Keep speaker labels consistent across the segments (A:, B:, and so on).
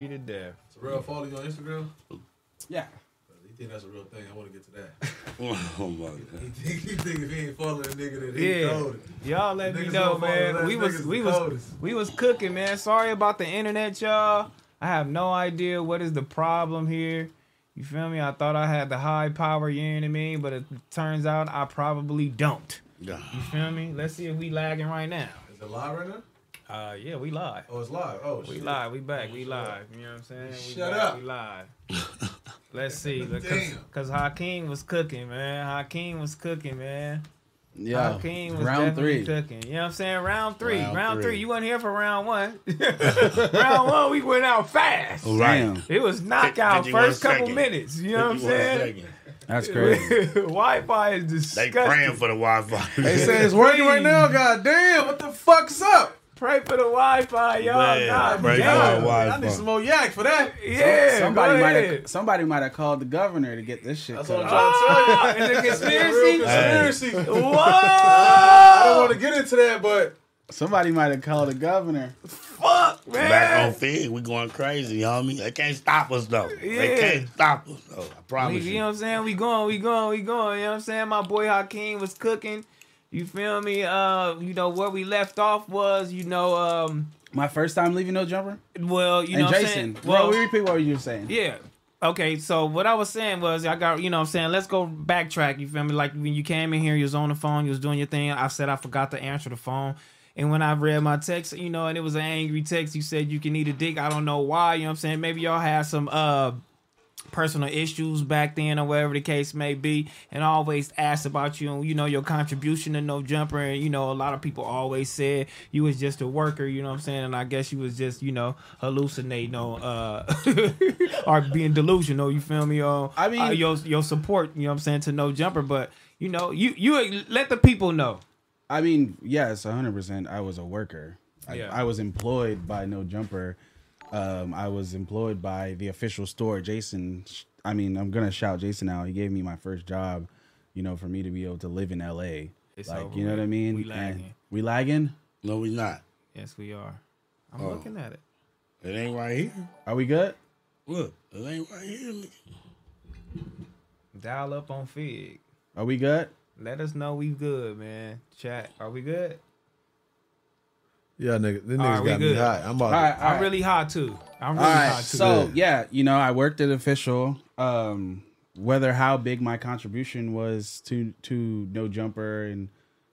A: You did there.
B: Real follow you on Instagram?
A: Yeah.
B: He think that's a real thing. I want to get to that.
C: Oh my
B: He
C: god.
B: think, he think if he ain't following a nigga, then he yeah.
A: Yeah.
B: cold.
A: Y'all let me
B: Niggas
A: know,
B: don't follow
A: man.
B: that.
A: We was
B: Niggas
A: we
B: the
A: was
B: coldest.
A: we was cooking, man. Sorry about the internet, y'all. I have no idea what is the problem here. You feel me? I thought I had the high power, you know what I mean? But it turns out I probably don't.
C: Nah.
A: You feel me? Let's see if we lagging right now.
B: Is it live right now?
A: Uh yeah, we live.
B: Oh, it's live. Oh,
A: We
B: shit.
A: live, we back, we live. You know what I'm saying? We
B: Shut
A: back,
B: up.
A: We live. Let's see. Because
B: Damn.
A: cause Hakeem was cooking, man. Hakeem was cooking, man.
C: Yeah.
A: Hakeem was
C: Round
A: definitely
C: three.
A: cooking. You know what I'm saying? Round three. Round,
C: Round
A: three.
C: three.
A: You weren't here for round one. round one, we went out fast.
D: Oh,
C: Right.
A: It was knockout
C: 51
A: first couple
C: second.
A: minutes. You know what I'm saying?
D: That's crazy.
A: Wi-Fi is
C: They
A: disgusting.
C: praying for the Wi-Fi.
B: They say it's working right now. God damn. What the fuck's up?
A: Pray for the Wi-Fi, y'all.
C: Man,
A: God
C: pray for
A: damn.
C: the Wi-Fi.
B: I need some more yak for that.
A: Yeah,
D: somebody
A: go
D: might
A: ahead.
D: have somebody might have called the governor to get this shit.
B: That's what I'm
D: covered.
B: trying to tell you.
A: Ah, it's a
B: Real
A: conspiracy.
B: conspiracy.
A: Whoa!
B: I don't want to get into that, but
D: Somebody might have called the governor.
A: Fuck, man.
C: Back on feed, we going crazy, homie. They can't stop us though.
A: Yeah.
C: They can't stop us though. I
A: We,
C: promise
A: you
C: you.
A: know what I'm saying? We going, we going, we going. You know what I'm saying? My boy Hakeem was cooking. You feel me? Uh, you know where we left off was, you know, um,
D: My first time leaving no jumper.
A: well, you know,
D: and
A: what I'm
D: Jason,
A: saying?
D: well, we repeat what you were saying.
A: Yeah. Okay, so what I was saying was I got you know what I'm saying, let's go backtrack, you feel me? Like when you came in here, you was on the phone, you was doing your thing. I said I forgot to answer the phone. And when I read my text, you know, and it was an angry text, you said you can eat a dick. I don't know why, you know what I'm saying? Maybe y'all had some uh personal issues back then or whatever the case may be and I always asked about you and you know your contribution to no jumper and you know a lot of people always said you was just a worker you know what I'm saying and I guess you was just you know hallucinating on uh or being delusional you feel me on
D: I mean-
A: uh, your your support you know what I'm saying to no jumper but you know you you let the people know
D: I mean, yes, 100%. I was a worker. I,
A: Yeah.
D: I was employed by No Jumper. Um, I was employed by the official store, Jason. sh- I mean, I'm going to shout Jason out. He gave me my first job, you know, for me to be able to live in LA.
A: It's
D: like,
A: over
D: you know
A: with.
D: what I mean?
A: We
D: And-
A: lagging.
D: we lagging?
C: No, we not. Oh.
A: yes we are I'm looking at it
C: It ain't right here.
D: Are we good?
C: Look, it ain't right here. nigga.
A: dial up on fig
D: Are we good?
A: let us know we good man chat are we good
B: yeah, nigga, this
A: Alright,
B: niggas
A: we
B: got me
A: good.
B: hot. I'm about
D: All right. all
A: I'm
D: right.
A: really hot too I'm really
D: All right,
A: hot too
D: so yeah, you know, I worked at official. Um, whether how big my contribution was to to no jumper and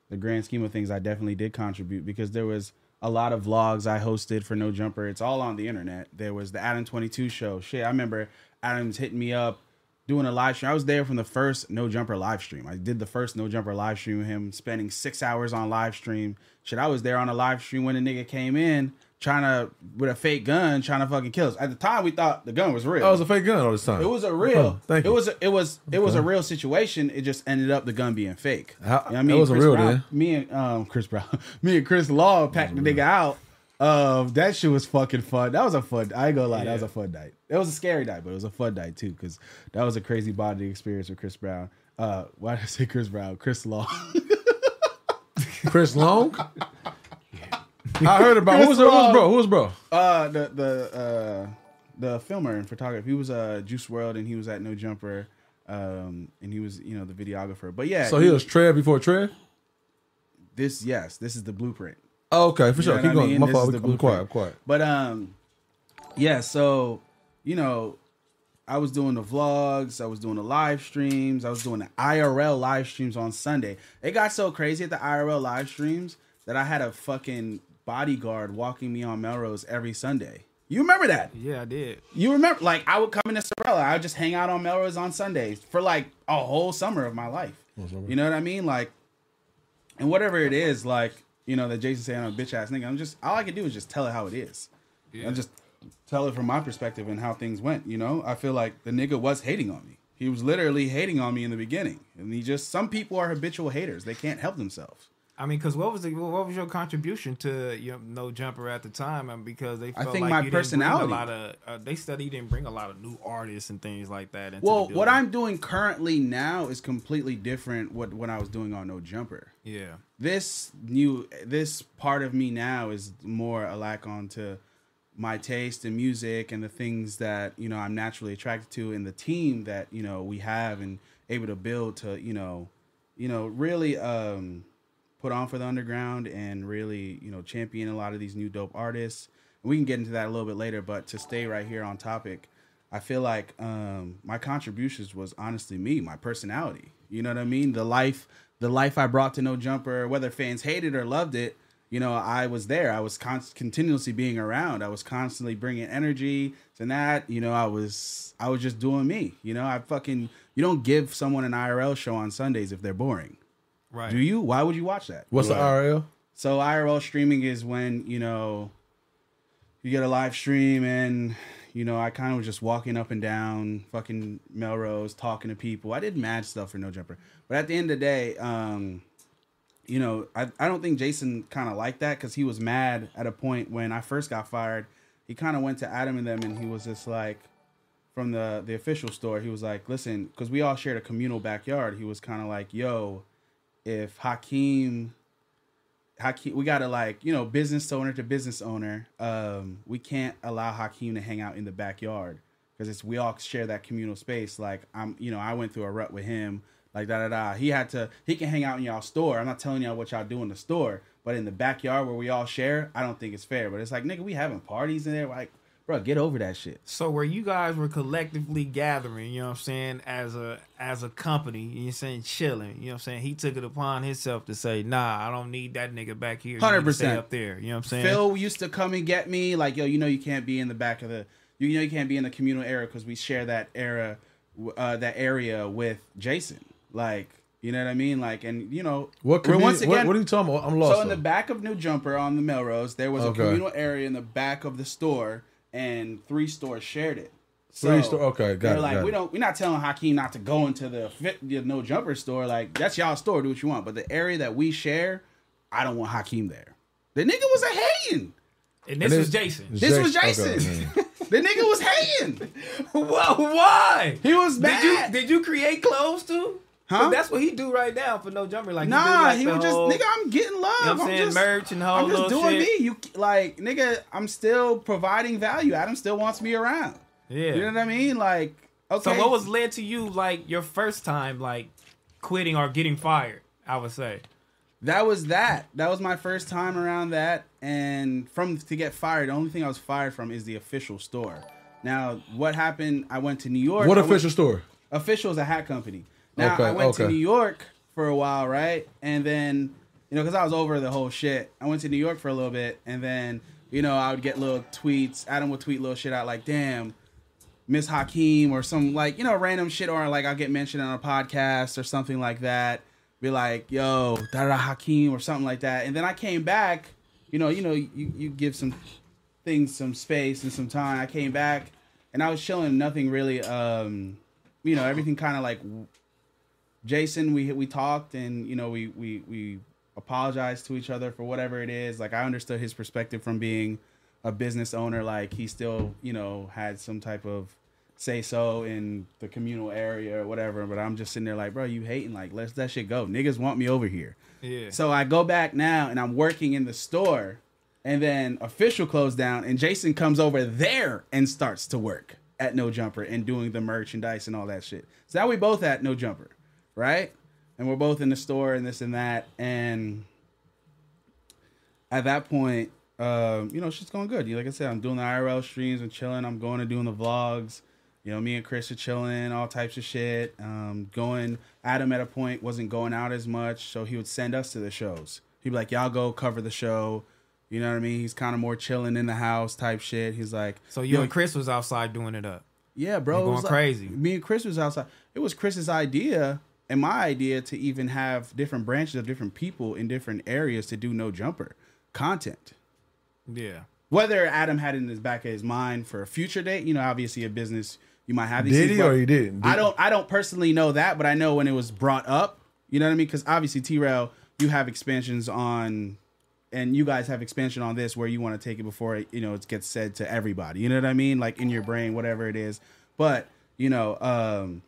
D: the grand scheme of things, I definitely did contribute because there was a lot of vlogs I hosted for no jumper. It's all on the internet. There was the Adam Twenty Two show. Shit, I remember Adam's hitting me up doing a live stream. I was there from the first No Jumper live stream. I did the first No Jumper live stream with him, spending six hours on live stream. Shit, I was there on a live stream when a nigga came in trying to with a fake gun, trying to fucking kill us. At the time, we thought the gun was real.
B: I Oh, was a fake gun all this time.
D: it was a real.
B: Oh, thank
D: it
B: you.
D: was a, it was it was a real situation. It just ended up the gun being fake.
B: How-
D: You know what
B: it wasn't
D: Chris
B: real
D: Brown-
B: then.
D: Me and um Chris Brown, me and Chris Law packed Oh, the nigga out. Um, that shit was fucking fun. That was a fun. I ain't gonna lie, that was a fun night. It was a scary night, but it was a fun night too because that was a crazy bonding experience with Chris Brown. Uh, why did I say Chris Brown? Chris Law.
B: Chris Long. I heard about who was, who was bro? Who was bro?
D: uh, the the uh the filmer and photographer. He was uh, Juice World and he was at No Jumper. Um, and he was you know the videographer. But yeah,
B: So he was Trev before Trev.
D: this yes, this is the blueprint.
B: Oh, okay, for
D: You know
B: sure.
D: what
B: Keep
D: I
B: going.
D: mean?
B: My
D: This
B: fault.
D: is the
B: I'm quiet. I'm
D: blueprint.
B: quiet.
D: But um, yeah. So you know, I was doing the vlogs. I was doing the live streams. I was doing the IRL live streams on Sunday. It got so crazy at the IRL live streams that I had a fucking bodyguard walking me on Melrose every Sunday. You remember that?
A: yeah I did
D: You remember? Like I would come into Sorella. I would just hang out on Melrose on Sundays for like a whole summer of my life. You know what I mean? Like and whatever it is, like you know that Jason saying I'm a bitch ass nigga, I'm just all I can do is just tell it how it is. I'm just tell it from my perspective and how things went. You know, I feel like the nigga was hating on me. He was literally hating on me in the beginning, and he just some people are habitual haters. They can't help themselves.
A: I mean, because what was the, what was your contribution to you know, No Jumper at the time? And because they, felt
D: think
A: like
D: my
A: you didn't bring
D: personality.
A: a lot of uh, they said you didn't bring a lot of new artists and things like that. Into
D: Well,
A: the
D: what
A: building.
D: I'm doing currently now is completely different what when I was doing on No Jumper.
A: yeah,
D: this new this part of me now is more a lack onto my taste in music and the things that you know I'm naturally attracted to and the team that you know we have and able to build to you know you know really um put on for the underground and really you know champion a lot of these new dope artists we can get into that a little bit later but to stay right here on topic i feel like um my contributions was honestly me my personality you know what i mean the life the life i brought to no jumper whether fans hated or loved it you know i was there i was con- continuously being around i was constantly bringing energy to that you know i was i was just doing me you know i fucking you don't give someone an irl show on sundays if they're boring
A: right.
D: do you? Why would you watch that?
B: What's the RL?
D: So IRL streaming is when you know you get a live stream, and you know I kind of was just walking up and down fucking Melrose, talking to people. I did mad stuff for No Jumper, but at the end of the day, um, you know I I don't think Jason kind of liked that because he was mad at a point when I first got fired. He kind of went to Adam and them, and he was just like, from the the official store, he was like, listen, because we all shared a communal backyard. He was kind of like, yo, if Hakeem, Hakeem, we gotta like you know business owner to business owner. Um, we can't allow Hakeem to hang out in the backyard because it's we all share that communal space. Like I'm, you know, I went through a rut with him. Like da da da. He had to. He can hang out in y'all store. I'm not telling y'all what y'all do in the store, but in the backyard where we all share, I don't think it's fair. But it's like nigga, we having parties in there. Like, bro, get over that shit.
A: So where you guys were collectively gathering, you know what I'm saying, as a as a company, you know what I'm saying, chilling, you know what I'm saying. He took it upon himself to say, "Nah, I don't need that nigga back here. You need to stay
D: 100%.
A: up there." You know what I'm saying?
D: Phil used to come and get me, like, yo, you know, you can't be in the back of the, you know, you can't be in the communal area because we share that era, uh, that area with Jason. Like, you know what I mean? Like, and you know,
B: What
D: we're
B: commu- what, what are you talking about? I'm lost.
D: so in the
B: now.
D: back of New Jumper on the Melrose, there was
B: Okay.
D: a communal area in the back of the store, and three stores shared it. So
B: Three store- okay, got
D: they're
B: it,
D: Like
B: got
D: we
B: it.
D: don't, we're not telling Hakeem not to go into the, fit, the No Jumper store. Like that's y'all store, do what you want. But the area that we share, I don't want Hakeem there. The nigga was a hating.
A: and this
B: And
A: was
B: then-
A: Jason.
D: This
B: Jack-
D: was Jason.
B: okay, yeah.
D: the nigga was hating.
A: Whoa, why?
D: He was
A: Did you
D: mad.
A: did you create clothes too?
D: Huh?
A: 'Cause That's what he do right now for no jumper. Like do,
D: Nah,
A: like,
D: he
A: the
D: was just
A: whole-
D: nigga. I'm getting love.
A: You know what I'm saying?
D: just
A: Merch and whole
D: I'm just
A: little
D: doing
A: shit.
D: me. You like nigga. I'm still providing value. Adam still wants me around.
A: Yeah.
D: You know what I mean? Like okay.
A: So what was led to you like your first time like quitting or getting fired? I would say.
D: that was that. That was my first time around that, and from to get fired. The only thing I was fired from is the official store. Now what happened? I went to New York.
B: What
D: I went-
B: official Oh, store?
D: Official is a hat company. Now
B: Okay,
D: I went to
B: okay.
D: New York for a while, right? And then you know, because I was over the whole shit, I went to New York for a little bit, and then you know, I would get little tweets. Adam would tweet little shit out like, "Damn, Miss Hakeem," or some like you know random shit, or like I'll get mentioned on a podcast or something like that. Be like, "Yo, da da Hakeem" or something like that. And then I came back. You know, you know, you, you give some things some space and some time. I came back and I was chilling. Nothing really. Um, you know, everything kind of like Jason, we we talked and you know we we we apologized to each other for whatever it is. Like I understood his perspective from being a business owner. Like he still you know had some type of say so in the communal area or whatever. But I'm just sitting there like, bro, you hating? Like let that shit go. Niggas want me over here.
A: Yeah.
D: So I go back now and I'm working in the store, and then official closed down, and Jason comes over there and starts to work at No Jumper and doing the merchandise and all that shit. So now we both at No Jumper, right? And we're both in the store and this and that. And at that point, um, you know, shit's going good. You Like I said, I'm doing the IRL streams and chilling. I'm going and doing the vlogs. You know, me and Chris are chilling, all types of shit. Um, going, Adam at a point wasn't going out as much, so he would send us to the shows. He'd be like, y'all go cover the show. You know what I mean? He's kind of more chilling in the house type shit. He's like,
A: So you
D: "Yo,
A: and Chris was outside doing it up.
D: yeah, bro.
A: You're
D: it was
A: going
D: like-
A: crazy.
D: me and Chris was outside. It was Chris's idea and my idea to even have different branches of different people in different areas to do no jumper content.
A: Yeah.
D: whether Adam had it in his back of his mind for a future date, you know, obviously a business you might have these.
B: Did
D: things,
B: he or
D: but
B: he didn't?
D: I don't. I don't personally know that, but I know when it was brought up. You know what I mean? Because obviously, T Rail, you have expansions on, and you guys have expansion on this where you want to take it before it, you know it gets said to everybody. You know what I mean? Like in your brain, whatever it is. But you know, um,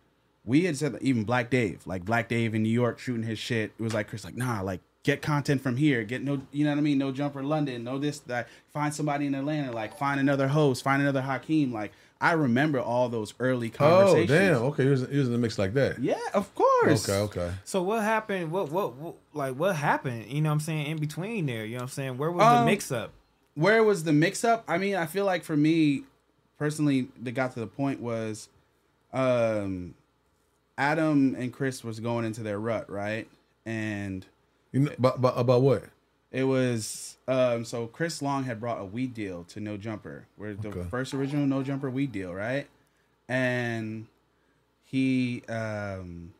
D: we had said that even Black Dave, like Black Dave in New York shooting his shit. It was like Chris, like nah, like get content from here, get no, you know what I mean, no jumper London, no this that. Find somebody in Atlanta, like find another host, find another Hakeem. Like I remember all those early
B: Oh
D: conversations.
B: damn! Okay, he was, he was in the mix like that.
D: Yeah, of course.
B: Okay, okay.
A: So what happened? What, what what like what happened? You know what I'm saying? In between there, you know what I'm saying? Where was
D: Um,
A: the mix up?
D: Where was the mix up? I mean, I feel like for me personally, that got to the point was um Adam and Chris was going into their rut, right? And
B: You know, about, about, about what?
D: It was um, so Chris Long had brought a weed deal to No Jumper, where the
B: Okay.
D: first original No Jumper weed deal, right? And he, um,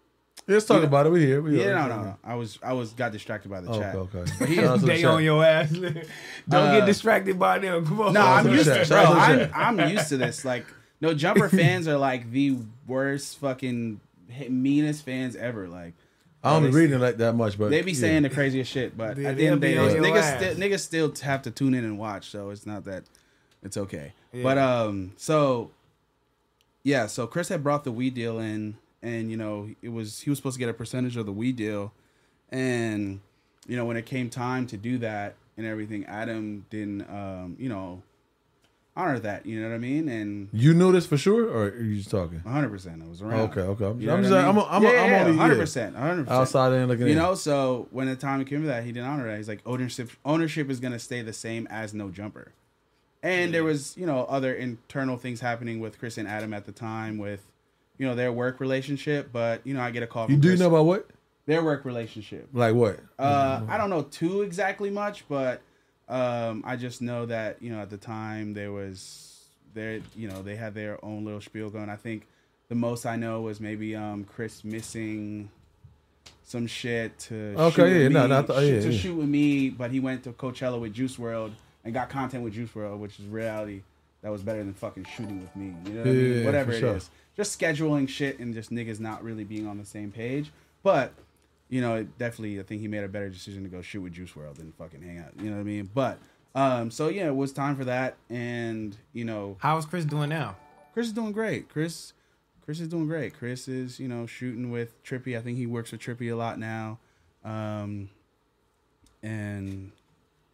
B: Yeah, let's talk about it. We here. We
D: yeah, no,
B: here.
D: no, no, I was, I was got distracted by the
B: Okay,
D: chat.
B: Oh, okay.
D: But he-
B: Shout out to the
A: They
B: chat.
A: on your ass. Don't get
D: Uh,
A: distracted by them. Come on.
D: no,
B: out to
D: I'm
B: the
D: used
B: chat.
D: to, bro.
B: Shout out to the
D: I'm,
B: chat.
D: I'm used to this. Like, No Jumper fans are like the worst, fucking hit- meanest fans ever. Like,
B: I don't be
D: They-
B: reading like that much, but
D: They be
B: yeah.
D: saying the craziest shit, but
A: Yeah,
D: at the end of the day,
A: they'll be on your
D: niggas,
A: ass.
D: sti- niggas still have to tune in and watch, so it's not that it's okay. But um, so yeah, so Chris had brought the weed deal in, and you know it was he was supposed to get a percentage of the weed deal, and you know when it came time to do that and everything, Adam didn't um, you know honor that, you know what I mean, and
B: You know this for sure, or are you just talking?
D: 100 percent I was around.
B: Okay, okay. I'm,
D: You know
B: I'm
D: what
B: just,
D: I
B: I'm,
D: mean?
B: I'm,
D: Yeah,
B: I'm
D: yeah,
B: only
D: 100%, 100%.
B: outside in looking
D: You
B: in.
D: know, so when the time came to that, he didn't honor that. He's like, ownership ownership is gonna stay the same as no jumper. And there was, you know, other internal things happening with Chris and Adam at the time with, you know, their work relationship. But you know, I get a call. From
B: You do
D: Chris-
B: know about what?
D: their work relationship.
B: Like what?
D: Uh, I don't know too exactly much, but um, I just know that you know at the time there was their you know they had their own little spiel going. I think the most I know was maybe um, Chris missing some shit to
B: Okay,
D: shoot
B: yeah,
D: with
B: no,
D: me,
B: no, I thought-
D: shoot-
B: yeah,
D: to
B: yeah.
D: shoot with me, but he went to Coachella with Juice World and got content with Juice World, which is reality that was better than fucking shooting with me. You know what I
B: Yeah,
D: mean?
B: yeah, yeah,
D: Whatever
B: for
D: it
B: sure.
D: is just scheduling shit and just niggas not really being on the same page. But you know, it definitely, I think he made a better decision to go shoot with Juice World than fucking hang out. You know what I mean? But um, so yeah, it was time for that, and you know,
A: How is Chris doing now?
D: Chris is doing great. Chris, Chris is doing great. Chris is you know shooting with Trippy. I think he works with Trippy a lot now, um, and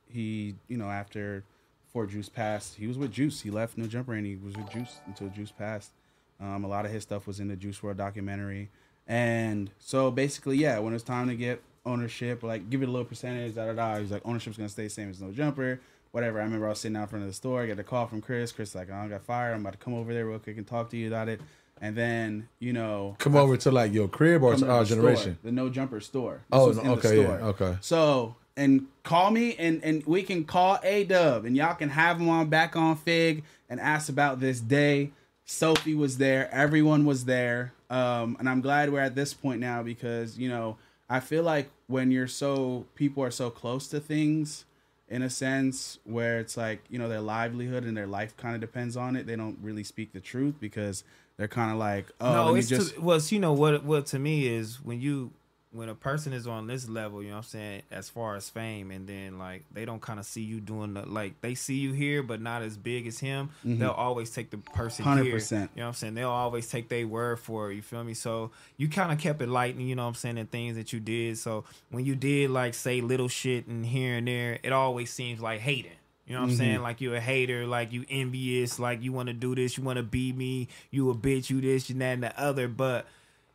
D: he you know after before Juice passed, he was with Juice. He left No Jumper and he was with Juice until Juice passed. Um, a lot of his stuff was in the Juice World documentary, and so basically, yeah, when it's time to get ownership, like give it a little percentage, da da da. He's like, ownership's gonna stay the same as No Jumper, whatever. I remember I was sitting out in front of the store, I got a call from Chris. Chris like, I got fired. I'm about to come over there real quick and talk to you about it. And then you know,
B: Come over to like your crib or
D: from
B: to
D: the
B: our
D: store,
B: generation.
D: the no jumper store. This
B: Oh,
D: was
B: no,
D: in the
B: okay, yeah, okay.
D: So and call me and and we can call A Dub and y'all can have him on back on Fig and ask about this day. Sophie was there, everyone was there, um, and I'm glad we're at this point now because you know I feel like when you're so people are so close to things in a sense where it's like you know their livelihood and their life kind of depends on it they don't really speak the truth because they're kind of like oh
A: no,
D: let me
A: it's
D: just
A: to, well, you know what what to me is when you when a person is on this level, you know what I'm saying, as far as fame and then like they don't kind of see you doing the like they see you here but not as big as him,
D: Mm-hmm.
A: they'll always take the person here.
D: 100%.
A: You know what I'm saying? They'll always take their word for it, you feel me? So you kind of kept it light, you know what I'm saying, and things that you did. So when you did like say little shit and here and there, it always seems like hating. You know what I'm saying? Like you're a hater, like you envious, like you want to do this, you want to be me, you a bitch, you this, you that, and the other. But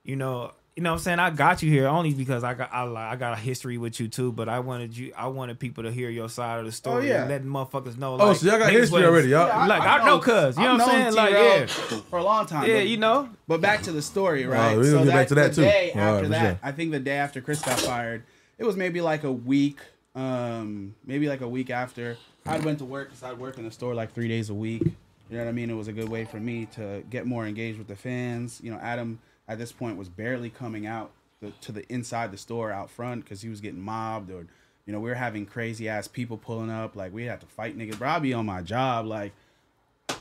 A: you know, you know what I'm saying? I got you here only because I got I, li- I got a history with you too. But I wanted you, I wanted people to hear your side of the story,
D: Oh, yeah.
A: and letting motherfuckers know.
B: Oh,
A: like,
B: so y'all got
A: niggas
B: history
A: was-
B: already, y'all-
A: like I, know, cuz you know
D: I've
A: what I'm saying?
D: known
A: Like
D: T-Rail
A: yeah.
D: for a long time.
A: Yeah,
D: but-
A: you know.
D: But back to the story, right?
B: we'll get back to that,
D: the
B: too.
D: Day
B: All right,
D: after
B: for
D: that,
B: sure.
D: I think the day after Chris got fired, it was maybe like a week, um, maybe like a week after. I went to work because I'd work in the store like three days a week. You know what I mean? It was a good way for me to get more engaged with the fans. You know, Adam at this point was barely coming out the, to the inside the store out front because he was getting mobbed or You know, we were having crazy ass people pulling up. Like we had to fight niggas. Bro, I be on my job. Like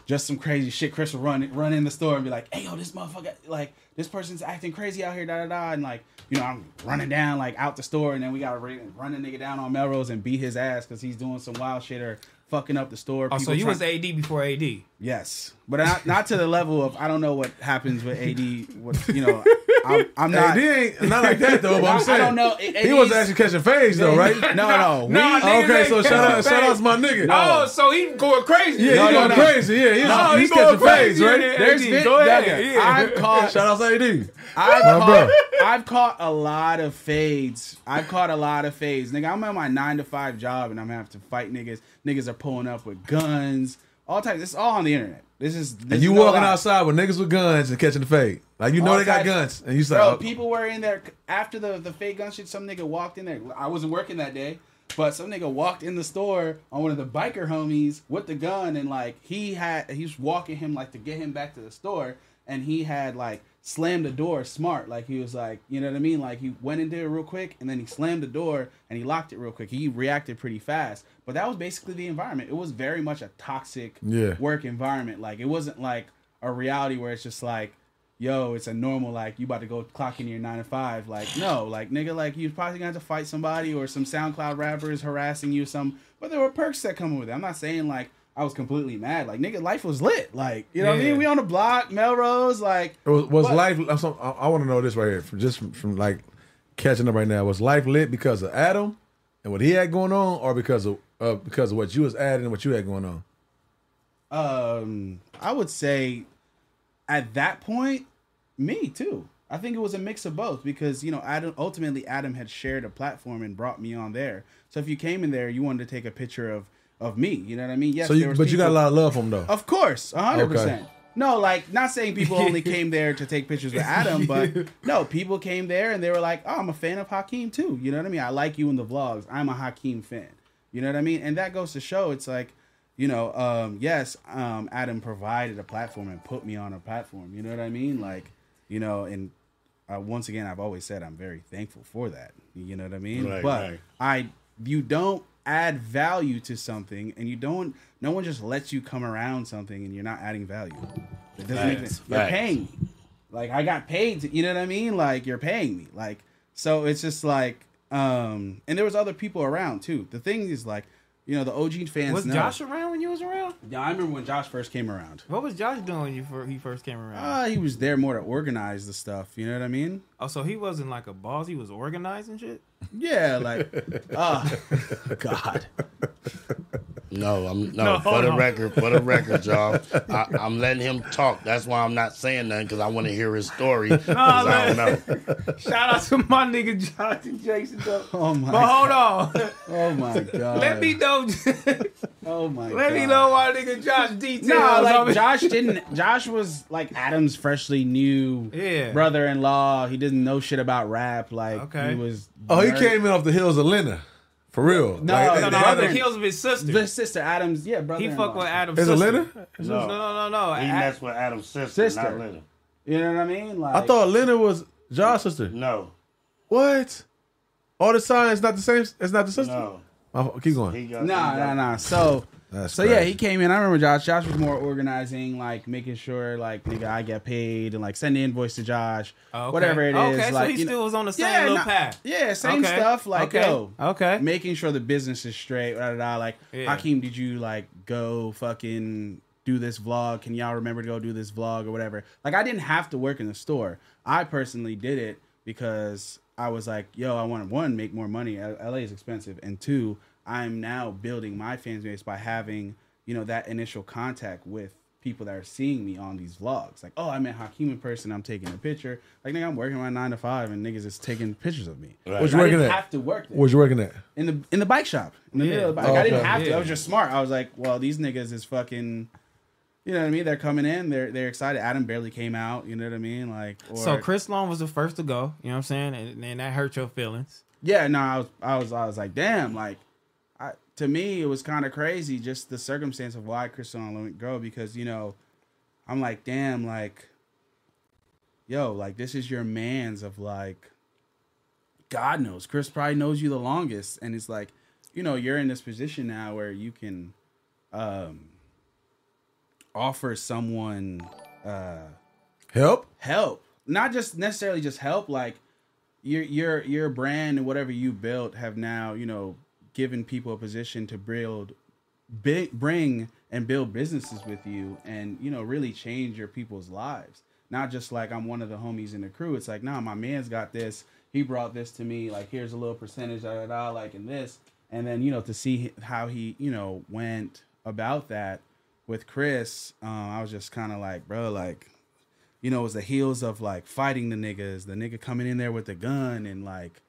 D: just some crazy shit. Chris will run run in the store and be like, "Hey, yo, this motherfucker, like this person's acting crazy out here, da da da," and like, you know, I'm running down like out the store, and then we gotta run, run a nigga down on Melrose and beat his ass because he's doing some wild shit or fucking up the store.
A: Oh, so
D: People
A: you
D: try-
A: was AD before AD.
D: yes, but not, not to the level of I don't know what happens with AD. What you know, I'm, I'm not.
B: AD ain't not like that though. But
D: I- I
B: I'm saying
D: don't know, it-
B: he was
D: AD's
B: actually catching phase though, right?
D: No, no, we,
A: Nah, niggas
B: Okay,
A: ain't
B: so
A: catching
B: shout out, shout out
A: phase.
B: to my nigga.
A: Oh, so he going crazy.
B: yeah,
D: No, no,
B: he going
D: no.
B: crazy. Yeah, he's,
A: No,
B: he's
A: he going
B: catching phase,
A: crazy.
B: right?
A: Yeah,
B: There's
A: AD,
D: been-
A: go ahead.
D: nigga,
A: Yeah.
D: I've caught.
B: shout out to AD.
D: I've
B: My
D: caught,
B: bro.
D: I've caught a lot of fades. I've caught a lot of fades. Nigga, I'm at my nine to five job and I'm gonna have to fight niggas. Niggas are pulling up with guns, all types. This is all on the internet. This is this
B: And you
D: is no
B: walking
D: lie.
B: outside with niggas with guns and catching the fade. Like you know
D: All
B: they got
D: types-
B: guns, and you say,
D: Bro,
B: oh,
D: people were in there after the the fake gun shit. Some nigga walked in there. I wasn't working that day, but some nigga walked in the store on one of the biker homies with the gun, and like he had he's walking him like to get him back to the store, and he had like slammed the door smart, like he was like you know what I mean, like he went in there real quick, and then he slammed the door and he locked it real quick. He reacted pretty fast, but that was basically the environment. It was very much a toxic
B: Yeah.
D: work environment. Like it wasn't like a reality where it's just like yo, it's a normal like you about to go clock in your nine to five. Like no, like nigga, like you probably gonna have to fight somebody or some SoundCloud rapper is harassing you. Some, but there were perks that come with it. I'm not saying like I was completely mad. Like nigga, life was lit. Like you know what I
A: Yeah.
D: mean? We on the block, Melrose. Like
B: was, was
D: What?
B: life? I'm some- I, want to know this right here, from, just from, from like catching up right now. Was life lit because of Adam and what he had going on, or because of uh, because of what you was adding and what you had going on?
D: um, I would say at that point, me too. I think it was a mix of both because you know Adam ultimately Adam had shared a platform and brought me on there. So if you came in there, you wanted to take a picture of of me. You know what I mean? Yes,
B: So, you,
D: there
B: but
D: was
B: you got a
D: people-
B: lot of love from him though.
D: Of course, a hundred
B: Okay.
D: percent. No, like not saying people only came there to take pictures with Adam, but no, people came there and they were like, "Oh, I'm a fan of Hakeem too." You know what I mean? I like you in the vlogs. I'm a Hakeem fan. You know what I mean? And that goes to show it's like, you know, um, yes, um, Adam provided a platform and put me on a platform. You know what I mean? Like, you know, and uh, once again, I've always said I'm very thankful for that. You know what I mean?
C: Right,
D: but
C: right.
D: I you don't add value to something and you don't no one just lets you come around something and you're not adding value. It doesn't make
C: Facts,
D: sense. You're
C: facts.
D: paying me. Like I got paid to, you know what I mean? Like you're paying me. Like so it's just like um and there was other people around too. The thing is like, you know, the OG fans
A: Was
D: know.
A: Josh around when you was around?
D: Yeah, I remember when Josh first came around.
A: What was Josh doing when you fir- he first came around?
D: Uh, he was there more to organize the stuff, you know what I mean?
A: oh, so he wasn't like a boss. He was organizing shit.
D: Yeah, like uh God.
C: No, I'm
A: No,
C: no, for
A: hold
C: the
A: on.
C: record, for the record, y'all. I, I'm letting him talk. That's why I'm not saying nothing because I want to hear his story. 'cause I don't know.
A: Shout out to my nigga Josh and Jason. Though.
D: Oh my
A: But hold on,
D: Oh my god.
A: let me know.
D: Oh my god.
A: let me know my nigga Josh details.
D: No,
A: I mean-
D: like Josh didn't. Josh was like Adam's freshly new
A: Yeah.
D: brother-in-law. He didn't know shit about rap. Like
A: Okay.
D: he was.
B: Oh, he
D: nerd-
B: came in off the hills of Lena, for real.
D: No,
B: Like,
A: No,
B: they-
A: no,
B: they-
A: I
D: Brother-
A: think he was with his sister.
D: The sister Adams, yeah, brother.
A: he fuck with Adam's
B: Is it
A: sister.
B: Lena?
A: No, no, no, no.
C: He
A: Ad-
C: messed with Adam's sister,
D: Sister.
C: not Lennon.
D: You know what I mean? Like
B: I thought Lena was Josh's sister.
C: No,
B: What? All the signs not the same. It's not the sister.
C: no.
B: My fault. keep going.
C: He got,
D: Nah,
C: he
D: nah,
C: got-
D: nah. So,
B: That's
D: so yeah,
B: crazy.
D: he came in. I remember Josh. Josh was more organizing, like making sure, like nigga, I get paid, and like send the invoice to Josh,
A: Oh, okay.
D: whatever it is.
A: Okay, so
D: like,
A: he
D: you know-
A: still was on the same little
D: nah-
A: path.
D: Yeah, same
A: Okay,
D: stuff. Like
A: okay,
D: yo,
A: okay.
D: making sure the business is straight. Da, da, da. Like
A: Yeah.
D: Hakeem, did you like go fucking do this vlog? Can y'all remember to go do this vlog or whatever? Like I didn't have to work in the store. I personally did it because I was like, yo, I want to one make more money. L- LA is expensive, and two, I'm now building my fan base by having you know that initial contact with people that are seeing me on these vlogs. Like, oh, I met Hakeem in person. I'm taking a picture. Like, nigga, I'm working my nine to five, and niggas is taking pictures of me.
C: Right.
B: What you
D: I
B: working
D: didn't
B: at?
D: have to work there.
B: What you working at?
D: in the in the bike shop. In the middle of the bike.
B: Oh,
D: I didn't
B: okay.
D: have to.
A: Yeah.
D: I was just smart. I was like, well, these niggas is fucking. You know what I mean? They're coming in. They're they're excited. Adam barely came out. You know what I mean? Like or,
A: So Chris Long was the first to go. You know what I'm saying? And, and that hurt your feelings.
D: Yeah, no, I was I was I was like, damn, like. I, to me, it was kind of crazy just the circumstance of why Chris Long let go because you know, I'm like, damn, like, yo, like this is your man's of like, God knows. Chris probably knows you the longest, and it's like, you know, you're in this position now where you can, um, offer someone uh,
B: Help.
D: help, not just necessarily just help. Like your your your brand and whatever you built have now, you know, given people a position to build, bi- bring and build businesses with you, and you know, really change your people's lives. Not just like I'm one of the homies in the crew. It's like, nah, my man's got this. He brought this to me. Like, here's a little percentage, da da da, like in this. And then, you know, to see how he, you know, went about that with Chris, um, I was just kind of like, bro, like, you know, it was the heels of like fighting the niggas, the nigga coming in there with the gun, and like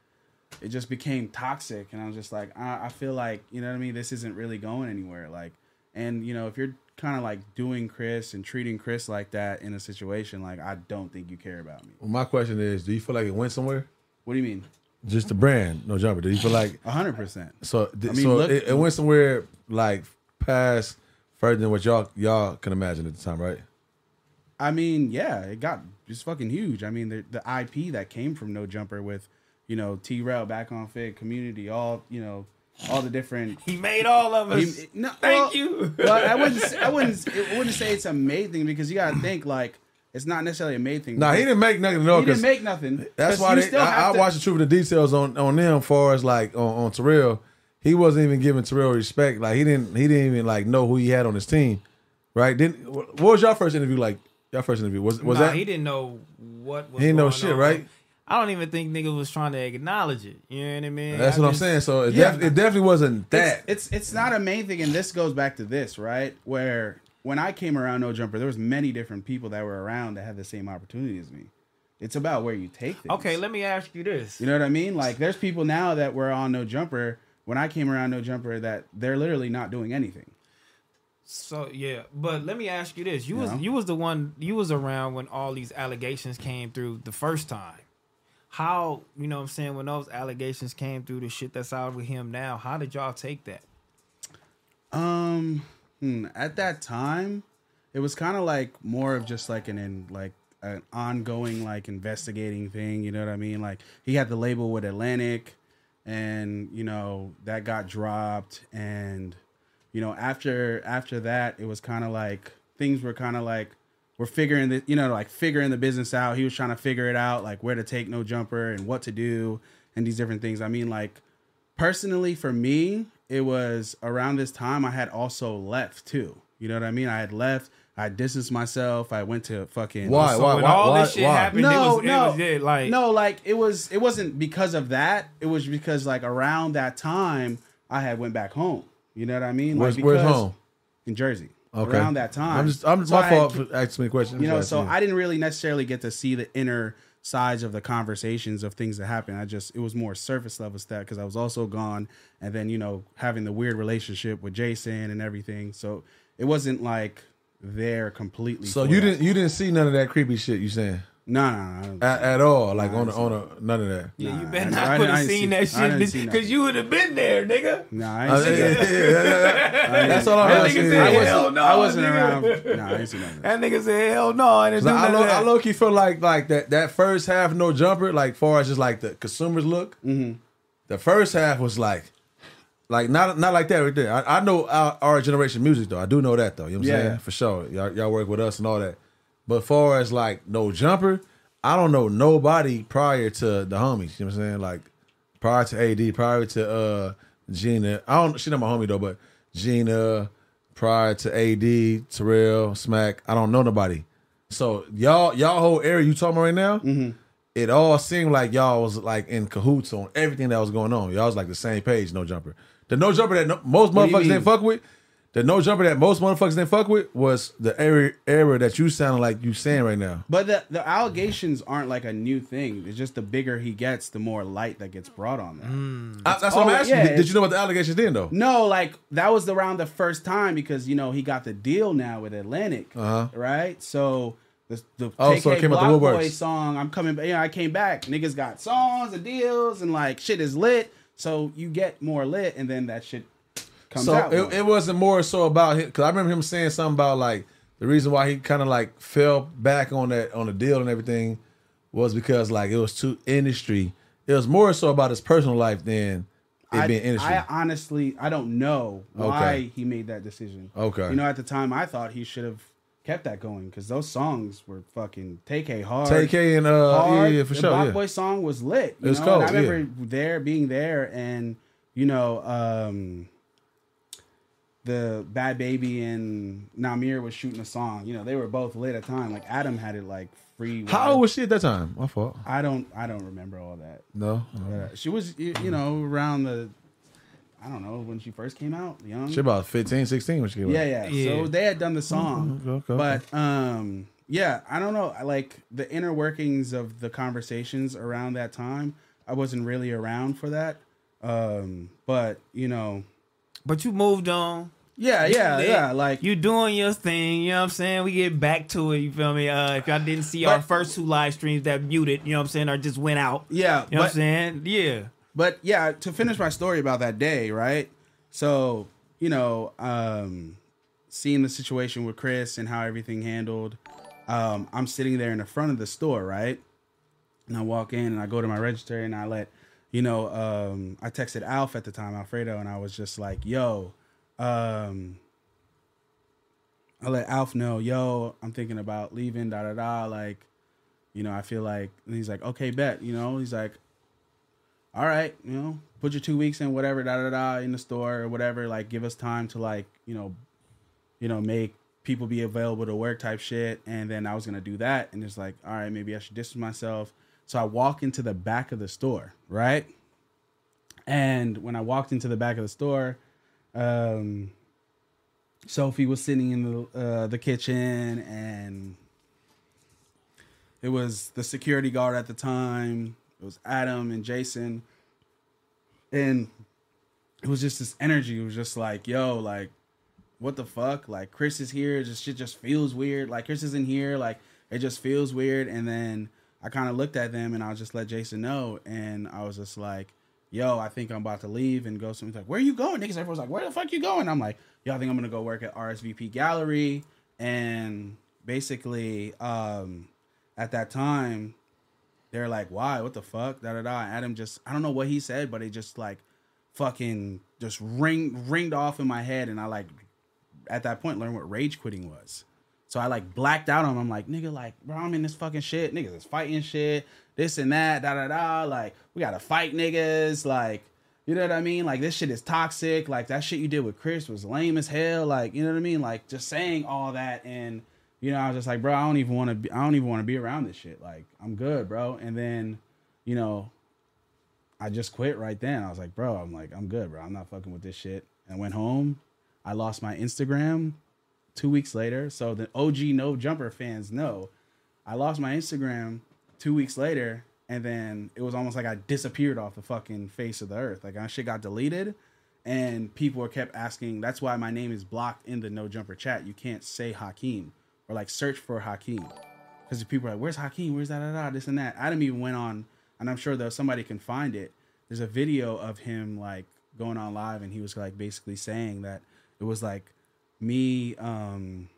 D: it just became toxic. And I was just like, I, I feel like, you know what I mean? This isn't really going anywhere. Like, and you know, if you're kind of like doing Chris and treating Chris like that in a situation, like, I don't think you care about me.
B: Well, my question is, do you feel like it went somewhere?
D: What do you mean?
B: Just the brand, no jumper. Do you feel like
D: 100%.
B: so? Th-
D: I mean,
B: so
D: look-
B: it, it went somewhere like past further than what y'all y'all can imagine at the time, right?
D: I mean, yeah, it got just fucking huge. I mean, the, the IP that came from No Jumper with, you know, T Rail, Back on Fig, Community, all, you know, all the different
A: He made all of us.
D: He- no,
A: Thank
D: well,
A: you.
D: well, I wouldn't. s- I wouldn't. I wouldn't say it's a made thing because you gotta think like it's not necessarily a made thing.
B: No, he didn't make nothing. No,
D: He didn't
B: 'cause
D: make nothing.
B: That's
D: 'Cause
B: why
D: you
B: they,
D: still
B: I, I
D: have to-
B: watched the truth and the details on on them. Far as like on, on Terrell, he wasn't even giving Terrell respect. Like he didn't he didn't even like know who he had on his team, right? Didn't wh- what was y'all first interview like? Y'all first interview was was
A: nah,
B: that
A: he didn't know what was
B: He didn't know
A: going
B: shit,
A: on.
B: right?
A: I don't even think niggas was trying to acknowledge it. You know what I mean?
B: That's
A: I
B: what I'm
A: just-
B: saying. So it,
D: Yeah.
B: def- it definitely wasn't that.
D: It's, it's it's not a main thing, and this goes back to this right where when I came around No Jumper, there was many different people that were around that had the same opportunity as me. It's about where you take things.
A: Okay, let me ask you this.
D: You know what I mean? Like there's people now that were on No Jumper when I came around No Jumper that they're literally not doing anything.
A: So yeah, but let me ask you this: you
D: Yeah.
A: was you was the one you was around when all these allegations came through the first time. How you know what I'm saying when those allegations came through the shit that's out with him now? How did y'all take that?
D: Um, hmm, at that time, it was kind of like more of just like an in like an ongoing like investigating thing. You know what I mean? Like he had the label with Atlantic, and you know that got dropped, and you know after after that, it was kind of like things were kind of like we're figuring the you know like figuring the business out. He was trying to figure it out, like where to take no jumper and what to do, and these different things. I mean, like personally for me it was around this time i had also left too you know what i mean i had left i distanced myself i went to fucking
B: Why?
A: So
B: why?
A: when
B: why?
A: all
B: why?
A: this shit
B: why?
A: happened,
D: no
A: it was,
D: no
A: it was yeah, like
D: no like it was it wasn't because of that it was because like around that time i had went back home you know what i mean
B: Where's-
D: like
B: where's
D: because-
B: home?
D: in jersey
B: Okay.
D: around that time
B: I'm just I'm just
D: So I
B: my
D: had
B: fault
D: ke-
B: for asking me questions.
D: you know
B: Just
D: so
B: asking
D: i didn't really necessarily get to see the inner sides of the conversations of things that happened i just it was more surface level stuff because i was also gone and then you know having the weird relationship with jason and everything so it wasn't like there completely
B: So
D: for
B: you
D: that.
B: didn't you didn't see none of that creepy shit you saying
D: no no, no, no.
B: at, at all like on a, on a none of that.
A: yeah, you
D: Nah,
A: better
D: I-
A: not
D: I
A: could
D: didn't- I didn't
A: have seen
D: see- I
A: that
D: didn't see
A: shit because
D: nothing.
A: you would have been there, nigga.
D: Nah, I
B: Uh,
D: ain't see
B: yeah,
D: that.
B: yeah, yeah, yeah, yeah. That's all I
A: That
B: heard.
A: nigga
B: shit.
A: said
B: I wasn't-
A: hell no,
D: I wasn't
A: nigga.
D: around. No, I didn't see nothing.
A: That nigga said hell no, I didn't do
B: Like, I,
A: none of
B: low, I
A: that.
B: low key feel like like that that first half no jumper like far as just like the consumers look.
A: Mm-hmm.
B: The first half was like, like not not like that right there. I, I know our, our generation music though. I do know that though. You know what I'm
D: Yeah.
B: saying for sure. Y'all, y'all work with us and all that. But far as like no jumper, I don't know nobody prior to the homies. You know what I'm saying like prior to AD, prior to uh Gina. I don't. She not my homie though, but Gina. Prior to AD, Terrell, Smack, I don't know nobody. So y'all, y'all whole area you talking about right now,
D: Mm-hmm.
B: it all seemed like y'all was like in cahoots on everything that was going on. Y'all was like the same page, no jumper. The no jumper that no, most
D: do you
B: motherfuckers didn't
D: mean?
B: fuck with, the no jumper that most motherfuckers didn't fuck with was the area era that you sound like you saying right now.
D: But the, the allegations aren't like a new thing. It's just the bigger he gets, the more light that gets brought on them.
B: I, that's what
D: oh,
B: I'm asking.
D: yeah,
B: did, did
D: it's-
B: you know what the allegations did though?
D: No, like that was around the first time because you know he got the deal now with Atlantic, uh-huh. right? So the the
B: Oh,
D: TK
B: so it came out the
D: Block
B: woodworks.
D: Boy song, I'm coming, ba- yeah, I came back. Niggas got songs and deals and like shit is lit. So you get more lit, and then that shit comes
B: So
D: out.
B: it, it wasn't more so about him because I remember him saying something about like the reason why he kind of like fell back on that on the deal and everything was because like it was too industry it was more so about his personal life than it
D: I,
B: being industry.
D: I honestly, I don't know why
B: Okay.
D: he made that decision.
B: Okay.
D: You know, at the time, I thought he should have kept that going because those songs were fucking take a hard.
B: TK and uh, yeah,
D: hard.
B: yeah, for
D: the
B: sure,
D: Bach
B: yeah.
D: Boy song was lit. You
B: It was
D: know?
B: cold,
D: And I remember there being there and you know um, the Bad Baby and Namir was shooting a song. You know they were both lit at the time. Like Adam had it like free.
B: How old was she at that time? My fault.
D: I don't I don't remember all that.
B: No,
D: But she was you, you know around the I don't know when she first came out young.
B: she about 15, 16 when she came out. Mm-hmm,
D: Yeah, yeah,
A: Yeah.
D: So they had done the song,
B: okay, okay.
D: but um, yeah, I don't know. I like the inner workings of the conversations around that time. I wasn't really around for that, um, but you know,
A: But you moved on.
D: yeah, yeah,
A: Lit.
D: yeah. Like
A: you doing your thing, you know what I'm saying? We get back to it, you feel me? Uh if y'all didn't see our
D: But-
A: first two live streams that muted, you know what I'm saying, or just went out.
D: yeah,
A: You know what I'm
D: but
A: saying? Yeah.
D: but yeah, to finish my story about that day, right? So, you know, um, seeing the situation with Chris and how everything handled, um, I'm sitting there in the front of the store, right? And I walk in and I go to my register and I let, you know, um, I texted Alf at the time, Alfredo, and I was just like, yo, um, I let Alf know, yo, I'm thinking about leaving, da da da. Like, you know, I feel like, and he's like, okay, bet, you know, he's like, all right, you know, put your two weeks in whatever, da da da, in the store or whatever. Like, give us time to like, you know, you know, make people be available to work type shit. And then I was gonna do that, and it's like, all right, maybe I should distance myself. So I walk into the back of the store, right? And when I walked into the back of the store, um, Sophie was sitting in the uh, the kitchen, and it was the security guard at the time. It was Adam and Jason, and it was just this energy. It was just like, yo, like, what the fuck? Like, Chris is here. Just shit just feels weird. Like, Chris isn't here. Like, it just feels weird. And then I kind of looked at them, and I just let Jason know, and I was just like. Yo, I think I'm about to leave and go somewhere. Like, where you going? Niggas, everyone's like, where the fuck you going? I'm like, yo, I think I'm gonna go work at RSVP Gallery. And basically, um, at that time, they're like, "Why? What the fuck?" Da da da. Adam just, I don't know what he said, but it just like, fucking, just ring ringed off in my head, and I like, at that point, learned what rage quitting was. So I like blacked out on him. I'm like, nigga, like, bro, I'm in this fucking shit. Niggas is fighting shit, this and that, da da da. Like, we gotta fight niggas. Like, you know what I mean? Like, this shit is toxic. Like, that shit you did with Chris was lame as hell. Like, you know what I mean? Like, just saying all that and you know, I was just like, bro, I don't even want to be, I don't even want to be around this shit. Like, I'm good, bro. And then, you know, I just quit right then. I was like, bro, I'm like, I'm good, bro. I'm not fucking with this shit. And I went home. I lost my Instagram two weeks later. So the OG No Jumper fans know I lost my Instagram two weeks later. And then it was almost like I disappeared off the fucking face of the earth. Like, my shit got deleted. And people kept asking. That's why my name is blocked in the No Jumper chat. You can't say Hakeem or like search for Hakeem. Because people are like, where's Hakeem? Where's that? Da, da, this and that. Adam even went on, and I'm sure though somebody can find it. There's a video of him like going on live, and he was like basically saying that it was like me, um,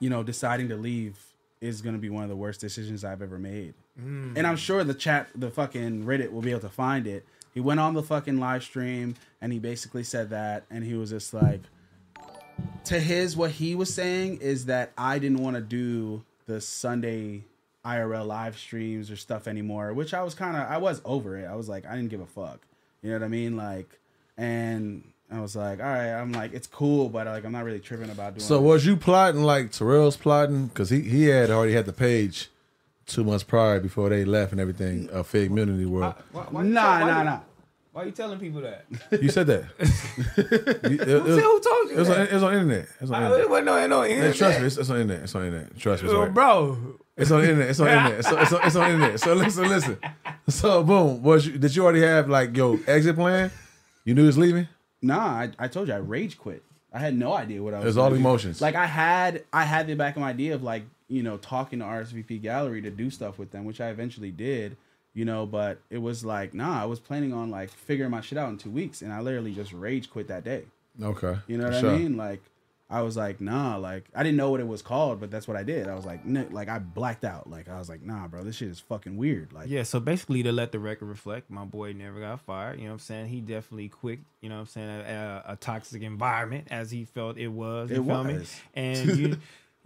D: you know, deciding to leave is gonna be one of the worst decisions I've ever made. And I'm sure the chat, the fucking Reddit will be able to find it. He went on the fucking live stream and he basically said that, and he was just like, to his what he was saying is that I didn't want to do the Sunday IRL live streams or stuff anymore, which I was kind of I was over it. I was like I didn't give a fuck. You know what I mean? Like and I was like, all right, I'm like it's cool, but like I'm not really tripping about doing
B: So
D: it.
B: was you plotting like Terrell's plotting? Because he, he had already had the page two months prior before they left and everything. A fake immunity world.
D: Nah, nah, nah.
A: Why you telling people that?
B: You said that. You- it, it was,
A: Who told
B: it
A: you
B: was on,
A: that?
B: it was on internet. It was on
A: I- It
B: internet.
A: wasn't no, no
B: Hey,
A: internet.
B: trust me, it's, it's on internet. It's on internet. Trust me, it's on,
A: Bro,
B: it's on internet. It's on internet. It's on, it's on, it's on internet. So listen, listen. So boom, was you, did you already have like your exit plan? You knew he was leaving.
D: Nah, I, I told you I rage quit. I had no idea what I was.
B: It was all
D: gonna do.
B: emotions.
D: Like I had, I had the back of my idea of like you know talking to RSVP Gallery to do stuff with them, which I eventually did. You know, but it was like nah, I was planning on like figuring my shit out in two weeks, and I literally just rage quit that day.
B: Okay.
D: You know what
B: Sure.
D: I mean? Like I I was like, nah, like I didn't know what it was called, but that's what I did. I was like, no, like I blacked out. Like I was like, nah, bro, this shit is fucking weird. Like,
A: Yeah, so basically to let the record reflect, my boy never got fired. You know what I'm saying? He definitely quit, you know what I'm saying, a, a, a toxic environment as he felt it was. You
D: It
A: feel me?
D: was.
A: And you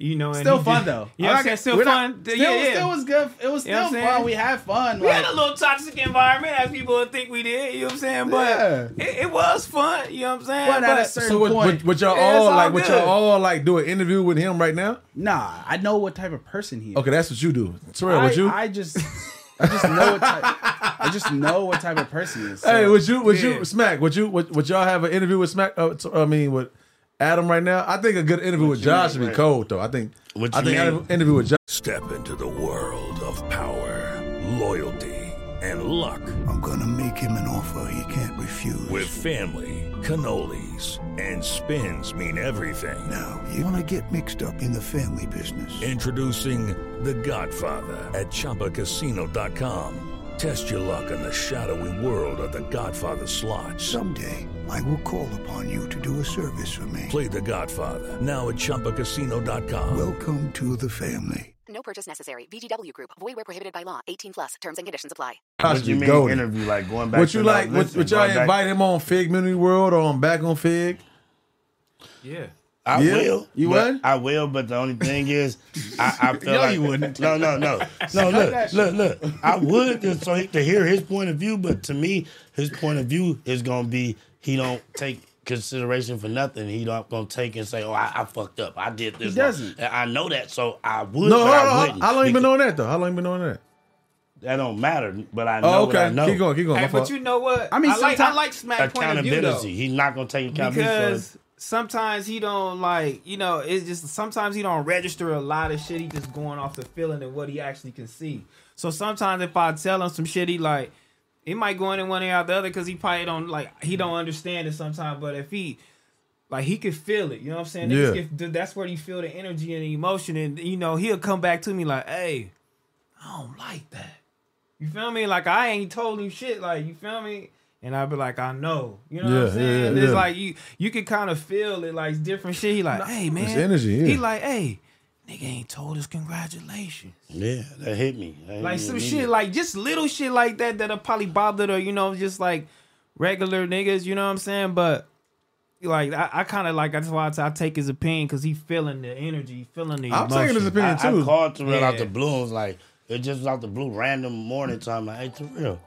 A: you know and
D: still
A: he
D: fun
A: just-
D: though.
A: Yeah,
D: I
A: okay,
D: got-
A: still
D: we're not-
A: fun.
D: Still,
A: yeah, yeah.
D: still was good. It was
A: You know
D: still
A: what I'm saying?
D: fun. We had fun.
A: we
D: like,
A: had a little toxic environment as people would think we did, you know what I'm saying? But
D: Yeah.
A: it, it was fun, you know what I'm saying?
D: But at a certain-
B: So, would, would, would y'all
A: Yeah,
B: all
A: it's all
B: like? Would
A: good.
B: y'all all like do an interview with him right now?
D: nah, I know what type of person he is.
B: Okay, that's what you do. Terrell,
D: I,
B: would you?
D: I just, I just know what type. I just know what type of person he is.
B: hey,
D: so-
B: would you? Would
A: Yeah.
B: you? Smack? Would you? Would, would y'all have an interview with Smack? Uh, t- I mean, with Adam right now? I think a good interview with
C: you
B: Josh
C: mean,
B: would be
C: right?
B: cold though. I think.
C: What
B: I
C: you
B: think
C: mean?
B: an interview with Josh.
E: Step into the world of power, loyalty, and luck
F: I'm gonna make him an offer he can't refuse.
E: with family, cannolis, and spins mean everything.
F: now, you wanna get mixed up in the family business.
E: Introducing The Godfather at ChumbaCasino.com. Test your luck in the shadowy world of The Godfather slot.
F: Someday, I will call upon you to do a service for me.
E: Play The Godfather now at ChumbaCasino.com.
F: Welcome to the family.
G: No purchase necessary. VGW Group. Void where prohibited by law. 18 plus. Terms and conditions apply.
B: Josh
C: What you
B: would be
C: mean
B: golden.
C: interview? Like going back
B: Would
C: to
B: you
C: not
B: like? Would,
C: listening,
B: would y'all
C: going back-
B: invite him on Fig Mini World or on Back on Fig?
A: yeah.
C: I
B: Yeah?
C: will.
B: You
C: but-
B: would?
C: I will, but the only thing is, I, I feel
D: No,
C: like
D: you wouldn't.
C: No, no, no, no. Look, look, look. I would just so he- to hear his point of view, but to me, his point of view is gonna be he don't take consideration for nothing. He not gonna take and say, "Oh, I, I fucked up. I did
D: He
C: this."
D: doesn't.
C: wrong." And I know that, so I would.
B: No, hold on,
C: but I
B: hold on.
C: wouldn't.
B: How long you been
C: Because-
B: on that though? How long you been on that?
C: That don't matter, but I know.
B: Oh,
C: What I
B: okay.
C: know.
B: Keep going. Keep going.
A: Hey,
B: My
A: but
B: fault.
A: you know what?
D: I mean,
A: I like I
D: sometime-
A: like Smack point of view though.
C: Accountability. He's not gonna take accountability. so
A: because sometimes he don't like you know it's just sometimes he don't register a lot of shit he just going off the feeling and what he actually can see so sometimes if i tell him some shit he like it might go in one ear out the other because he probably don't like he don't understand it sometimes but if he like he could feel it you know what i'm saying Niggas
B: Yeah.
A: get- that's where you feel the energy and the emotion and you know he'll come back to me like hey i don't like that you feel me? Like I ain't told you shit. Like you feel me? And I'd be like, I know. You know what
B: Yeah,
A: I'm saying?
B: yeah,
A: And
B: yeah,
A: It's
B: yeah.
A: like you you can kind of feel it, like different shit. He like, hey man,
B: energy, yeah.
A: He like, hey, nigga ain't told us congratulations.
C: yeah, that hit me. That
A: Like
C: hit
A: some
C: me
A: shit, like just little shit like that that'll probably bothered or you know just like regular niggas. You know what I'm saying? But like I, I kind of like that's why I t- I take his opinion because he feeling the energy, he feeling the.
B: I'm taking his
A: emotion.
B: opinion
C: I, I
B: too.
C: called Terrell out
A: Yeah.
C: the blue. and was like, it just was out the blue, random morning time. Like, hey Terrell,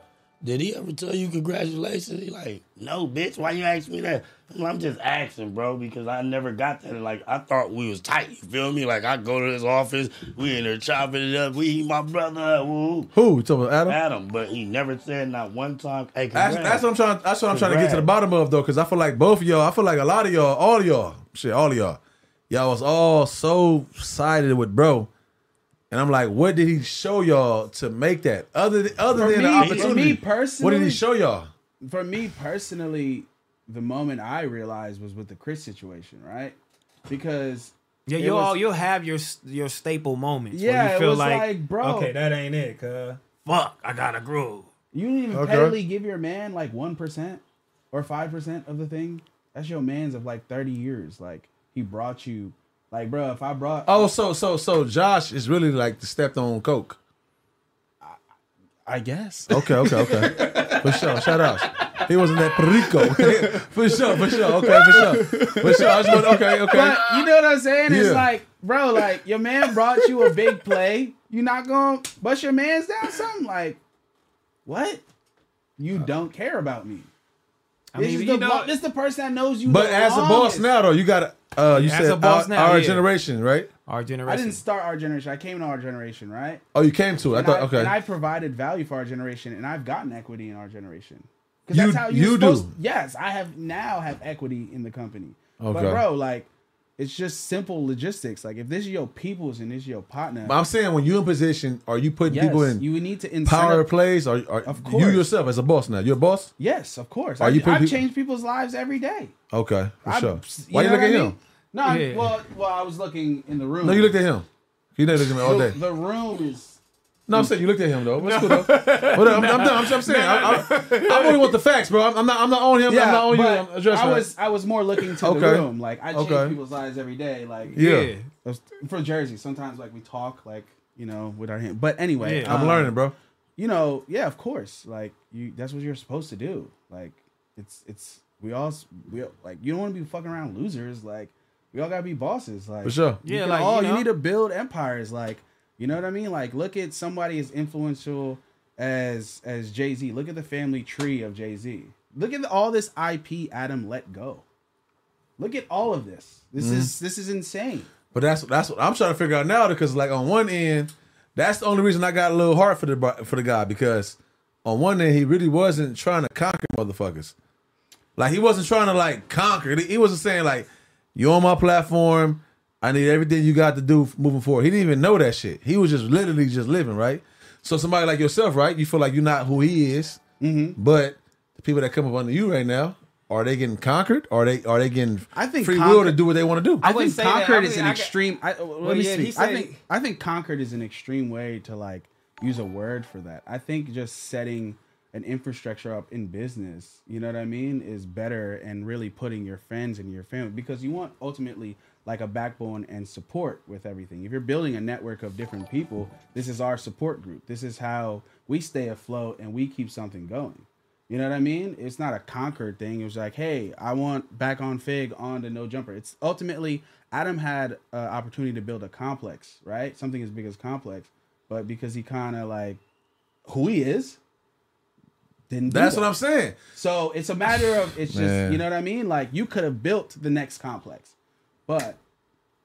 C: did he ever tell you congratulations? He like, no, bitch. Why you ask me that? I'm, like, I'm just asking, bro, because I never got that. And, like, I thought we was tight. You feel me? Like, I go to his office, we in there chopping it up. We eat my brother. up, Woo.
B: Who? You talking about Adam?
C: Adam, but he never said not one time. Hey,
B: That's,
C: congrats.
B: that's what I'm trying. That's what I'm trying to get to the
C: Congrats.
B: bottom of though, because I feel like both of y'all. I feel like a lot of y'all, all of y'all, shit, all of y'all, y'all was all so sided with bro. And I'm like, what did he show y'all to make that? Other than, other
D: For
B: than the
D: me- for me
B: opportunity, what did he
D: personally-
B: show y'all?
D: for me personally, the moment I realized was with the Chris situation, right? Because
A: Yeah,
D: It
A: you'll
D: was-
A: all you'll have your s- your staple moments. where
D: Yeah,
A: you
D: it
A: feel
D: was
A: like,
D: like, bro.
A: okay, that ain't it, cuz. Fuck, I got to groove.
D: you didn't even
B: Okay.
D: pettily give your man like one percent or five percent of the thing. That's your man's of like thirty years. Like he brought you, like bro. If I brought,
B: Oh, so so so Josh is really like the stepped on coke.
D: I guess.
B: Okay, okay, okay. For sure. Shout out. He wasn't that Perico. for sure, for sure. Okay, for sure. For sure. I just want, okay, okay.
D: But you know what I'm saying? It's
B: Yeah.
D: like, bro, like your man brought you a big play. You're not gonna bust your man's down something like, what? You
B: Uh.
D: don't care about me.
A: I
D: this,
A: mean,
D: is
A: you
D: the,
A: know,
D: lo- this the person that knows you.
B: But
D: the
B: as a boss
D: longest.
B: now, though, you got uh, you
A: As
B: said
A: a boss
B: our,
A: now,
B: our
A: yeah.
B: generation, right?
A: our
D: I
A: generation.
D: didn't start our generation. I came to our generation, right?
B: Oh, you came to it. I
D: And
B: thought,
D: I-
B: okay,
D: And I provided value for our generation, and I've gotten equity in our generation. Because
B: You-
D: that's how you,
B: you do.
D: supposed, Yes, I have now have equity in the company.
B: Okay.
D: But bro, like, it's just simple logistics. Like, if this is your people's and this is your partner,
B: But I'm saying when you in position, are you putting
D: yes,
B: people in
D: you need to incentive-
B: power plays? Or, or
D: Of
B: you
D: course.
B: yourself as a boss now? You're a boss.
D: Yes, of course.
B: Are
D: I,
B: you putting
D: I've
B: peop-
D: changed people's lives every day.
B: Okay, for
D: I'm-
B: sure. Why you
D: know
B: look at
D: what I
B: him?
D: mean? No, I-
A: Yeah.
D: well, well, I was looking in the room.
B: No, you looked at him. He didn't look at me all
D: the,
B: day.
D: the room is
B: No, I'm saying you looked at him though. But it's cool though. But I'm, I'm, I'm, I'm saying I, I, I only want the facts, bro. I'm, I'm not. I'm not on him. I'm not on you.
D: but
B: I'm addressing
D: I
B: that.
D: was I was more looking to
B: Okay.
D: the room. Like I change
B: Okay.
D: people's lives every day. Like
B: Yeah. Yeah.
D: That's- for Jersey, sometimes like we talk like you know with our hand. But anyway,
B: I'm
D: um,
B: learning, bro.
D: You know, yeah, of course. Like you, that's what you're supposed to do. Like it's it's we all s- we all- like you don't want to be fucking around losers. Like we all gotta be bosses. Like
B: For sure.
D: you
A: Yeah,
D: can
A: like,
D: all-
A: you know.
D: you need to build empires. Like you know what I mean. Like look at somebody as influential as as Jay Z. Look at the family tree of Jay Z. Look at the, all this IP Adam let go. Look at all of this. This
B: Mm-hmm.
D: is this is insane.
B: But that's that's what I'm trying to figure out now because like on one end, that's the only reason I got a little hard for the bro- for the guy because on one end he really wasn't trying to conquer motherfuckers. Like he wasn't trying to like conquer. He he wasn't saying like you on my platform, I need everything you got to do f- moving forward. He didn't even know that shit. He was just literally just living, right? So somebody like yourself, right? You feel like you're not who he is,
D: Mm-hmm.
B: but the people that come up under you right now, are they getting conquered? Are they are they getting
D: I think
B: free will
D: conquer-
B: to do what they want to do?
D: I
A: wouldn't
D: think
A: say that. I
D: conquered is
A: mean,
D: an
A: I get-
D: extreme. I, uh, let
A: Well,
D: me
A: yeah, he
D: speak.
A: said-
D: I think I think conquered is an extreme way to like use a word for that. I think just setting an infrastructure up in business, you know what I mean, is better and really putting your friends and your family because you want ultimately like a backbone and support with everything. If you're building a network of different people, this is our support group. This is how we stay afloat and we keep something going. You know what I mean? It's not a conquered thing. It was like, hey, I want back on Fig on the no jumper. It's ultimately Adam had an opportunity to build a complex, right? Something as big as complex, but because he kind of like who he is, didn't. do
B: That's
D: that.
B: what I'm saying.
D: So it's a matter of it's just
B: Man.
D: you know what I mean. Like you could have built the next complex, but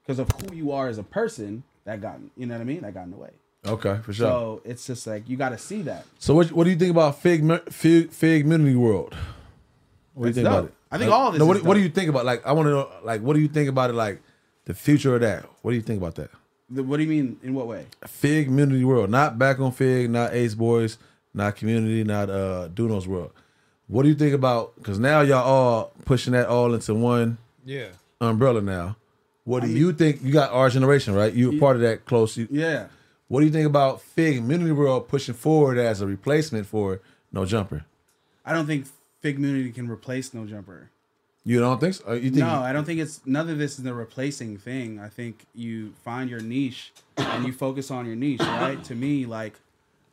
D: because of who you are as a person, that got you know what I mean. That got in the way.
B: Okay, for sure. So,
D: So it's just like you got to see that.
B: what what do you think about Fig Mu- Fig, Fig Community World? What do you
D: That's
B: think about
D: dope.
B: it?
D: I think
B: Like,
D: all of this
B: No, what,
D: is
B: what do
D: dope.
B: you think about? Like, I want to know. Like, what do you think about it? Like, the future of that. What do you think about that?
D: The- What do you mean? In what way?
B: Fig Community World, not back on Fig, not Ace Boys, not Community, not uh Duno's World. What do you think about? Because now y'all all pushing that all into one
A: Yeah.
B: umbrella. Now, what do you think? You got our generation, right? You were part of that close. You,
D: Yeah.
B: What do you think about Fig Community World pushing forward as a replacement for No Jumper?
D: I don't think Fig Community can replace No Jumper.
B: You don't think so? Uh, You think
D: No, I don't think it's none of this is a replacing thing. I think you find your niche and you focus on your niche, right? to me, like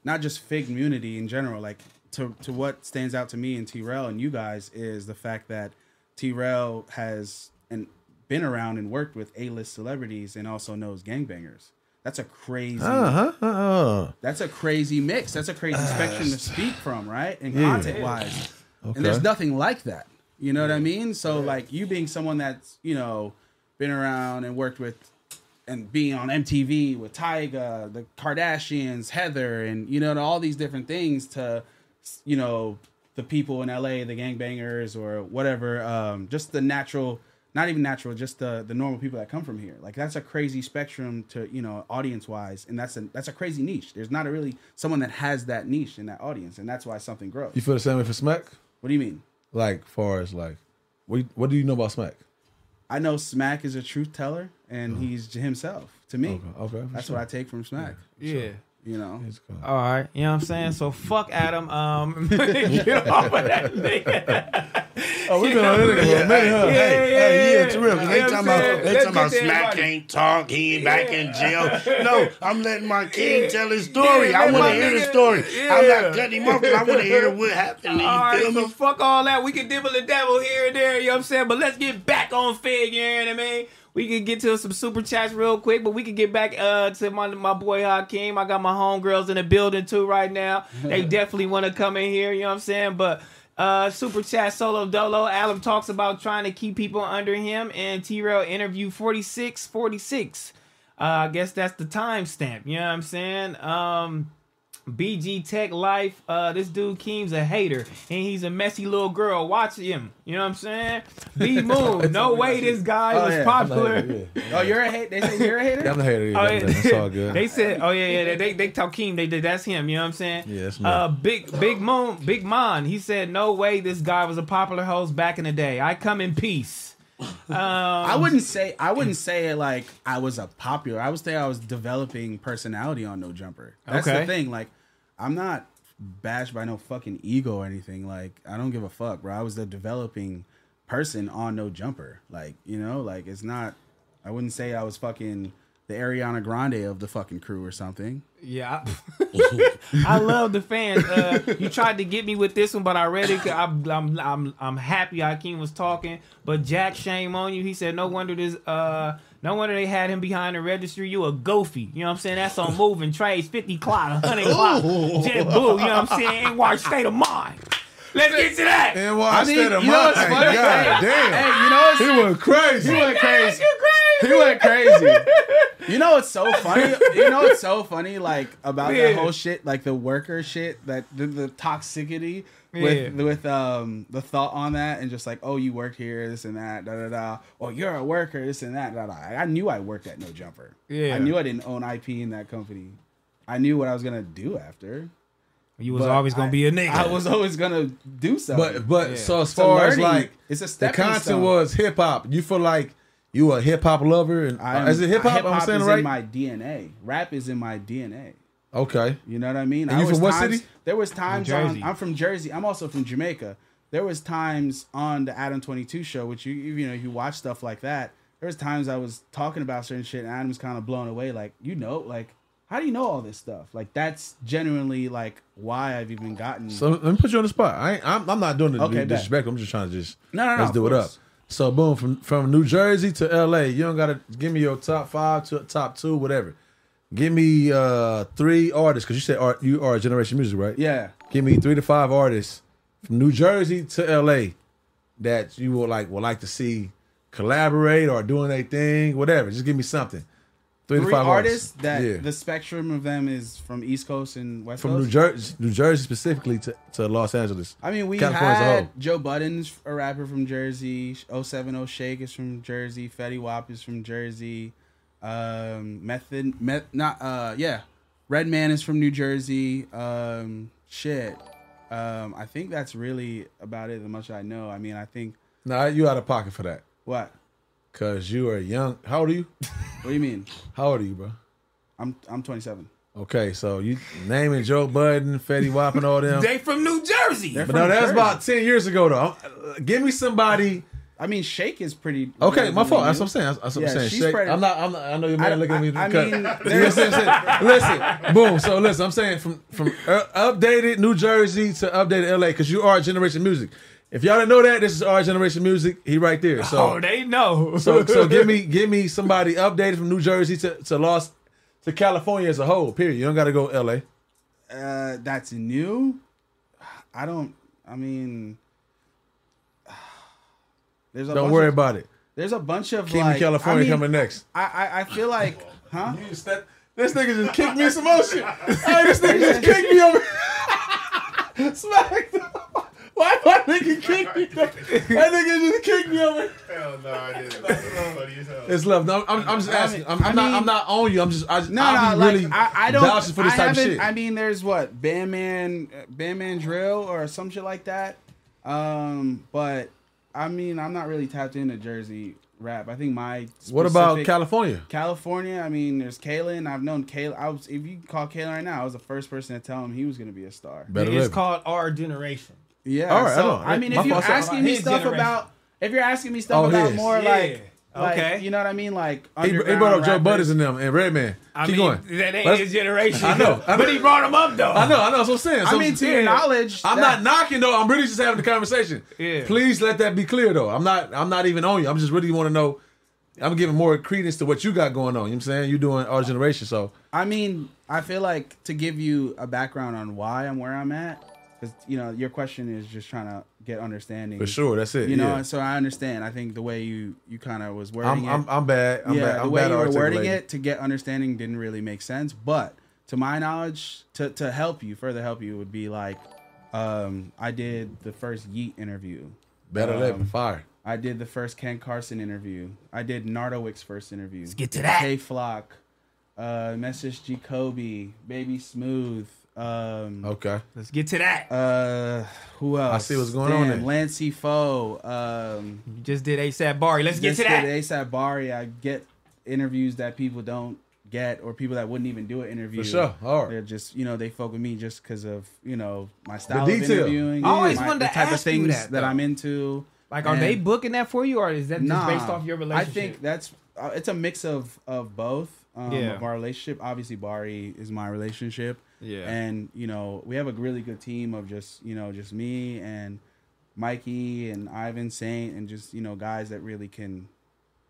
D: not just Fig Community in general, like to to what stands out to me and T Rel and you guys is the fact that T Rel has and been around and worked with A list celebrities and also knows gangbangers. That's a crazy
B: Uh-huh, uh-uh.
D: that's a crazy mix. That's a crazy spectrum to speak from, right? And content wise. And there's nothing like that. You know what I mean? So like you being someone that's, you know, been around and worked with and being on MTV with Tyga, the Kardashians, Heather, and you know, and all these different things to you know, the people in LA, the gangbangers or whatever, um, just the natural not even natural, just the the normal people that come from here. Like that's a crazy spectrum to you know audience wise, and that's a that's a crazy niche. There's not a really someone that has that niche in that audience, and that's why something grows.
B: you feel the same way for Smack?
D: What do you mean?
B: Like, far as like, what you- what do you know about Smack?
D: I know Smack is a truth teller, and he's himself to me.
B: Uh-huh. Okay, okay, for
D: that's
B: sure.
D: what I take from Smack.
A: Yeah.
D: You know,
A: All right, you know what I'm saying. So fuck Adam. Um, get off of that nigga.
B: Oh, we've been on it for a minute, huh?
A: Hey, yeah, hey, yeah, yeah, terrific.
C: They
A: You know
C: talking
A: what I'm
C: about,
A: saying?
C: they
A: Let's
C: talking about
A: get to
C: Smack
A: everybody.
C: can't talk. He ain't back in jail. No, I'm letting my king tell his story.
A: Yeah,
C: I
A: let
C: want to
A: my
C: hear the
A: nigga-
C: story. I'm
A: Yeah.
C: not cutting him off. 'cause I want to hear what happened. You
A: All right,
C: feel
A: so
C: me?
A: fuck all that. We can dibble and dabble here and there, you know what I'm saying? But let's get back on Fig, you know what I mean? We can get to some super chats real quick, but we can get back uh, to my my boy Hakeem. I got my homegirls in the building too right now. They definitely want to come in here, you know what I'm saying? But uh, super chat solo dolo. Adam talks about trying to keep people under him, and T Rail interview 46 46. Uh, I guess that's the timestamp, you know what I'm saying? Um, BG Tech Life. Uh, this dude Keem's a hater, and he's a messy little girl. Watch him. You know what I'm saying? B Moon. no way, this guy
D: Oh,
A: was
D: yeah.
A: popular.
D: oh, you're a hate. They say you're a hater.
B: I'm the hater.
A: Oh,
B: yeah,
A: yeah.
B: That's all good.
A: they said, "Oh yeah, yeah." They they, they tell Keem they did. That's him. You know what I'm saying?
B: Yeah, that's me.
A: uh, big big moon, big mon. He said, "No way, this guy was a popular host back in the day. I come in peace."
D: I wouldn't say I wouldn't say it like I was a popular. I would say I was developing personality on No Jumper. That's
A: Okay.
D: the thing. Like I'm not bashed by no fucking ego or anything. Like I don't give a fuck, bro. I was a developing person on No Jumper. Like you know, like it's not. I wouldn't say I was fucking the Ariana Grande of the fucking crew or something.
A: Yeah, I, I love the fans. Uh, you tried to get me with this one, but I read it. 'cause I'm, I'm, I'm, I'm happy. Akeem was talking, but Jack, shame on you. He said, "No wonder this. Uh, no wonder they had him behind the registry. You a goofy. You know what I'm saying? That's on moving trades, fifty clock, hundred clock, jet blue. You know what I'm saying? And watch state of mind. Let's get to that.
B: And why I
D: mean,
B: said
D: you know what's funny?
B: God damn.
D: Hey, you know it's
B: He went crazy.
D: He went crazy.
A: You
D: He went crazy. You know what's so funny? You know what's so funny? Like about
A: Yeah.
D: that whole shit, like the worker shit, that the, the toxicity with
A: Yeah.
D: with um the thought on that, and just like, oh, you worked here, this and that, da da da. Oh, you're a worker, this and that, da da. I knew I worked at No Jumper.
A: Yeah.
D: I knew I didn't own IP in that company. I knew what I was gonna do after.
A: You was
D: But
A: always gonna
D: I-
A: be a nigga.
D: I was always gonna do something.
B: But but
A: Yeah.
B: so as
D: It's a
B: far as
D: learning-
B: like
D: it's a
B: the
D: stepping
B: content
D: stone.
B: was hip hop. You feel like you a hip hop lover and
D: I am-
B: is it hip hop? I'm saying
D: is
B: right.
D: in my DNA. Rap is in my DNA.
B: okay.
D: You know what I mean?
B: And you
D: I was
B: from what
D: times-
B: city?
D: There was times
A: Jersey.
D: on. I'm from Jersey. I'm also from Jamaica. There was times on the Adam 22 show, which you you know you watch stuff like that. There was times I was talking about certain shit, and Adam was kind of blown away. Like you know, like how do you know all this stuff? Like that's genuinely like why I've even gotten.
B: So let me put you on the spot. I ain't, I'm, I'm not doing it to
D: Okay,
B: be
D: bet.
B: disrespectful. I'm just trying to just
D: No, no, no,
B: let's
D: of
B: do it up.
D: course.
B: So boom, from from New Jersey to L.A. You don't gotta give me your top five to top two, whatever. Give me uh three artists because you said art, you are Generation Music, right?
D: yeah,
B: Give me three to five artists from New Jersey to L.A. that you would like would like to see collaborate or doing their thing, whatever. Just give me something. Three, to
D: three
B: five
D: artists
B: artists,
D: that
B: yeah.
D: the spectrum of them is from East Coast and West
B: from
D: Coast.
B: New Jersey, New Jersey specifically to, to Los Angeles.
D: I mean, we
B: California as a
D: had
B: whole.
D: Joe Budden's a rapper from Jersey. 070 Shake is from Jersey. Fetty Wap is from Jersey. Um, Method, Meth, not uh, yeah. Redman is from New Jersey. Um, shit. Um, I think that's really about it. The much I know. I mean, I think
B: Nah, you out of pocket for that.
D: what?
B: Cause you are young. How old are you?
D: What do you mean?
B: How old are you, bro?
D: I'm I'm 27.
B: Okay, so you naming Joe Budden, Fetty Wap, and all them.
A: they from New Jersey.
D: They're
B: but
D: from
B: no, that was
D: Jersey.
B: about ten years ago, though. I'm- uh, Give me somebody.
D: I mean, Shake is pretty.
B: Okay, my
D: relatively
B: fault. That's
D: new.
B: what I'm saying. That's, that's what I'm
D: Yeah,
B: saying.
D: she's
B: Shake-
D: spread-
B: I'm not. I'm not. I know your man
D: I-
B: looking at me. with
D: I-
B: the
D: I mean,
B: cut.
D: there's-
B: You know what I'm saying? listen, boom. So listen, I'm saying from from uh, updated New Jersey to updated LA, because you are Generation Music. If y'all didn't know that, this is our Generation Music. He right there. So
A: Oh, they know.
B: So so give me give me somebody updated from New Jersey to, to Los to California as a whole. Period. You don't got to go L.A.
D: Uh, that's new. I don't. I mean, there's a
B: Don't
D: bunch
B: worry
D: of,
B: about it.
D: There's a bunch of
B: Keep
D: like
B: me California
D: I mean,
B: coming next.
D: I, I I feel like, huh?
B: You just- that- This nigga just kicked me some more shit. Hey, this nigga just kicked me over. Smack. Why my nigga kick me? That nigga just kicked me over.
H: Hell no, I didn't. That's funny as hell.
B: It's love. No, I'm, I'm just asking. I'm, I'm
D: I
B: not.
D: mean-
B: I'm not on you. I'm just. I,
D: No,
B: I'm
D: no,
B: really
D: like I, I don't.
B: vouching for this
D: I
B: type of
D: haven't-
B: shit.
D: I mean, there's what Bandman, uh, Bandman drill or some shit like that. Um, but I mean, I'm not really tapped into Jersey rap. I think my
B: what about
D: specific-
B: California?
D: California, I mean, there's Kalen. I've known Kalen. I was, if you call Kalen right now, I was the first person to tell him he was going to be a star.
B: Better
A: it's
B: live.
A: called our generation.
D: Yeah.
B: All right, I
D: so,
B: know.
D: I, mean,
B: My
D: if you're
B: fault.
D: asking me
A: His
D: stuff
A: generation.
D: about, if you're asking me stuff
B: Oh,
D: about
B: his.
D: more
A: Yeah.
D: like, like,
A: Okay.
D: you know what I mean? Like,
B: He, he
D: underground
B: brought up Joe
D: rappers.
B: Butters and them and Redman.
A: I
B: Keep
A: mean,
B: going.
A: that ain't
B: Let's-
A: his generation.
B: I know, I
A: but
B: know.
A: he brought him up though.
B: I know, I know. That's what I'm saying. So
D: I mean, to your
B: yeah.
D: knowledge,
B: I'm
D: that-
B: not knocking though. I'm really just having the conversation.
A: Yeah.
B: Please let that be clear though. I'm not. I'm not even on you. I'm just really want to know. I'm giving more credence to what you got going on. You know what I'm saying you're doing our generation. So
D: I mean, I feel like to give you a background on why I'm where I'm at, because, you know, your question is just trying to get understanding.
B: for sure, that's it.
D: You know,
B: yeah.
D: so I understand. I think the way you, you kind of was wording it.
B: I'm, I'm I'm bad. I'm
D: yeah,
B: bad. I'm
D: the way
B: bad
D: you
B: at
D: were wording
B: articulating.
D: it to get understanding didn't really make sense. But to my knowledge, to to help you further help you would be like, um, I did the first Yeet interview.
B: Better let
D: Um,
B: fire.
D: I did the first Ken Carson interview. I did Nardowick's first interview. Let's
A: get to that.
D: K Flock, uh, Message G Kobe, Baby Smooth, Um,
B: okay.
A: Let's get to that.
D: Uh, who else?
B: I see what's going on
D: Damn,
B: there.
D: Lancey Foe. Um,
A: you just did ASAP Bari. Let's get to that.
D: ASAP Bari. I get interviews that people don't get or people that wouldn't even do an interview.
B: For sure. All right.
D: They're just you know they fuck with me just because of you know my style of
B: detail.
D: interviewing.
A: I always
D: my,
A: wanted
D: the
A: to
D: type of
A: ask you
D: things
A: that, though.
D: I'm into.
A: Like, are
D: And-
A: they booking that for you, or is that
D: Nah.
A: just based off your relationship?
D: I think that's uh, it's a mix of of both. Um,
A: Yeah.
D: Of our relationship, obviously, Bari is my relationship.
A: Yeah.
D: And you know, we have a really good team of just you know just me and Mikey and Ivan Saint and just you know guys that really can.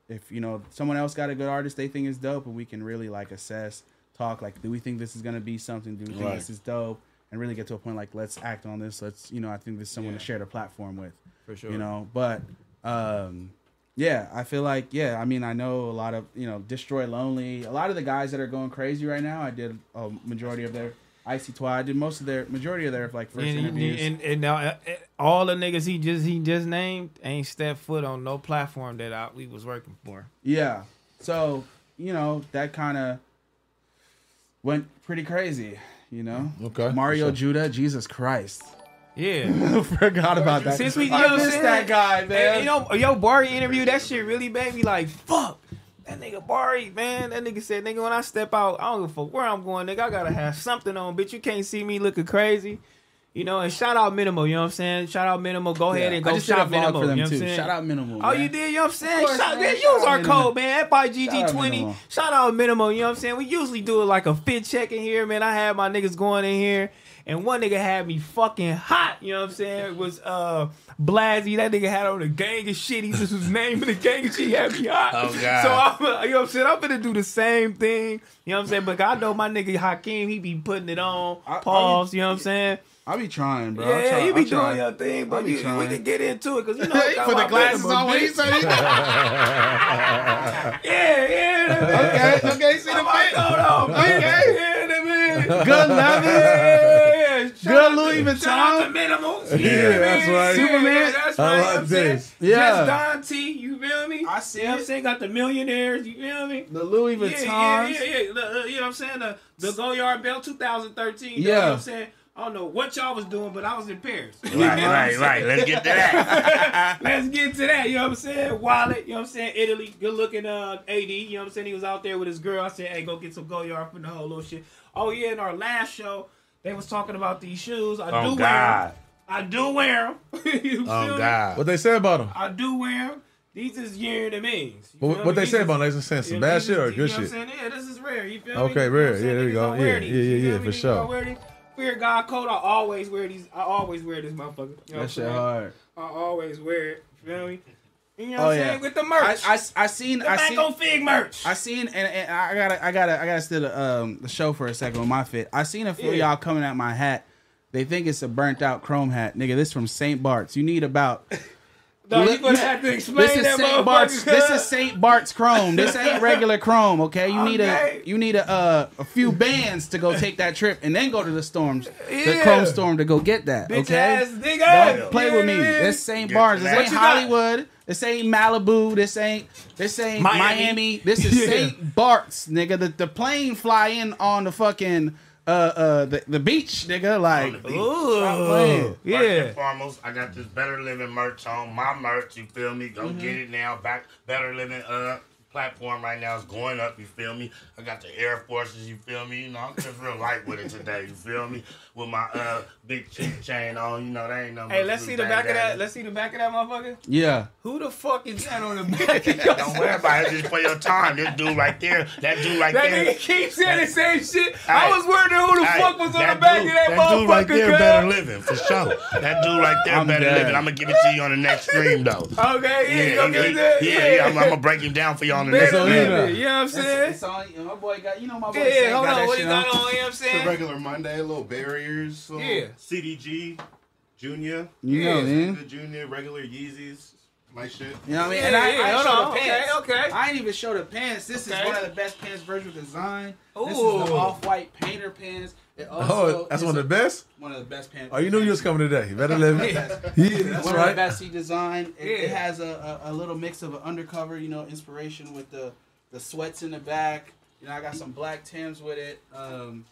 D: If you know someone else got a good artist they think is dope, and we can really like assess, talk like, do we think this is gonna be something? Do we think
C: Right.
D: this is dope? And really get to a point like, let's act on this. Let's you know, I think there's someone to share the platform with.
A: For sure.
D: You know, but um yeah, I feel like yeah, I mean I know a lot of, you know, Destroy Lonely, a lot of the guys that are going crazy right now, I did a majority of their Icy Twi, I did most of their majority of their like first
A: and, and,
D: interviews.
A: and, and now, uh, uh, all the niggas he just he just named ain't stepped foot on no platform that I, we was working for.
D: yeah. So, you know, that kind of went pretty crazy, you know.
B: Okay,
D: Mario
B: for sure.
D: Judah, Jesus Christ.
A: Yeah.
D: Forgot about that.
A: Since we you know
D: I
A: what I'm
D: missed
A: saying?
D: that guy, man.
A: And, you know, yo, Bari interview that shit really made me like, fuck. That nigga Bari, man. That nigga said, nigga, when I step out, I don't give a fuck where I'm going, nigga. I gotta have something on, bitch. You can't see me looking crazy. You know, and shout out Minimal, you know what I'm saying? Shout out Minimal. Go ahead
D: Yeah,
A: and go
D: I just did
A: shop
D: a vlog
A: Minimal.
D: for them
A: you know what
D: too.
A: I'm saying?
D: Shout out Minimal.
A: Oh,
D: man.
A: you did, you know what I'm saying?
D: course,
A: Shout,
D: man. Shout
A: man, use
D: out
A: our
D: Minimal.
A: code, man.
D: Shout out
A: FIGG20.
D: Minimal.
A: Shout out Minimal, you know what I'm saying? We usually do it like a fit check in here, man. I had my niggas going in here, and one nigga had me fucking hot, you know what I'm saying? It was uh Blazzy. That nigga had on a gang of shit. He just was naming the gang of shit. He had me hot.
C: Oh, God.
A: So I'm, uh, you know what I'm saying? I'm gonna do the same thing, you know what I'm saying? But I know my nigga Hakeem, he be putting it on.
D: I- I-
A: Pause, you know what I'm saying?
D: I be trying, bro. I
A: yeah,
D: try-
A: you
D: I
A: be
D: try.
A: doing your thing,
D: I
A: but
D: be
A: you, we
D: trying.
A: can get into it because you know I got
D: Put the
A: my
D: glasses
A: minimum,
D: on when he
A: bitch.
D: said he-
A: Yeah, yeah.
D: Okay, okay, see the
A: Like, hold on, man.
D: Okay.
A: Yeah, that man.
D: Good loving.
A: Yeah, yeah, yeah.
D: Good Louis
A: Shout out to
D: Vuitton.
A: Minimals.
B: Yeah, that's right.
D: Superman.
A: Yeah, that's
B: I
A: right.
B: like
A: I'm saying,
B: this.
D: Yeah.
A: Just Don T, you feel me?
D: I see
A: You know what
D: it.
A: I'm saying? Got the millionaires, you feel me?
D: The Louis
A: Yeah,
D: Vuittons.
A: yeah, yeah, yeah. The, uh, you know what I'm saying? The, the Goyard Bell 2013. You know
D: Yeah.
A: what I'm saying? I don't know what y'all was doing, but I was in Paris. You know what
C: Right,
A: I'm
C: right, right. Let's get to that.
A: Let's get to that. You know what I'm saying? Wallet. You know what I'm saying? Italy. Good looking uh, AD. You know what I'm saying? He was out there with his girl. I said, hey, go get some Goyard from the whole little shit. Oh, yeah. In our last show, they was talking about these shoes. I
C: Oh,
A: do wear
C: God.
A: them. I do wear them. you feel
C: Oh,
A: me?
C: God.
B: What they said about him?
A: I do wear them. These is year in the means.
B: But
A: You feel
B: what,
A: me?
B: what they
A: These
B: said
A: is-
B: about him? They just saying
A: you
B: some
A: know,
B: bad
A: these
B: shit
A: is-
B: or
A: you know
B: good
A: what I'm
B: shit?
A: saying? Yeah, this is rare. You feel me?
B: Okay,
A: You know
B: rare.
A: what I'm
B: Yeah,
A: saying?
B: there you
A: Niggas
B: go.
A: don't wear
B: Yeah,
A: these.
B: yeah, yeah,
A: You feel
B: yeah,
A: me?
B: for
A: Niggas don't
B: sure.
A: wear these. Fear God code. I always wear these. I always wear this motherfucker. You know what I'm
D: That shit
A: saying?
D: hard.
A: I always wear it. You feel me? You know what
D: Oh
A: I'm
D: yeah.
A: saying? With the
D: I,
A: merch.
D: I, I seen.
A: the
D: I
A: back
D: seen.
A: on fig merch.
D: I seen, and, and I gotta, I gotta, I gotta steal the, um, the show for a second with my fit. I seen a few of
A: Yeah.
D: y'all coming at my hat. They think it's a burnt out chrome hat, nigga. This from St. Bart's. You need about.
A: Dog, you
D: Look,
A: gonna
D: you-
A: have to explain
D: This is
A: that
D: St.
A: motherfucker.
D: Bart's. This is St. Bart's chrome. This ain't regular chrome. Okay, you need
A: Okay.
D: a, you need a, uh, a few bands to go take that trip, and then go to the storms, the
A: Yeah.
D: chrome storm to go get that.
A: bitch
D: okay.
A: ass nigga.
D: Don't play with me. This St.
C: Get
D: Barnes. This
C: that.
D: ain't
A: What you got?
D: Hollywood. This ain't Malibu. This ain't this ain't
A: Miami.
D: Miami. This is St. Bart's, nigga. The the plane fly in on the fucking uh uh the, the beach, nigga. Like stop playing.
A: Yeah.
C: First and foremost, I got this Better Living merch on my merch. You feel me? Go get
D: Mm-hmm.
C: it now. Back Better Living uh platform right now is going up. You feel me? I got the Air Forces. You feel me? You know, I'm just real light with it today. You feel me? With my uh big cheek chain on. You know, that ain't no.
A: Hey, let's see the back of that. Let's see the back of that motherfucker.
D: Yeah.
A: Who the fuck is that on the back of your
C: Don't worry about it. Just for your time. This dude right there. That dude right
A: That
C: there.
A: nigga keeps saying the same shit. I
C: Hey.
A: was wondering who the
C: Hey,
A: fuck was on
C: that
A: the back
C: dude-
A: of that,
C: dude right there better
A: motherfucker.
C: living for sure. That dude right there
D: I'm
C: better
D: dead.
C: living. I'm gonna give it to you on the next stream though.
A: girl. okay, Oh, yeah, you
C: Yeah,
A: go
C: he-
A: get that.
C: he- yeah, yeah, I'm, I'm gonna break him down for y'all on the next
A: Better
B: on
C: one.
B: him.
A: living, You know what I'm saying?
D: It's on my boy got you know my boy.
A: Yeah,
D: Sam
A: yeah, hold
D: got
A: on.
D: that
A: What he
D: shit
A: got on, you know what I'm
H: It's a
A: saying?
H: regular Monday, little barriers. Little
A: Yeah.
H: CDG, Junior.
D: You know,
A: Yeah.
D: man.
H: The Junior, regular Yeezys. My shit.
D: You know what I mean?
A: Yeah,
D: and I,
A: yeah,
D: I
A: hold
D: show
A: on.
D: the
A: Okay,
D: pants.
A: okay.
D: I ain't even show the pants. This
A: Okay.
D: is one of the best pants Virgil design. This is
A: Ooh.
D: the off-white painter pants. It also
B: Oh, that's
D: is
B: one of
D: a-
B: the best.
D: One of the best pants.
B: Oh, you knew you was coming today. You better live it. Yeah, that's
D: one of the
B: right.
D: best he designed. It, it
A: Yeah.
D: has a, a, a little mix of an undercover, you know, inspiration with the the sweats in the back. You know, I got some black Tims with it. Um,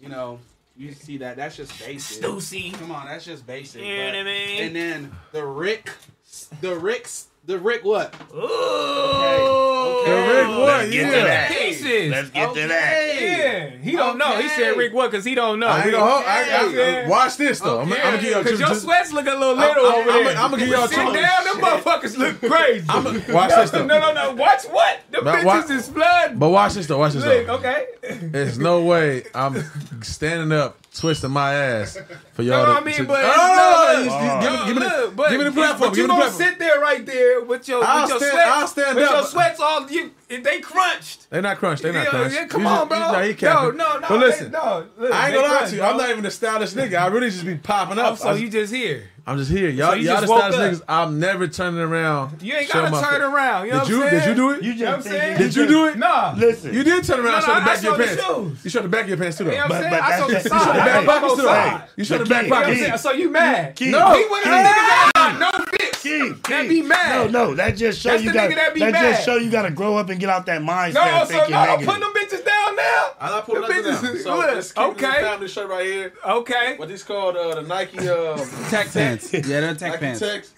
D: you know,
I: You see that? That's just basic.
A: Stussy.
I: Come on, that's just basic.
A: You know
I: but-
A: what I mean?
I: And then the Rick, the Rick's, the Rick what? Ooh.
A: The Rick what? Let's get to Yeah. that.
I: Pieces.
A: Let's get to that.
I: Okay.
A: Yeah, he don't know. He said Rick what? Cause he don't know.
B: I
A: He
B: ain't
A: don't-
B: gonna hold- I- I-
A: Yeah.
B: watch this, though. I'ma- I'ma give y'all
A: Cause
B: two-
A: your
B: two-
A: sweats look a little little
B: I'm-
A: over
B: I'ma-
A: there.
B: I'ma give y'all
A: Sit
B: two-
A: down. Them motherfuckers look crazy.
B: watch
A: no,
B: this, though.
A: No, no, no. Watch what? The
B: But
A: bitches
B: wa-
A: is blood.
B: But watch this though. Watch this
A: Look,
B: though.
A: okay.
B: There's no way I'm standing up, twisting my ass for y'all.
A: No,
B: to,
A: I mean,
B: to-
A: but
B: no, no, no,
A: no,
B: you-
A: look,
B: you- give me- give me the-
A: look, but
B: give me the
A: you-
B: platform,
A: But
B: give
A: you
B: me the
A: gonna
B: platform.
A: sit there right there with your
B: I'll
A: with your
B: stand-
A: sweats.
B: I'll stand
A: with
B: up.
A: your sweats all you. If they crunched.
B: They're not crunched. They're not
A: Yeah,
B: crunched.
A: yeah, come
B: You
A: on,
B: just- you-
A: bro.
B: no, he capping.
A: No, no, no,
B: But listen,
A: they- no, look,
B: I ain't
A: they
B: gonna lie
A: crunched,
B: to you. I'm
A: bro.
B: not even a stylish nigga. I really just be popping up.
A: Oh, so
B: I-
A: you just here.
B: I'm just here. Y'all,
A: So you
B: y'all
A: just
B: the
A: woke
B: stylish niggas.
A: up.
B: I'm never turning around.
A: You ain't
B: showing
A: gotta
B: my face.
A: turn around. You know
B: did
A: what
B: you?
A: I'm
B: Did you
A: saying?
B: do it?
A: You just You know what I'm thinking- saying?
B: Did you do it?
A: Nah. Listen.
B: You did turn around.
A: No,
B: and show
A: no,
B: the
A: I
B: back of your
A: showed the
B: pants. You showed the back of your pants too, though.
A: You know what I'm saying? I showed the
B: You showed the
A: side.
B: back
A: I
B: pockets
A: showed
B: too.
A: the side.
B: though. You showed the back pockets.
A: You know what I'm saying? So you mad?
B: Keith, No.
A: He one of them
B: Keith.
A: niggas that got no fits. That be
C: No,
A: mad.
C: no, that just show
A: That's
C: you
A: the
C: got.
A: nigga that be
C: just
A: mad.
C: show you got to grow up and get out that mindset.
A: No,
C: of
A: so
C: thinking
A: no,
C: negative.
A: put them bitches down now.
I: I not putting
A: The
I: nothing down.
A: bitches-
I: So
A: look,
I: let's keep
A: okay.
I: this family shirt right here.
A: Okay.
I: What this called uh, the Nike uh,
D: Tech pants. Yeah, they're tech
I: Nike
D: pants.
I: Techs.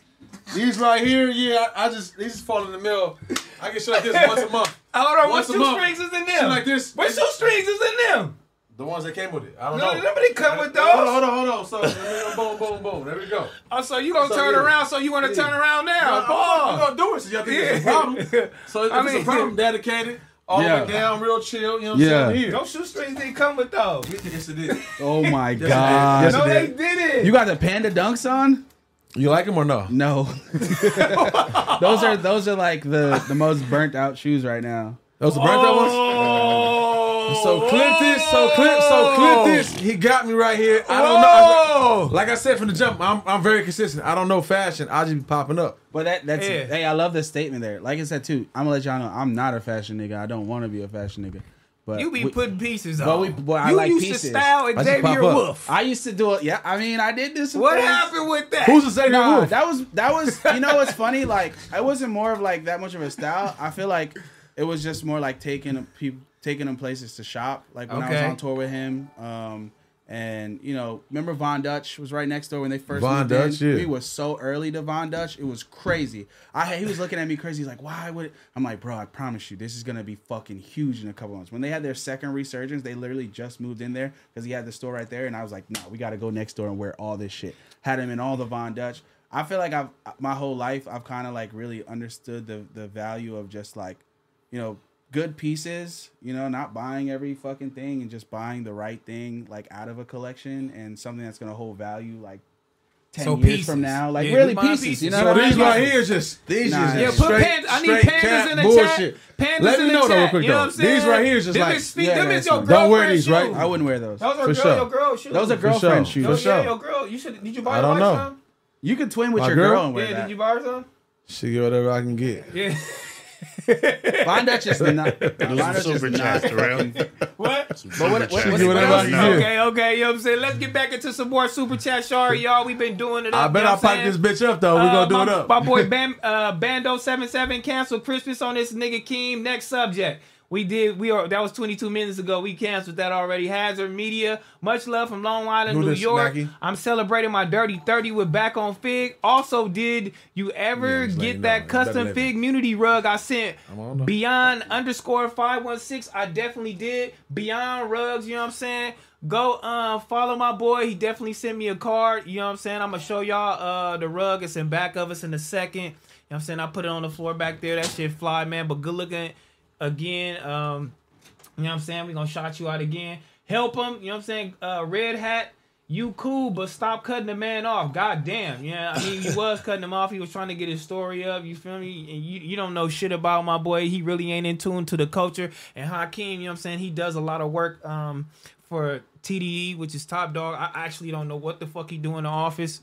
I: These right here, yeah, I, I just these fall in the mail. I get shit like this once a month.
A: Hold on,
I: Once
A: what
I: a month.
A: shoestrings is in
I: Shit
A: them?
I: like this.
A: What shoestrings is in them?
I: The ones that came with it. I don't
A: No,
I: know.
A: nobody come with those.
I: Hold on, hold on, hold on. So boom, boom, boom. There we go.
A: Oh, so you gonna
I: So,
A: turn
I: yeah.
A: around? So you want to
I: Yeah.
A: turn around now?
I: No,
A: Ball.
I: I'm gonna do it. So y'all think it's a problem. So if
A: I
I: it's
A: mean-
I: a problem, dedicated, all the
D: Yeah.
I: way down, real chill. You know what I'm
D: Yeah.
I: saying? Here.
A: Those shoestrings didn't come with those.
I: Yes, it is.
D: Oh my
I: Yes, it did.
D: god!
B: Yes, it
A: No, they didn't.
D: You got the panda dunks on?
B: You like them or no?
D: No. those are those are like the the most burnt out shoes right now.
B: Those are burnt out
A: Oh!
B: ones? So clip this. So clip. So clip this. He got me right here. I don't know. Like I said from the jump, I'm I'm very consistent. I don't know fashion. I just be popping up.
D: But that that's
A: Yeah.
D: hey, I love the statement there. Like I said too, I'm gonna let y'all know I'm not a fashion nigga. I don't want to be a fashion nigga. But
A: You be
D: we-
A: putting pieces on.
D: But we- but I
A: you
D: like
A: used to
D: pieces.
A: style
D: I just
A: Xavier
D: pop up.
A: Wolf.
D: I used to do it. Yeah, I mean, I did do some.
A: What
D: things.
A: happened with that?
B: Who's the Xavier
D: Nah,
B: Wolf?
D: That was that was. You know what's funny? Like I wasn't more of like that much of a style. I feel like it was just more like taking people taking them places to shop. Like when I
A: Okay.
D: was on tour with him. Um, and you know, remember Von Dutch was right next door when they first
B: Von
D: moved
B: Dutch,
D: in.
B: yeah.
D: We was so early to Von Dutch, it was crazy. I had- he was looking at me crazy. He's like, "Why would?" It? I'm like, "Bro, I promise you, this is gonna be fucking huge in a couple months." When they had their second resurgence, they literally just moved in there because he had the store right there, and I was like, "No, we gotta go next door and wear all this shit." Had him in all the Von Dutch. I feel like I've my whole life I've kind of like really understood the the value of just like you know, good pieces, you know, not buying every fucking thing and just buying the right thing like out of a collection and something that's gonna hold value like ten
A: So
D: years
A: pieces.
D: from now. Like
A: Yeah,
D: really
A: we buying
D: pieces, you
A: pieces.
D: know.
A: So
D: what I
B: these
D: mean?
B: right here just these
D: Nah,
B: is
D: yeah,
B: just
D: put
B: straight
A: pandas- I need
B: straight
A: pandas
B: cat
A: in the
B: bullshit.
A: chat. Pandas
B: Let
A: in
B: me
A: the
B: know though,
A: chat,
B: real quick
A: you know
B: though.
A: what I'm
B: These
A: saying?
B: right here is just
A: Them
B: like
A: is speak- them is
B: it's
A: your
B: fine. don't wear
A: girlfriend's
B: these, right?
A: shoes.
D: I wouldn't wear those.
A: Those are
B: For
A: girl,
B: sure.
A: your girl shoes.
D: Those are
B: sure.
D: girlfriend shoes.
A: Yo,
B: For sure.
A: yeah, your girl. You should. Did you buy
B: I
A: your
B: don't
A: wife
B: know.
A: some?
D: You could twin with
B: My
D: your girl,
B: girl?
D: and wear
A: Yeah. Did
D: that.
A: you buy her some?
B: She get whatever I can get.
A: Yeah.
D: Von Dutch is not. Von
C: Do some
D: Dutch is
C: super
D: not.
C: chats, Terrell.
A: What?
C: Some super
D: what-
C: chats.
D: what's-
B: Do whatever I
A: What
B: can get.
A: else? Okay, okay, you know what I'm saying? Let's get back into some more super chat. Sorry, y'all. We've been doing it
B: I
A: up.
B: bet
A: you know
B: I
A: what I'm
B: pipe this
A: saying?
B: bitch up though. We're
A: Uh,
B: gonna do
A: my,
B: it up.
A: My boy Bam, uh, Bando77 canceled Christmas on this nigga Keem. Next subject. We did. We are. That was 22 minutes ago. We canceled that already. Hazard Media. Much love from Long Island,
B: Who
A: New
B: this,
A: York.
B: Nike?
A: I'm celebrating my dirty 30 with back on Fig. Also, did you ever
B: Yeah, just let you
A: get
B: know.
A: that
B: Better
A: custom
B: let me-
A: Fig Munity rug I sent?
B: I'm on though.
A: Beyond underscore five one six. I definitely did. Beyond rugs, you know what I'm saying? Go um follow my boy. He definitely sent me a card. You know what I'm saying? I'm gonna show y'all uh the rug. It's in back of us in a second. You know what I'm saying? I put it on the floor back there. That shit fly, man. But good looking again. Um you know what I'm saying? We're gonna shout you out again. Help him, you know what I'm saying? Uh red hat. You cool, but stop cutting the man off. God damn. Yeah, I mean, he was cutting him off. He was trying to get his story up. You feel me? And you, you don't know shit about my boy. He really ain't in tune to the culture. And Hakeem, you know what I'm saying? He does a lot of work um, for TDE, which is Top Dog. I actually don't know what the fuck he do in the office.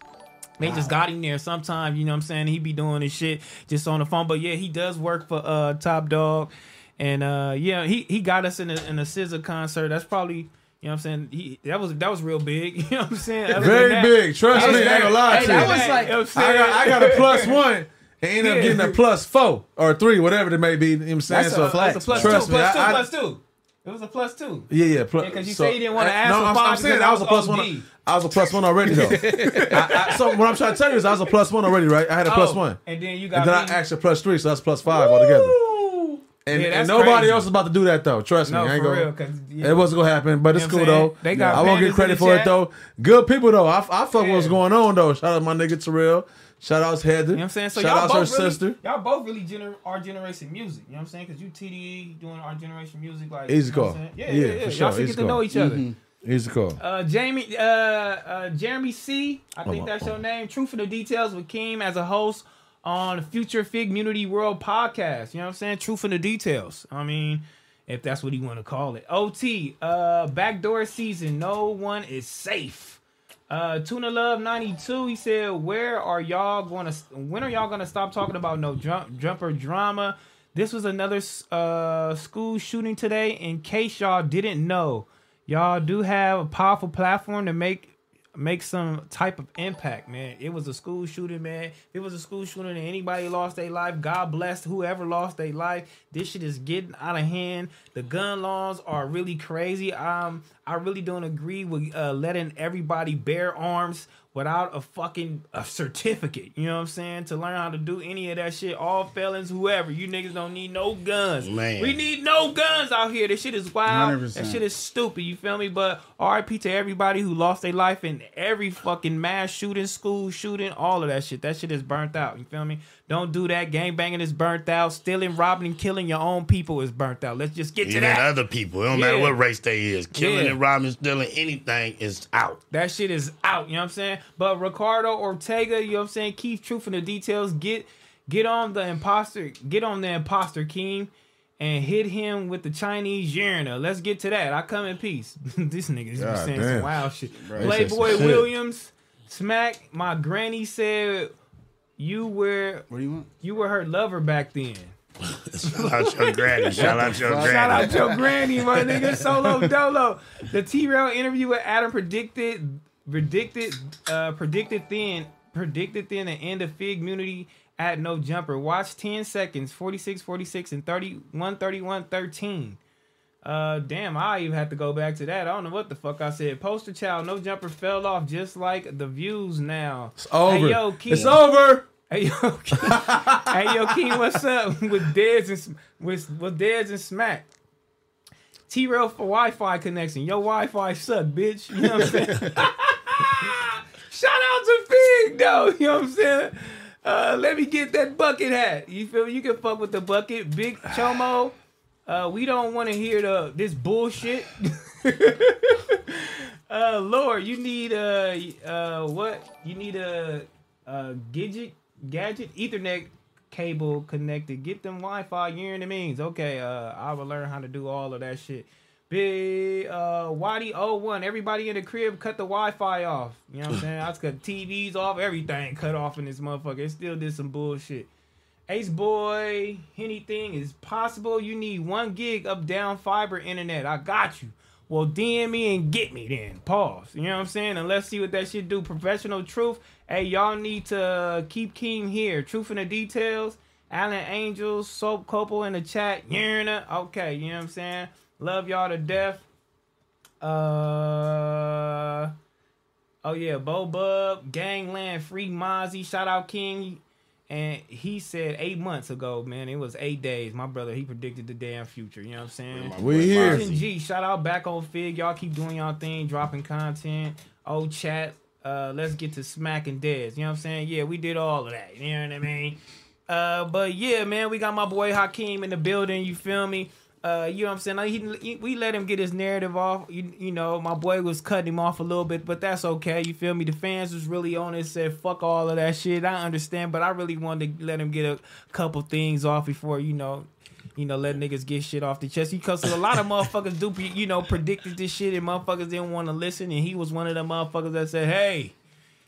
A: They just got him there sometime, you know what I'm saying? He be doing his shit just on the phone. But yeah, he does work for uh Top Dog. And uh yeah, he he got us in a in a scissor concert. That's probably you know what I'm saying? He that was that was real big. You know what I'm saying? Other
B: Very
A: than that-
B: big. Trust
A: Hey,
B: me, I ain't gonna lie
A: hey,
B: to
A: that
B: you.
A: was like- You know what I'm
B: I got, I got a
A: saying?
B: plus one. And end up getting a plus four or three, whatever it may be. You know what I'm saying?
D: That's a
B: so
D: flex,
A: That's a plus
B: Trust
A: two,
B: me,
A: plus two,
B: I, I-
A: plus two. It was a plus two.
B: Yeah, yeah. Plus,
A: because you say you didn't want to
B: uh,
A: ask for
B: I'm,
A: five
B: I'm saying
A: because
B: I was a
A: that
B: plus
A: was
B: one. I was a plus one already though. I, I, so what I'm trying to tell you is I was a plus one already, right? I had a plus
A: Oh,
B: one,
A: and then you got
B: and then
A: me.
B: I asked a plus three, so that's plus five altogether. And,
A: Yeah,
B: and
A: that's
B: nobody
A: crazy.
B: else is about to do that though. Trust
A: No,
B: me, I ain't
A: for
B: gonna-
A: real, 'cause, yeah.
B: It wasn't gonna happen, but it's
A: You know
B: cool
A: what I'm saying?
B: though.
A: They got
B: I won't
A: pandas in
B: get credit
A: the
B: for
A: chat.
B: it though. Good people though. I, I fuck with what's going on though. Shout out my nigga Terrell. Shout out Heather. You know what I'm
A: saying? So
B: Shout
A: y'all
B: out
A: both
B: her
A: really,
B: sister.
A: Y'all both really gener- our generation music. You know what I'm saying? Because you TDE doing our generation music like
B: Easy
A: you know what
B: call.
A: I'm saying? Yeah, yeah, yeah.
B: for sure.
A: Y'all should
B: Easy
A: get
B: call.
A: to know each other.
B: Mhm. Easy call.
A: Uh, Jamie, uh, uh, Jeremy C. I
B: Oh,
A: think
B: my
A: that's your name. Truth for the details with Keem as a host on Future Fig Unity World podcast. You know what I'm saying? Truth in the details. I mean, if that's what you want to call it. OT, uh, backdoor season. No one is safe. Uh, Tuna Love 92. He said, "Where are y'all going to? When are y'all going to stop talking about no jump, jumper drama? This was another uh, school shooting today. In case y'all didn't know, y'all do have a powerful platform to make." Make some type of impact, man. It was a school shooting, man. If It was a school shooting, and anybody lost their life. God bless whoever lost their life. This shit is getting out of hand. The gun laws are really crazy. Um, I really don't agree with uh, letting everybody bear arms without a fucking a certificate. You know what I'm saying? To learn how to do any of that shit. All felons, whoever. You niggas don't need no guns.
C: Man.
A: We need no guns out here. This shit is wild. That
C: 100%.
A: shit is stupid. You feel me? But RIP to everybody who lost their life in every fucking mass shooting, school shooting, all of that shit. That shit is burnt out. You feel me? Don't do that. Gang banging is burnt out. Stealing, robbing, and killing your own people is burnt out. Let's just get to
C: Even
A: that.
C: other people, it don't matter
A: Yeah.
C: what race they is, killing
A: Yeah.
C: and robbing, stealing anything is out.
A: That shit is out. You know what I'm saying? But Ricardo Ortega, you know what I'm saying? Keith Truth in the details. Get get on the imposter. Get on the imposter king and hit him with the Chinese urinal. Let's get to that. I come in peace. this nigga's been
B: God
A: saying some
B: damn.
A: wild shit.
B: Bro, he said some
A: Playboy
B: shit.
A: Williams, smack. My granny said you were what do you want? You were her lover back then.
C: Shout out your granny. Shout out your granny.
A: Shout out your granny, my nigga. Solo Dolo. The T Rail interview with Adam predicted predicted uh predicted then predicted then the end of Fig Munity at no jumper. Watch 10 seconds, 46, 46, and 31, 31, 13. Uh, damn, I even have to go back to that. I don't know what the fuck I said. Poster child, no jumper fell off just like the views now. It's
B: over.
A: Hey, yo, Keith.
B: It's over.
A: Hey yo, King. hey yo, King, what's up with Dez and Sm- with with Dez and Smack? T Rail for Wi Fi connection. Your Wi Fi suck, bitch. You know what I'm saying? Shout out to Fig though. You know what I'm saying? Uh, let me get that bucket hat. You feel me? You can fuck with the bucket, big chomo. Uh, we don't want to hear the this bullshit. uh, Lord, you need uh uh what? You need a uh gadget gadget Ethernet cable connected. Get them Wi-Fi. You know the means. Okay, uh, I will learn how to do all of that shit. Big uh Waddy 01, everybody in the crib cut the Wi-Fi off. You know what I'm saying? I just cut TVs off, everything cut off in this motherfucker. It still did some bullshit. Ace boy, anything is possible. You need one gig of down fiber internet. I got you. Well, DM me and get me then. Pause. You know what I'm saying? And let's see what that shit do. Professional truth. Hey, y'all need to keep King here. Truth in the details. Alan Angels, Soap Couple in the chat. Yerna. Okay, you know what I'm saying? Love y'all to death. Uh oh yeah, Bo Bub, Gangland, Free Mozzie, shout out King. And he said eight months ago, man, it was eight days. My brother, he predicted the damn future. You know what I'm saying?
B: We boy here. Mozzie.
A: Fucking G, shout out back on Fig. Y'all keep doing y'all thing, dropping content. Old chat. Uh, let's get to Smack and Dez. You know what I'm saying? Yeah, we did all of that. You know what I mean? Uh, but yeah, man, we got my boy Hakeem in the building. You feel me? Uh, you know what I'm saying? Like, he, he- we let him get his narrative off. You, you know, my boy was cutting him off a little bit, but that's okay. You feel me? The fans was really on it, said fuck all of that shit. I understand, but I really wanted to let him get a couple things off before you know, you know, let niggas get shit off the chest. Because a lot of motherfuckers do, be- you know, predicted this shit, and motherfuckers didn't want to listen. And he was one of them motherfuckers that said, "Hey."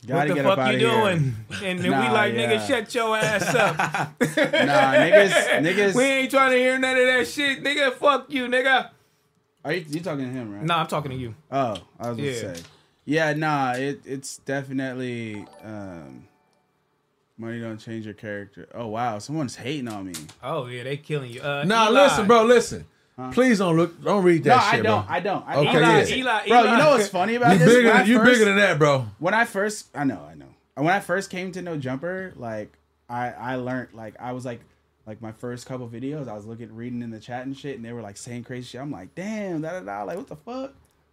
D: Gotta
A: what the
D: get up
A: fuck you
D: outta here.
A: doing? And then we
D: Nah,
A: like,
D: yeah.
A: nigga, shut your ass up.
D: Nah, niggas- niggas-
A: We ain't trying to hear none of that shit, nigga. Fuck you, nigga.
D: Are you, you talking to him, right?
A: Nah, I'm talking to you.
D: Oh, I was
A: Yeah.
D: gonna say. Yeah, nah, it, it's definitely um, money don't change your character. Oh wow, someone's hating on me.
A: Oh yeah, they killing you. Uh,
D: Nah,
A: Eli.
D: listen, bro,
B: listen. Please don't look. Don't read
D: no,
B: that shit.
D: I don't.
B: Bro.
D: I don't. I,
B: okay,
D: Eli,
B: yeah.
D: Eli, bro, you know what's funny about
B: you
D: this?
B: Bigger
D: When
B: than,
D: I
B: you
D: first-
B: bigger than that, bro.
D: When I first, I know, I know. When I first came to No Jumper, like I, I learned, like I was like, like my first couple videos, I was looking, reading in the chat and shit, and they were like saying crazy shit. I'm like, damn, da da da, like what the fuck,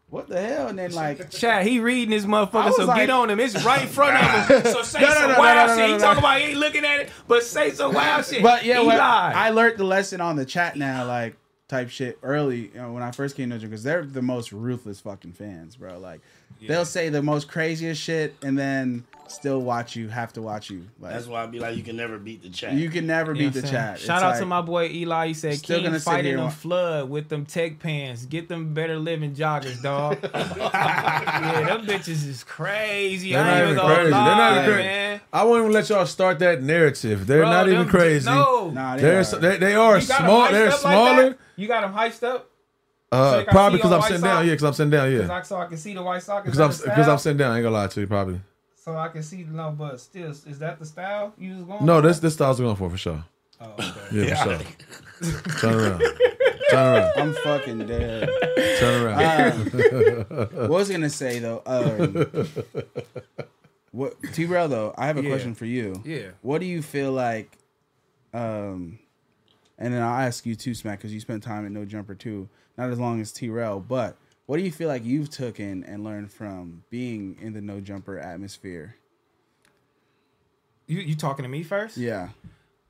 D: what the hell? And then like,
A: Chad, he reading this
D: I
A: motherfucker,
D: was
A: so
D: like-
A: get on him. It's right in front of him. So say
D: No, no,
A: some
D: no, no,
A: wild
D: no, no,
A: shit. he
D: no, no.
A: talking about he ain't looking at it, but say some wild shit.
D: But yeah,
A: Eli.
D: when I learned the lesson on the chat now, like type shit early you know, when I first came to Ninja because they're the most ruthless fucking fans, bro. Like they'll say the most craziest shit and then still watch you, have to watch you. Like
C: That's why I be like, you can never beat the chat.
D: you can never
A: You know
D: beat the
A: what I'm saying?
D: chat.
A: Shout
D: It's
A: out
D: like-
A: to my boy Eli. He said,
D: Still
A: "Keep
D: gonna sit here
A: fighting
D: and
A: them
D: wa-
A: flood with them tech pants. Get them better living joggers, dog." yeah, them bitches is crazy.
B: They're
A: I ain't
B: not
A: even
B: even
A: gonna
B: crazy. They're
A: lie,
B: not even crazy.
A: man.
B: I won't even let y'all start that narrative. They're
A: Bro,
B: not even
A: them-
B: crazy.
A: No, Nah,
D: they
B: they are.
D: are.
B: They, they are
A: You got 'em
B: small.
A: hyped
B: They're
A: up like that?
B: smaller.
A: you got them hyped up So
B: uh,
A: they can
B: probably
A: see
B: because
A: on
B: I'm
A: white
B: sitting down.
A: side?
B: Yeah, because I'm sitting down.
A: Cause
B: Yeah,
A: I, so I can see the white sock. Is
B: because
A: that
B: I'm
A: the
B: because I'm
A: style?
B: sitting down. I ain't gonna lie to you. Probably.
A: So I can see no, but still, is that the style you was going?
B: No,
A: for?
B: this this style's going for for sure.
A: Oh, okay.
B: Yeah, for
A: Yeah.
B: sure. Turn around. Turn around.
D: I'm fucking dead.
B: Turn around.
D: Uh, what was I gonna say though? Um, what T Rail though? I have a
A: Yeah.
D: question for you.
A: Yeah.
D: What do you feel like? Um, and then I'll ask you too, Smack, because you spent time at No Jumper too, not as long as T Rail, but what do you feel like you've taken and learned from being in the No Jumper atmosphere?
A: You you talking to me first?
D: Yeah.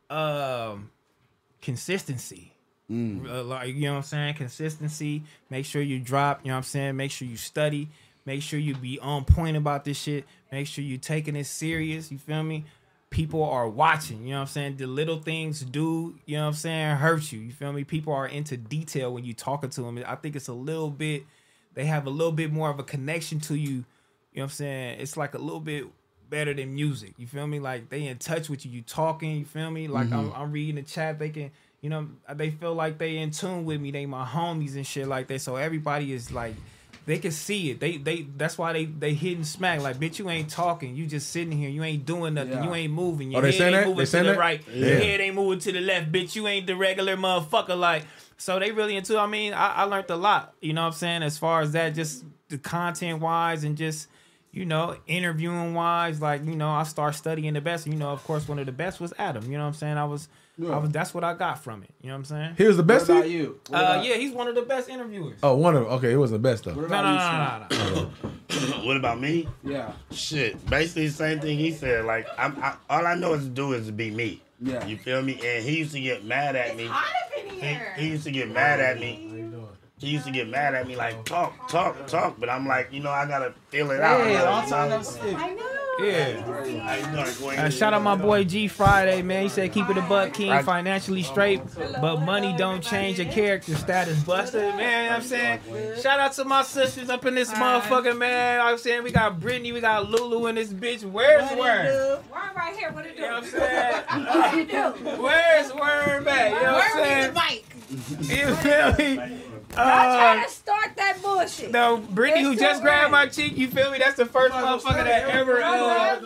A: Um, consistency. Uh, like you know what I'm saying? Consistency. Make sure you drop. You know what I'm saying? Make sure you study. Make sure you be on point about this shit. Make sure you taking it serious. You feel me? People are watching. You know what I'm saying? The little things do. You know what I'm saying? Hurt you. You feel me? People are into detail when you talking to them. I think it's a little bit. They have a little bit more of a connection to you. You know what I'm saying? It's like a little bit better than music. You feel me? Like they in touch with you. You talking. You feel me? Like I'm,
D: Mhm.
B: Mm-hmm.
A: I'm reading the chat. They can, you know, they feel like they in tune with me. They my homies and shit like that. So everybody is like, they can see it. They they that's why they they hitting smack. Like bitch, you ain't talking. You just sitting here. You ain't doing nothing.
D: Yeah.
A: You ain't moving. Your
B: Oh, they
A: head
B: saying
A: ain't
B: that?
A: moving
B: They
A: to
B: saying
A: the
B: that?
A: right.
B: Yeah.
A: Your head ain't moving to the left. Bitch, you ain't the regular motherfucker. Like so they really into. I mean, I, I learned a lot. You know what I'm saying? As far as that, just the content wise and just you know, interviewing wise, like, you know, I start studying the best. You know, of course, one of the best was Adam. You know what I'm saying? I was, I was that's what I got from it. You know what I'm saying?
B: He was the best.
D: about
B: of
D: you?
A: Uh, yeah, he's one of the best interviewers.
B: Oh, one of them. Okay, it wasn't the best though.
A: No, no, no, no, no, no.
C: what about me?
D: Yeah.
C: Shit, basically the same thing he said. Like, I'm, I, all I know is to do is to be me.
D: Yeah.
C: You feel me? And he used to get mad at me. He, he used to get mad at me. He used to get mad at me like talk, talk, talk. But I'm like, you know, I gotta feel it out. I
D: Hey,
C: gotta,
D: long
C: you
D: time
C: know,
D: no see.
A: Yeah.
C: how you doing, Queen?
A: Uh, shout out my boy G Friday, man. He said keep it a buck, king, financially straight, but money don't change your character status, buster. Man, you know what I'm saying? Shout out to my sisters up in this motherfucker, man. I'm saying we got Brittany, we got Lulu in this bitch. Where's where?
J: We're right here. What it do?
A: You know what I'm saying?
J: What it do?
A: Where's word back? You know what I'm
J: Where
A: saying?
J: is the mic?
A: You feel me?
J: I'm
A: Uh,
J: trying to start that bullshit.
A: no, Brittany, who
J: It's
A: just
J: too
A: grabbed
J: right.
A: my cheek, you feel me? That's the first motherfucker that ever. Uh,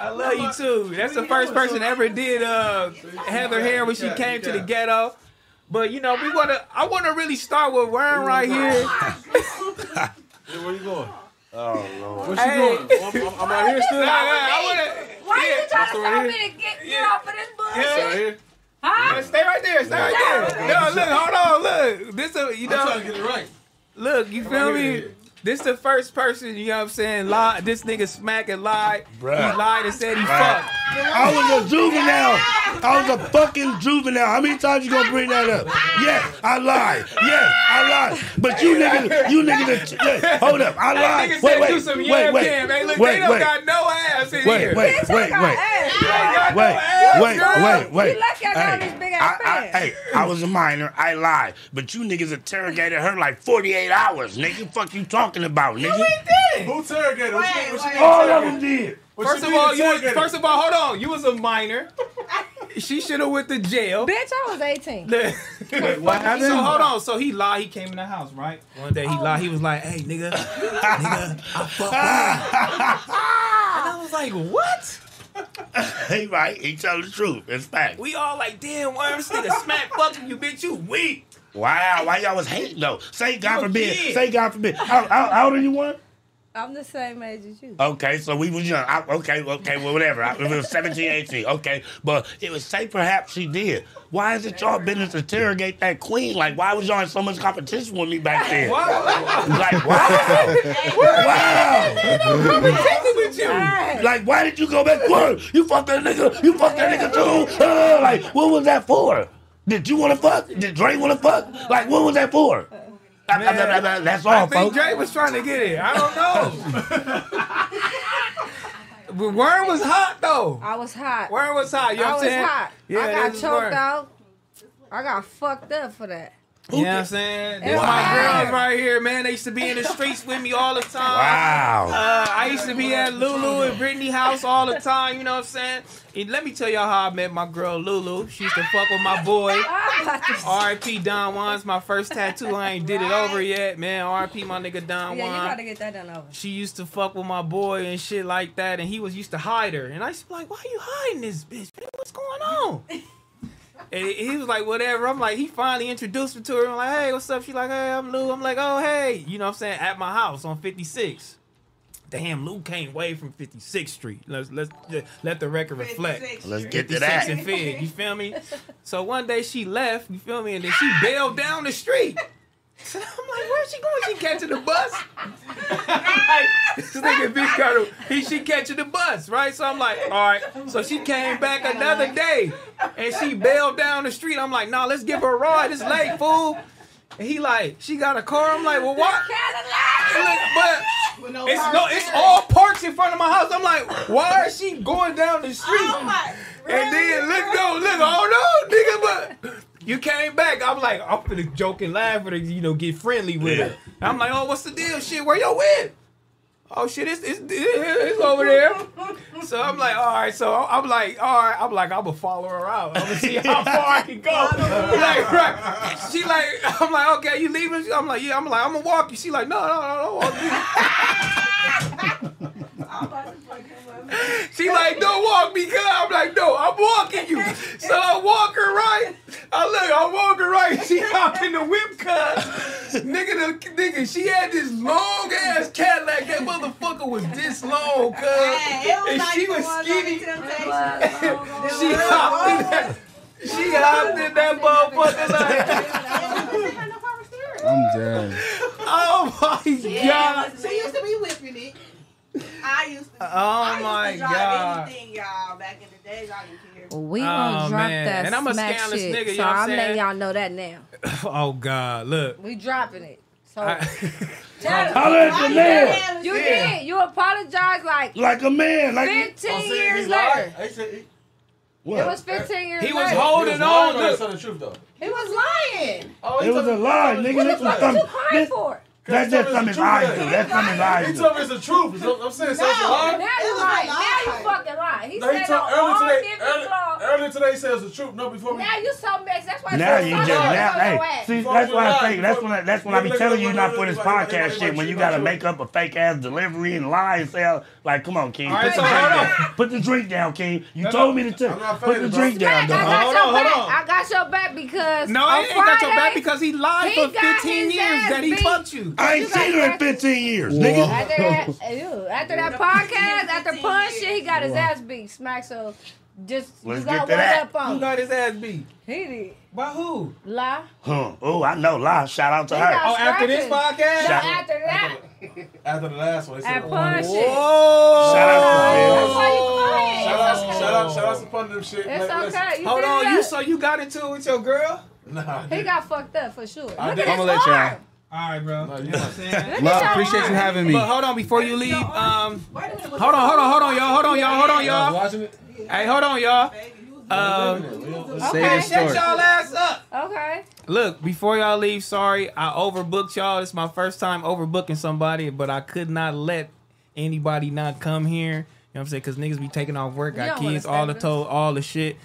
A: I love you too. That's the first person ever did uh, Heather hair when she came to the ghetto. But you know, we wanna. I wanna really start with Wern right here.
B: Where you going?
C: Oh lord.
B: Where
A: Hey.
B: she going? I'm, I'm out here still.
A: Nah, nah,
B: Right
A: I wanna.
J: Why
A: Yeah,
J: are you trying
B: right
J: to stop
B: here.
J: me to get, get
A: Yeah.
J: off of this bullshit?
B: here.
J: Huh?
A: Yeah, Stay right there. Stay right there. No, look, hold on. Look, this a you know.
B: I'm trying to get it right.
A: Look, you feel
B: on,
A: me?
B: here it is.
A: This the first person, you know what I'm saying, lied. This nigga smack and lied.
C: Bruh.
A: He lied and said he
C: Bruh.
A: fucked.
C: I was a juvenile. I was a fucking juvenile. How many times you gonna bring that up? Yes, I lied. Yes, I lied. But you niggas, you niggas, yeah, hold up. I
A: That
C: lied.
A: nigga
C: Wait,
A: said do
C: wait,
A: some
C: wait,
A: yam
C: wait,
A: cam. Hey,
C: wait,
A: look, they
C: wait,
A: don't
C: wait,
A: got no ass in
C: wait,
A: here.
C: wait,
J: Bitch, I
C: wait,
J: got
C: wait.
J: ass.
A: got no
C: Wait,
A: ass,
C: wait,
A: girl.
C: wait, wait.
J: You lucky I got
C: Hey,
J: this big ass
C: I- I-
J: pants.
C: Hey, I was a minor. I lied. But you niggas interrogated her like 48 hours, nigga. Fuck you talking about, nigga?
B: Who interrogated? What she- what she-
C: All of them did.
B: what she
A: First of
B: did
A: all, Oh, you was,
B: interrogated?
A: first of all, hold on. You was a minor. she should have went to jail.
J: Bitch, I was 18.
A: what happened? So hold on. So he lied. He came in the house, right? One day he lied. He was like, "Hey, nigga, nigga, I fucked." Wern." and I was like, "What?"
C: He right. He tell the truth. It's fact.
A: We all like, damn, Worm, this nigga smack fucking you, bitch, you weak.
C: Wow, why y'all was hating though? Say God
J: You a
C: forbid.
J: kid.
C: Say God forbid. How, how, how old are you? One?
J: I'm the same age as you.
C: Okay, so we was young. I, okay, okay, well, whatever. I, it was 17, 18. Okay, but it was say perhaps she did. Why is it y'all business to interrogate that queen? Like, why was y'all in so much competition with me back then? like, wow, wow. Like, why did you go back? Word, you fucked that nigga. You fucked that nigga too. Uh, like, what was that for? Did you want to fuck? Did Dre want to fuck? Like, what was that for? I- I- I- I- I- that's all,
A: I think
C: folks.
A: Dre was trying to get it. I don't know. but Word was hot though.
J: I was hot.
A: Word was hot. You know
J: I
A: what I'm
J: was
A: saying?
J: hot.
A: Yeah,
J: I got
A: this is
J: choked
A: word.
J: out. I got fucked up for that.
A: You know what I'm saying? These
J: Wow.
A: my girls right here, man. They used to be in the streets with me all the time.
C: Wow.
A: Uh, I used to be at Lulu and Brittany house all the time. You know what I'm saying? And let me tell y'all how I met my girl Lulu. She used to fuck with my boy. R.I.P. Don Juan's my first tattoo. I ain't did it over yet, man. R.I.P. my nigga Don
J: yeah,
A: Juan
J: you gotta get that done over.
A: she used to fuck with my boy and shit like that, and he was used to hide her. And I used to be like, why you hiding this bitch? man? What's going on? and he was like, whatever. I'm like, he finally introduced me to her. I'm like, hey, what's up? She like, hey, I'm Lou. I'm like, oh, hey. You know what I'm saying? At my house on 56. Damn, Lou came way from 56th Street. Let's let's let the record reflect.
C: 56th Let's get to that.
A: 56 and Fig, you feel me? So one day she left, you feel me, and then she bailed down the street. So I'm like, where's she going? She catching the bus? like, this nigga B Colonel, he she catching the bus, right? So I'm like, all right. So she came back another day and she bailed down the street. I'm like, nah, let's give her a ride. It's late, fool. And he like, she got a car. I'm like, well, why? Look, but it's no, it's all parks in front of my house. I'm like, why is she going down the street? and then look, no, look, oh no, nigga, but you came back. I'm like, I'm finna joke and laugh with her, you know, get friendly with her. I'm like, oh, what's the deal? Shit, where y'all at? Oh shit, it's, it's it's over there. So I'm like, all right. So I'm like, all right. I'm like, I'm gonna follow her out. I'm gonna see how far I can go. like, right. She like, I'm like, okay, you leaving? She- I'm like, yeah. I'm like, I'm gonna walk you. She like, no, no, no, no. Walk me. she like, don't walk me, cuz. I'm like, no, I'm walking you. So I walk her right. I look, I walk her right. She hop in the whip, cuz. Nigga, the, nigga, she had this long ass Cadillac. That motherfucker was this long, cuz. And she was skinny. She hopped in that. She hopped in that motherfucker like,
D: I'm dead.
A: oh my god.
K: She used to be whipping it. I used to.
A: Oh
K: I used
A: my
K: to drive
A: God.
K: Anything, y'all. Back in the days, I didn't care.
J: We
A: Oh,
J: gonna drop
A: man.
J: that
A: And I'm a
J: smack
A: scandalous
J: shit,
A: nigga, you
J: so
A: know what I'm
J: I'm letting
A: saying?
J: y'all know that now.
A: Oh god, look.
J: We dropping it. So
A: I-
J: tell us.
C: Holler at the
J: You
C: man.
J: did. You
C: Yeah.
J: did. You apologized like
C: Like a man, like-
J: 15
C: Oh, see, he
J: years
C: lied.
J: later. It was 15 years
A: He was
J: later.
A: holding
I: He was
A: on.
I: lying or
A: to-
I: telling the truth though.
J: He was lying.
I: Oh, he
C: It was
I: told
C: a
I: us-
C: lie,
I: told us-
C: nigga. That's what some.
J: Crying for it.
C: That's just something his eyes do. That's something his
I: He
C: eyes do.
I: told me it's the truth. So I'm saying, so it's a
J: Now
I: lie.
J: you lying. Now you fucking lying. He
I: No, he
J: said
I: told-
J: on all
I: earlier today.
J: different
I: Earlier,
J: blogs.
I: earlier today, he said it's the truth. No, before we.
J: Now you so mixed. That's why
C: Now
J: said
C: you
J: fuck
C: just
J: your
C: now, hey,
J: ass.
C: see, that's why I think that's when I, that's when I be telling you not for this podcast shit when you gotta make up a fake ass delivery and lie and say like, come on, King,
A: All
C: put the
A: right, so
C: drink
A: hold on.
C: down, put the drink down, King. You told me to tell, put the drink down,
J: I got
C: dog.
J: your
A: on, hold
J: back.
A: on.
J: I got your back because
A: No,
J: on
A: I ain't got your back
J: Friday,
A: because he lied
J: he
A: for
J: got
A: 15
J: his
A: years
J: ass
A: that he
J: beat.
A: fucked you.
C: I ain't seen her in 15 years, nigga.
J: After that, ew, after that podcast, after punch shit, he got his ass beat. Smack so just
C: Let's
J: you
C: get
J: got
C: to
J: one
C: that.
J: up on.
A: Who
J: him.
A: got his ass beat?
J: He did.
A: By who?
J: Lie.
C: Huh. Oh, I know, lie. Shout out to
J: He got
C: her.
A: Oh, after this
J: scratches.
A: podcast?
J: No,
C: Shout-
J: after that.
I: After the last one, he said
J: At
I: the
J: punch
I: one.
J: shit.
A: Whoa!
C: Shout out to Phil.
I: Shout out, shout out, shout out to fun them shit.
J: It's
I: Like, listen.
J: okay. You
A: Hold
J: feel
A: on,
J: that?
A: you so you got into it with your girl?
I: Nah,
J: He got fucked up for sure.
I: I
J: Look
I: did.
J: at
I: I'ma
J: his
I: let y'all-
J: arm.
A: All right, bro. You know what I'm saying?
D: Love, appreciate you having me.
A: But hold on, before you leave, um, hold on, hold on, hold on, y'all, hold on, y'all, hold on,
I: I was
A: y'all.
I: watching it.
A: Hey, hold on, y'all. Um,
D: Save the
A: shut
D: story.
A: y'all ass up.
J: Okay.
A: Look, before y'all leave, sorry, I overbooked y'all. It's my first time overbooking somebody, but I could not let anybody not come here. You know what I'm saying? Because niggas be taking off work.
J: You don't
A: Hakeem's
J: wanna
A: all the
J: say
A: toe, all the shit.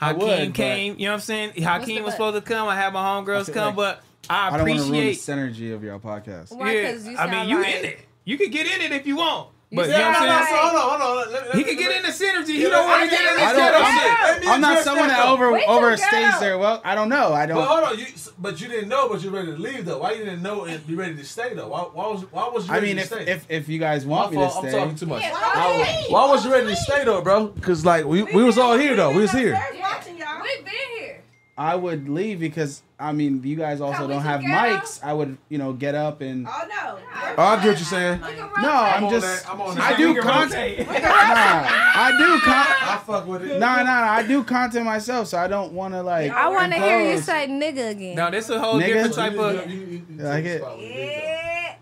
A: Hakeem
D: would, but-
A: came. You know what I'm saying?
J: the
A: Hakeem
J: but?
A: was supposed to come. I had my homegirls
D: feel
A: come, but I
D: I don't want to ruin the
A: appreciate.
D: synergy of your podcast.
J: Why?
A: yeah,
J: 'Cause you
A: I
J: sound
A: mean, you
J: like-
A: in it. You can get in it if you want. But
B: Yeah,
A: you know what
B: no,
A: I'm
B: no,
A: saying?
B: so hold on, hold on. Let,
A: He can get in the synergy. He
B: Yeah,
A: don't want
B: I
A: to get in
B: get
A: the
B: it. I don't-
A: setup
B: I'm-
A: shit.
D: I'm not someone that over
B: We can
D: overstays
B: go.
D: there. Well, I don't know. I don't.
B: But hold on, you but you didn't know, but you're ready to leave though. Why you didn't know and be ready to stay though? Why, why was why was you
D: I
B: ready
D: mean,
B: to
D: if,
B: stay?
D: if if you guys want
B: My
D: me to
B: fault,
D: stay,
B: I'm talking too much.
D: Yeah,
B: why, was, why was you ready to stay though, bro? Because like we, we was all here though. We was here.
J: watching y'all. We've been here.
D: I would leave because I mean, you guys also
J: we
D: don't
J: can
D: have
J: go.
D: mics. I would, you know, get up and.
J: Oh no.
D: I get what you're saying. No, I'm
B: on
D: just.
B: that, I'm on
D: I
B: that.
D: do
B: We can
D: content.
B: rotate.
D: Nah, I do content.
B: I fuck with
D: Nah,
B: it.
D: nah, nah. I do content myself, so I don't want to like.
J: I want to hear you
D: impose.
J: say nigga again.
A: Now this a whole
D: Nigga.
A: different type of.
D: You like it?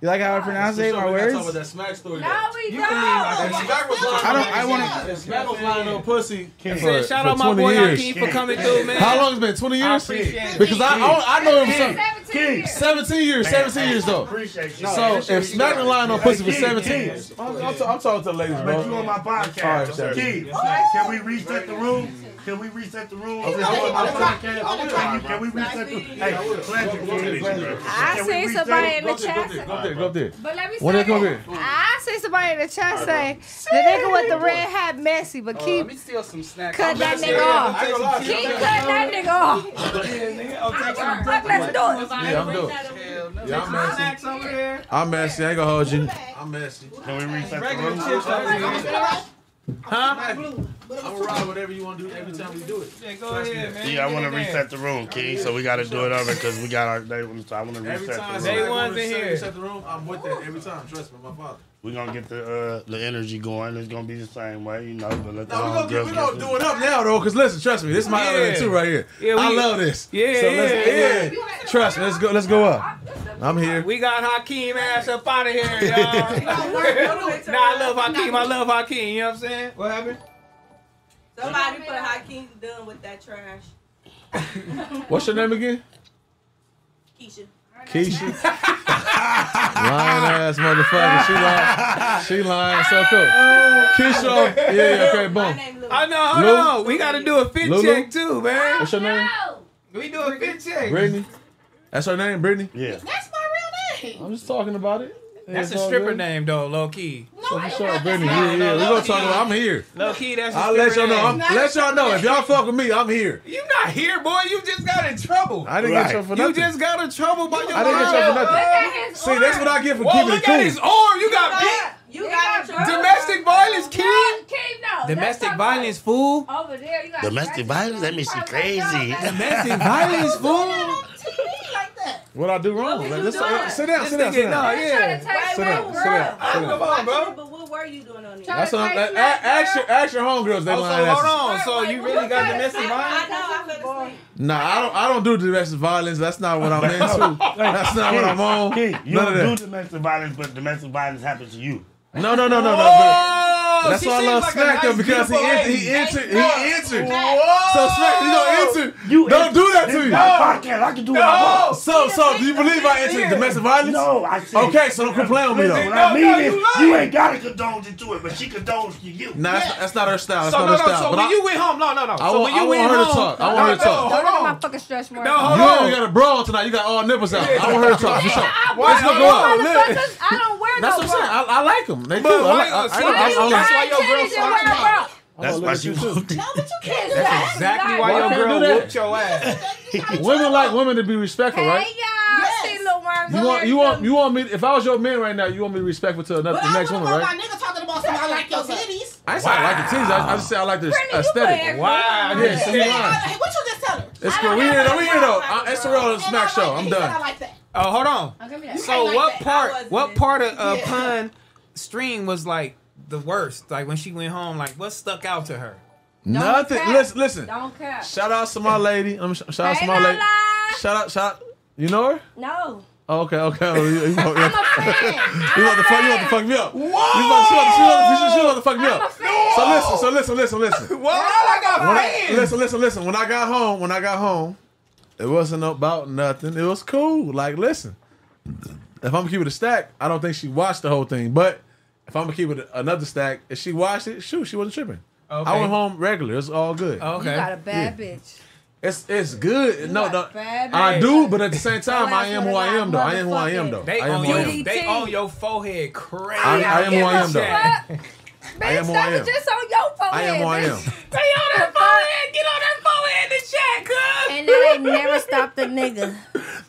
D: You like how I pronounce
B: For
D: it?
B: sure,
D: My
B: we gotta talk
D: words.
B: about that smack story.
J: No,
B: though.
J: we
B: If
J: don't.
B: Smack was lying
D: I don't-
B: on-
D: I wanna-
B: if Smack was lying on pussy.
A: Said,
B: for-
A: shout
B: for
A: out my
B: 20
A: boy
B: years.
A: Hakeem for coming through, man.
B: How long has it been? 20 years?
A: I appreciate it.
B: Because I, I, I know him
J: King.
B: some.
J: 17 years.
B: 17 years, 17 years though.
C: Appreciate you.
B: So if Smack been lying on pussy for
C: King.
B: 17, I'm, I'm, I'm talking to the ladies, bro.
C: But you on my
B: All
C: podcast.
B: right, sir.
C: Key, can we reset the room? Can we reset the room?
B: Okay,
C: Can
B: I will, I will.
C: you- can we reset the Hey, pleasure, Key.
J: I
C: Can we
J: seen
C: reset
J: somebody
C: it?
J: in the chat. say-
B: Go up there, go up there.
J: But let me
B: What
J: say
B: they gonna
J: this. I see somebody in the chat say the nigga with the red hat messy, but keep
L: steal some snacks.
J: cut that nigga off. Keep cutting that nigga off. Fuck, let's do it.
B: Yeah, I'm doing it. Yeah, I'm messy.
A: Snacks over there.
B: I'm messy. I ain't gonna hold you. I'm messy. Can we reset the room? Huh? I'm gonna ride whatever you wanna do every time we do it.
A: Yeah, go ahead, man.
C: Yeah, I want to
A: Get in there.
C: reset the room, Key. So we got to do it over because we got our day. So I want to
B: Every time
C: reset the
B: Smack
A: Day
C: room.
A: one's
B: wanna
A: in
B: say
A: here.
B: reset the room, I'm with that every time. Trust me, my father.
C: We're going to get the uh, the energy going. It's going to be the same way, you know. But let the
B: No, we
C: whole
B: gonna get,
C: girls
B: we
C: get
B: gonna
C: this.
B: do it up now though, cause listen, trust me, this is my element too right here.
A: Yeah, we-
B: I love this.
A: Yeah,
B: so let's,
A: yeah,
B: Trust me, let's go, let's go up. I'm here.
A: We got Hakeem ass up out of here, y'all. nah, I love Hakeem. I love Hakeem. You know what I'm saying? What happened?
K: Somebody put Hakeem done with that trash.
B: What's your name again?
K: Keisha.
B: Keisha. lying ass motherfucker. She lying. She lying. So cool. Keisha. oh, Yeah, yeah, okay, boom.
A: I know. Hold
B: Lou?
A: on. We got to do a fit
B: Lulu?
A: check too, man.
B: What's your name?
A: We do a fit check.
B: Brittany. That's her name, Brittany?
C: Yeah.
K: That's my real name.
B: I'm just talking about it.
A: That's
B: It's
A: a
B: all
A: stripper
B: good.
A: name though, low key.
B: So for sure, Oh, Brittany. Yeah, yeah. We're gonna talk about I'm here.
A: Low key, that's. a
B: I'll let y'all
A: stripper
B: know. I'm,
A: name.
B: let y'all know. If y'all fuck with me, I'm here.
A: You not here, boy. You just got in trouble.
B: I didn't get Right. you for
A: You
B: nothing.
A: just got in trouble by your
B: I didn't get
A: lying.
B: you for nothing. Look at his See, that's what I get for keeping
A: look
B: it
A: at
B: cool.
A: his arm. You got beat.
K: You got in trouble.
A: Domestic violence, kid.
J: Keep
C: Oh,
J: no.
A: Domestic violence, fool.
J: Over there, you got
C: Domestic violence? That makes you crazy.
A: Domestic violence, fool.
B: What I do wrong? Like, let's, uh, sit down,
A: This
B: sit down,
A: nigga,
B: sit
A: no,
B: down.
J: Trying
A: yeah.
J: to take
B: Sit down,
J: my
B: sit down,
J: girl.
B: sit down.
A: Come on, bro.
K: But what were you doing on it?
B: That's what I'm,
J: Try
B: a,
J: to
B: a,
J: take my
B: ask your ask your homegirls. They
A: Oh,
B: lying.
A: so
B: asses.
A: hold on. So you really got domestic
K: I
A: violence?
K: know. I fell asleep.
B: Nah, I don't. I don't do domestic violence. That's not what I'm into. That's not what I'm on.
C: Key, you
B: None of
C: don't
B: that.
C: do domestic violence, but domestic violence happens to you.
B: No, no, no, no, no.
A: Oh,
B: but that's
A: she
B: why I
A: seems
B: love
A: like a
B: Smack though
A: nice,
B: because he
A: beautiful
B: entered. He
A: lady.
B: entered. He
A: Nice.
B: entered. So
A: Whoa.
B: Smack, you don't answer.
C: You
B: don't
C: answer.
B: do that
C: This
B: to
C: is
B: you.
C: my podcast. I can do what I
B: No.
C: want.
B: So, so do you believe I entered domestic violence?
C: No, I said.
B: Okay, so don't complain on me
C: Listen,
B: though.
C: What I
A: No,
C: mean
A: no,
C: is,
A: you
C: you,
A: lying.
C: ain't gotta condone it to it, but she condones to you.
B: Nah, that's, that's not her style. That's
A: So
B: not
A: no,
B: her
A: no.
B: style.
A: So
B: but
A: when
B: I,
A: you went home, no, no, no.
B: I
A: So
B: want-
A: when
B: I
A: you went
B: want her to
A: home,
B: talk. I
A: No,
B: want her to
A: no,
B: talk.
J: Don't
A: Hold
J: let
A: on.
J: my fucking stretch marks.
A: No, hold
B: you
A: on.
B: ain't even got a bra on tonight. You got all nipples out. I want her to talk. For sure.
J: Why
B: Let's go out. Look.
J: motherfuckers, I don't wear
B: That's what
J: no
B: I'm saying.
J: bra.
B: I, I like them. They
A: But
B: cool. I
A: why-
B: like, I, I,
A: so
B: I,
A: why
B: I,
A: you lying?
B: like
A: why your girl
J: Titties and wear a bra.
C: That's why she won't.
A: That's exactly why your
B: Why you do
A: girl
B: that?
A: whooped your ass.
B: Women like women to be respectful,
J: Hey y'all,
B: right?
J: see little worms.
B: You want you want you want me. If I was your man right now, you want me to be respectful to another
K: But
B: the
K: I
B: next
K: wouldn't
B: woman,
K: want
B: right?
K: my nigga talking about something I like your titties.
B: I just say I like the titties. I, I just say I like the
J: Brittany, you
B: aesthetic.
J: playing.
A: Wow.
B: Yeah, she lying.
K: Hey, what you just tell her?
B: It's cool. We here though. We here though. I- It's a real smack show. I'm
K: I
B: done.
K: like that.
A: Oh, hold on.
J: Give me that.
A: So
K: like
A: what
K: that. I
A: part?
K: wasn't.
A: What part of uh,
K: Yeah.
A: pun stream was like the worst? Like when she went home, like what stuck out to her?
B: Nothing.
J: cap.
B: Listen, listen.
J: Don't care.
B: Shout out to my lady. Um, sh- shout out to
J: Ain't
B: my
J: no
B: lady.
J: lie.
B: Shout out, shout. You know her?
J: No.
B: Oh, okay, okay. Oh, you, you, want- you,
J: I'm a fan.
B: you want to fuck? You want to fuck me up? You
A: Whoa!
B: want she want- she want- she- she want to fuck me
J: I'm a
B: up?
J: fan.
B: So listen, so listen, listen, listen.
A: Well, I got
B: When I-
A: fans.
B: listen, listen, listen. When I got home, when I got home, it wasn't about nothing. It was cool. Like, listen, if I'm keeping it a stack, I don't think she watched the whole thing. But if I'm gonna keep it another stack, if she watched it, shoot, she wasn't tripping.
A: Okay. Oh,
B: I went home regular. It's all good.
J: You got a
A: Okay.
J: bad bitch.
B: It's it's good. No, no,
J: bad
B: I
J: bitch.
B: do, but at the same time, I
J: Last
B: am
J: one
B: who I
J: in that
B: am though. I am who I am though.
A: They
B: I am
A: on
B: who I
A: your
B: am.
A: they on your forehead crazy.
B: I, I am who I am though. I
J: Bitch,
B: am who
J: that
B: I
J: was
B: am.
J: just on your forehead.
B: I am who I
J: bitch.
B: am.
A: Stay on that forehead. Get on that forehead and chat, cuz.
J: And that ain't never stopped the nigga.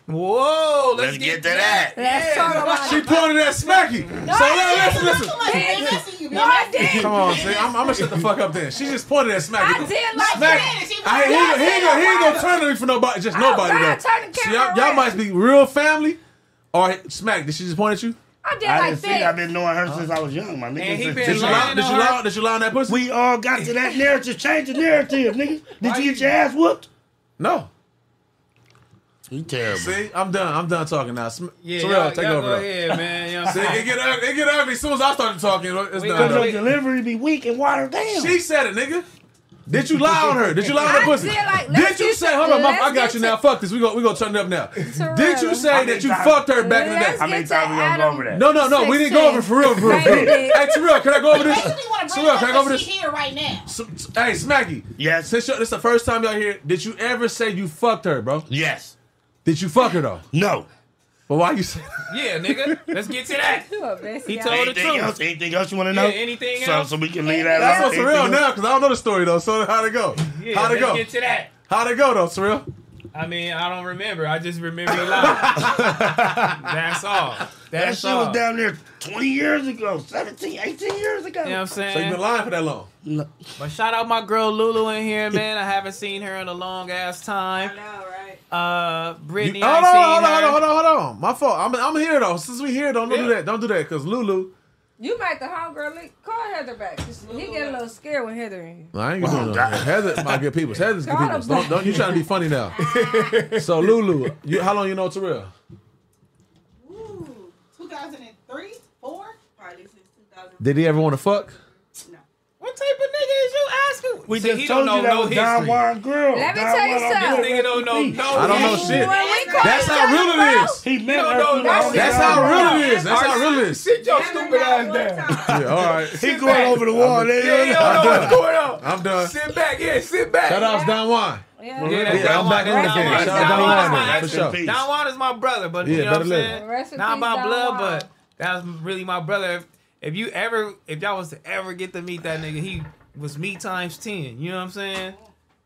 A: Whoa, let's, get, to that.
J: Let's talk about
B: She pointed at Smacky. so let, listen, listen.
J: No, I didn't.
B: Come on, see, I'm, I'm gonna shut the fuck up then. She just pointed at Smacky.
J: I did like that. She
B: Smacky. I, he, ain't- he, ain't gonna- he ain't gonna turn on me for nobody, just
J: Oh,
B: nobody
J: God,
B: though.
J: turn the
B: So
J: camera
B: y'all, y'all might be real family, or Smack. Did she just point at you?
J: I did
C: I
J: like
C: didn't see.
J: that.
C: I've been knowing her since I was young. My nigga.
A: he
C: Since-
A: been
C: did you
A: lying
C: lie-
A: on
C: did you
A: her.
C: lie-
B: Did you lie on that pussy?
C: We all got to that narrative. Change the narrative, nigga. Did you get your ass whooped?
B: No.
C: You terrible.
B: See, I'm done. I'm done talking now. Sm-
A: Yeah,
B: Terrell,
A: y'all,
B: take
A: y'all
B: over.
A: go
B: though.
A: ahead, man. You know what I'm
B: See, it
A: saying?
B: get ugly. It get ugly as soon as I started talking. It's
A: We
B: done.
A: gonna-
B: though.
C: Your delivery be weak and watered down.
B: She said it, nigga. Did you lie on her? Did you lie on
J: I
B: her pussy?
J: did, like,
B: Did
J: let's
B: you
J: get
B: say,
J: to-
B: hold on, Muff,
J: let's
B: I got
J: get
B: you
J: to-
B: now. Fuck this. We go, we gonna turn it up now. Did you
J: How
B: say
C: many
B: that you
C: times-
B: fucked her back in the
J: Let's
B: day?
C: How many
J: get
C: times
J: to
C: we gonna go
J: Adam.
C: over that?
B: No, no, no. We didn't go over it for real, for real. For real.
J: Right.
B: hey, Terrell, can I go over this?
M: Basically, want to bring
B: Terrell,
M: up
B: can I go over
M: that she
B: this?
M: here right now.
B: S- s- Hey, Smacky. Yes. Since you this the first time y'all here, did you ever say you fucked her, bro?
C: Yes.
B: Did you fuck her though?
C: No.
B: But why you say?
A: Yeah, nigga. Let's get to that.
J: You a bitch,
A: He
J: y'all.
A: told the
C: Anything
A: truth.
C: else? Anything else you want to
A: Yeah,
C: know?
A: anything
C: so,
A: else?
C: So we can leave that.
B: That's
C: alone.
B: what's real
C: Anything else?
B: now, cause I don't know the story though. So how'd it go?
A: Yeah,
B: how'd it
A: let's
B: go?
A: get to that.
B: How'd it go though, Surreal?
A: I mean, I don't remember. I just remember you lying. That's all. That's
C: That shit
A: all.
C: was down there 20 years ago, 17, 18 years ago.
A: You know what I'm saying?
B: So you been lying for that long?
C: No.
A: But shout out my girl Lulu in here, man. I haven't seen her in a long ass time. I know, right? Uh, Brittany.
B: You-
A: I
B: hold,
A: ain't
B: on,
A: seen
B: hold on, hold
A: her.
B: on, hold on, hold on. My fault. I'm, I'm here though. Since we here, don't do that. Don't do that, because Lulu.
J: You make the homegirl look. Call Heather back. He get a little scared when Heather in.
B: I ain't
C: Oh,
B: gonna do nothing. Heather, my good people. Heather's good
J: God
B: people.
J: above.
B: Don't, don't you trying to be funny now? so Lulu, you, how long you know Terrell?
K: 2003, 4? Probably since 2000.
B: Did he ever want to fuck?
A: What type of nigga is you asking?
C: We
A: See,
C: just
A: he
C: told
A: don't
C: you
A: know
C: that
A: no
C: was Don
A: history.
C: Juan girl.
J: Let me
C: Don
J: tell you
C: Juan
J: something.
A: This nigga don't know no.
B: I don't know
A: history.
B: shit.
J: When we call
B: That's
J: each
B: how
J: other,
B: real
J: bro,
B: it is.
C: He met
A: don't
C: her
A: know
C: through the
A: that
C: homie
A: shit.
B: That's
C: Don
B: how
C: Juan.
B: real it is. That's how real it is.
A: Sit your stupid ass down.
B: Yeah, all right.
C: He going over the wall.
B: I'm-
C: nigga.
A: Yeah, you don't know what's going on.
B: I'm done.
A: Sit back. Yeah, sit back.
B: Shout outs Don Juan.
J: Yeah.
A: Yeah,
B: Yeah, I'm back on the game.
A: Juan.
B: Shout out Don
A: Juan is
B: Juan,
A: my
B: man,
A: actual-
B: for sure.
A: Don Juan is my brother, but
B: Yeah,
A: you know what
B: better
A: I'm
B: live.
A: saying?
J: Rest in
A: Not
J: peace,
A: my
J: Don
A: blood,
J: Juan.
A: but that was really my brother. If, if you ever, if y'all was to ever get to meet that nigga, he was me times 10. You know what I'm saying?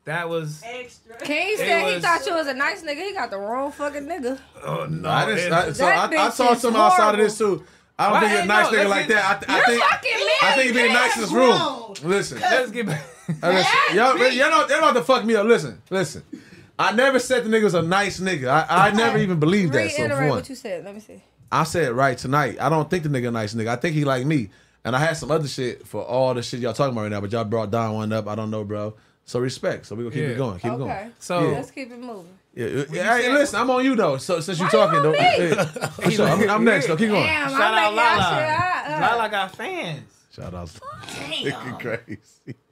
A: That was.
J: King
A: It
J: said he
A: was-
J: thought you was a nice nigga. He got the wrong fucking nigga.
A: Oh, no.
B: I didn't. I, so
J: That
B: I, I
J: bitch
B: saw
J: is
B: some outside of this too. I don't
A: Why
B: think you're a
A: ain't
B: nice
A: no-
B: nigga
A: let's
B: like
A: get-
B: that. I,
J: You're
B: I think.
J: fucking
B: I
J: married.
B: think you being nice in this room. Listen,
A: Let's get back.
B: Hey, listen, y'all, y'all, don't, y'all don't have to fuck me up. Listen, listen. I never said the nigga was a nice nigga. I, I never even believed that. So for
J: Reiterate
B: one,
J: what you said. Let me see.
B: I said it right tonight. I don't think the nigga a nice nigga. I think he like me. And I had some other shit for all the shit y'all talking about right now. But y'all brought Don one up. I don't know, bro. So respect. So we gonna keep
A: Yeah.
B: it going. Keep it
J: okay.
B: going.
A: So-
B: Yeah.
J: let's keep it moving.
B: Yeah, uh, hey, listen, I'm on you though. So since you're talking, though, yeah, for sure. I'm, I'm next. though. keep going.
J: Damn,
A: Shout
J: I
A: out
J: make y'all
A: Lala.
J: shit. I, uh,
A: Lala got fans.
B: Shout outs.
M: Damn.
B: crazy.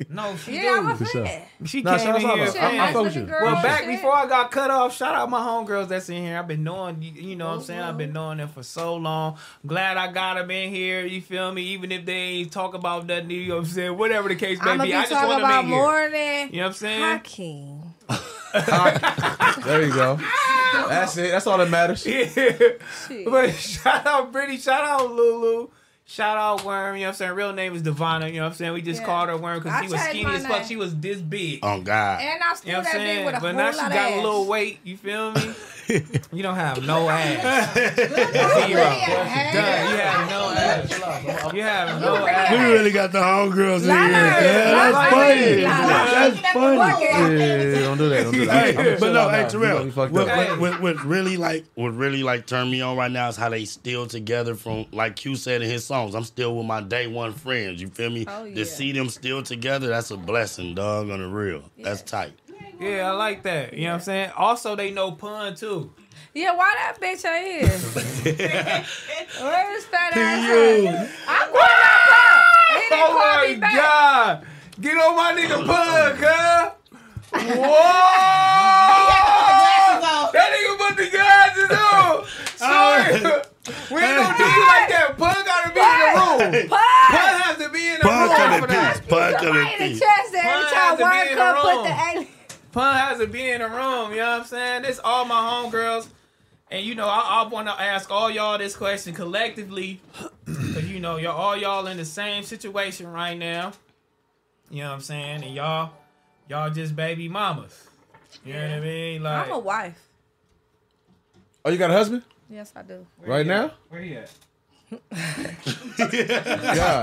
A: No, she
J: yeah, I'm a
B: For sure.
J: fan.
A: She
B: Nah,
A: came
B: shout
A: in
B: outs,
A: here.
B: Lala. I- I
A: fans.
B: fuck with you.
J: Girl,
A: Well, back
J: shit.
A: before I got cut off, shout out my homegirls that's in here. I've been knowing, you you know what I'm saying? I've
J: Mm-hmm.
A: been knowing them for so long. Glad I got them in here. You feel me? Even if they ain't talk about nothing, you know what I'm saying? Whatever the case may
J: I'ma
A: be,
J: be
A: I just
J: talking
A: want them
J: about
A: in here.
J: more than
A: You know what I'm saying?
J: Hakeem.
B: There you go. That's it. That's all that matters.
A: Yeah. But shout out Brittany, shout out Lulu. Shout out Worm, you know what I'm saying? Real name is Devonna, you know what I'm saying? We just
J: Yeah.
A: called her Worm because
J: I
A: she was
J: changed
A: skinny
J: my
A: as fuck.
J: name.
A: She was this big.
C: Oh, God.
J: And I
A: You
J: still
A: know what
J: that bitch
A: I'm saying?
J: with a
A: But
J: whole
A: now
J: lot
A: she
J: of
A: got
J: ass.
A: a little weight, you feel me? you don't have no ass.
J: Really
A: Zero.
J: ass.
A: Done. You have no ass. You have no ass.
C: We really got the homegirls in here.
J: Lala.
C: Yeah,
J: Lala.
C: that's funny.
J: Lala.
C: That's
J: Fuck
C: funny.
J: it.
B: Yeah, don't do that. Don't do that. I'm- I'm
C: But
B: chill
C: no,
B: out now.
C: hey
B: You
C: Terrell,
B: gonna be
C: what,
B: fucked up.
C: what, what, what really like what really like turned me on right now is how they still together from like Q said in his songs. I'm still with my day one friends. You feel me?
J: Oh, yeah.
C: To see them still together, that's a blessing, dog. On the real, that's tight.
A: Yeah, I like that. You know what I'm saying? Also, they know pun too.
J: Yeah, why that bitch ain't here? Where's fat ass?
C: You.
J: at? I'm going up out.
B: Oh
J: He didn't call me back.
A: Oh god! Get on my nigga pun, girl! Whoa! that nigga put the glasses on! Sorry! we ain't gonna do you like that! Pun gotta be in the room!
J: Pun.
A: Pun has to be in the
C: Pun
A: room
C: come
A: for
C: in
A: that!
C: peace. Pun come
J: Somebody
C: in
J: in the
C: peace.
J: chest every
A: Pun
J: time
A: had to be
J: one
A: in the
J: come put
A: room.
J: the alien.
A: Pun hasn't been in the room. You know what I'm saying? This all my homegirls. And you know, I, I want to ask all y'all this question collectively, because you know, y'all all y'all in the same situation right now. You know what I'm saying? And y'all, y'all just baby mamas. You know what I mean? Like,
J: I'm a wife.
B: Oh, you got a husband
J: Yes, I do.
B: right now?
A: Where he at?
B: God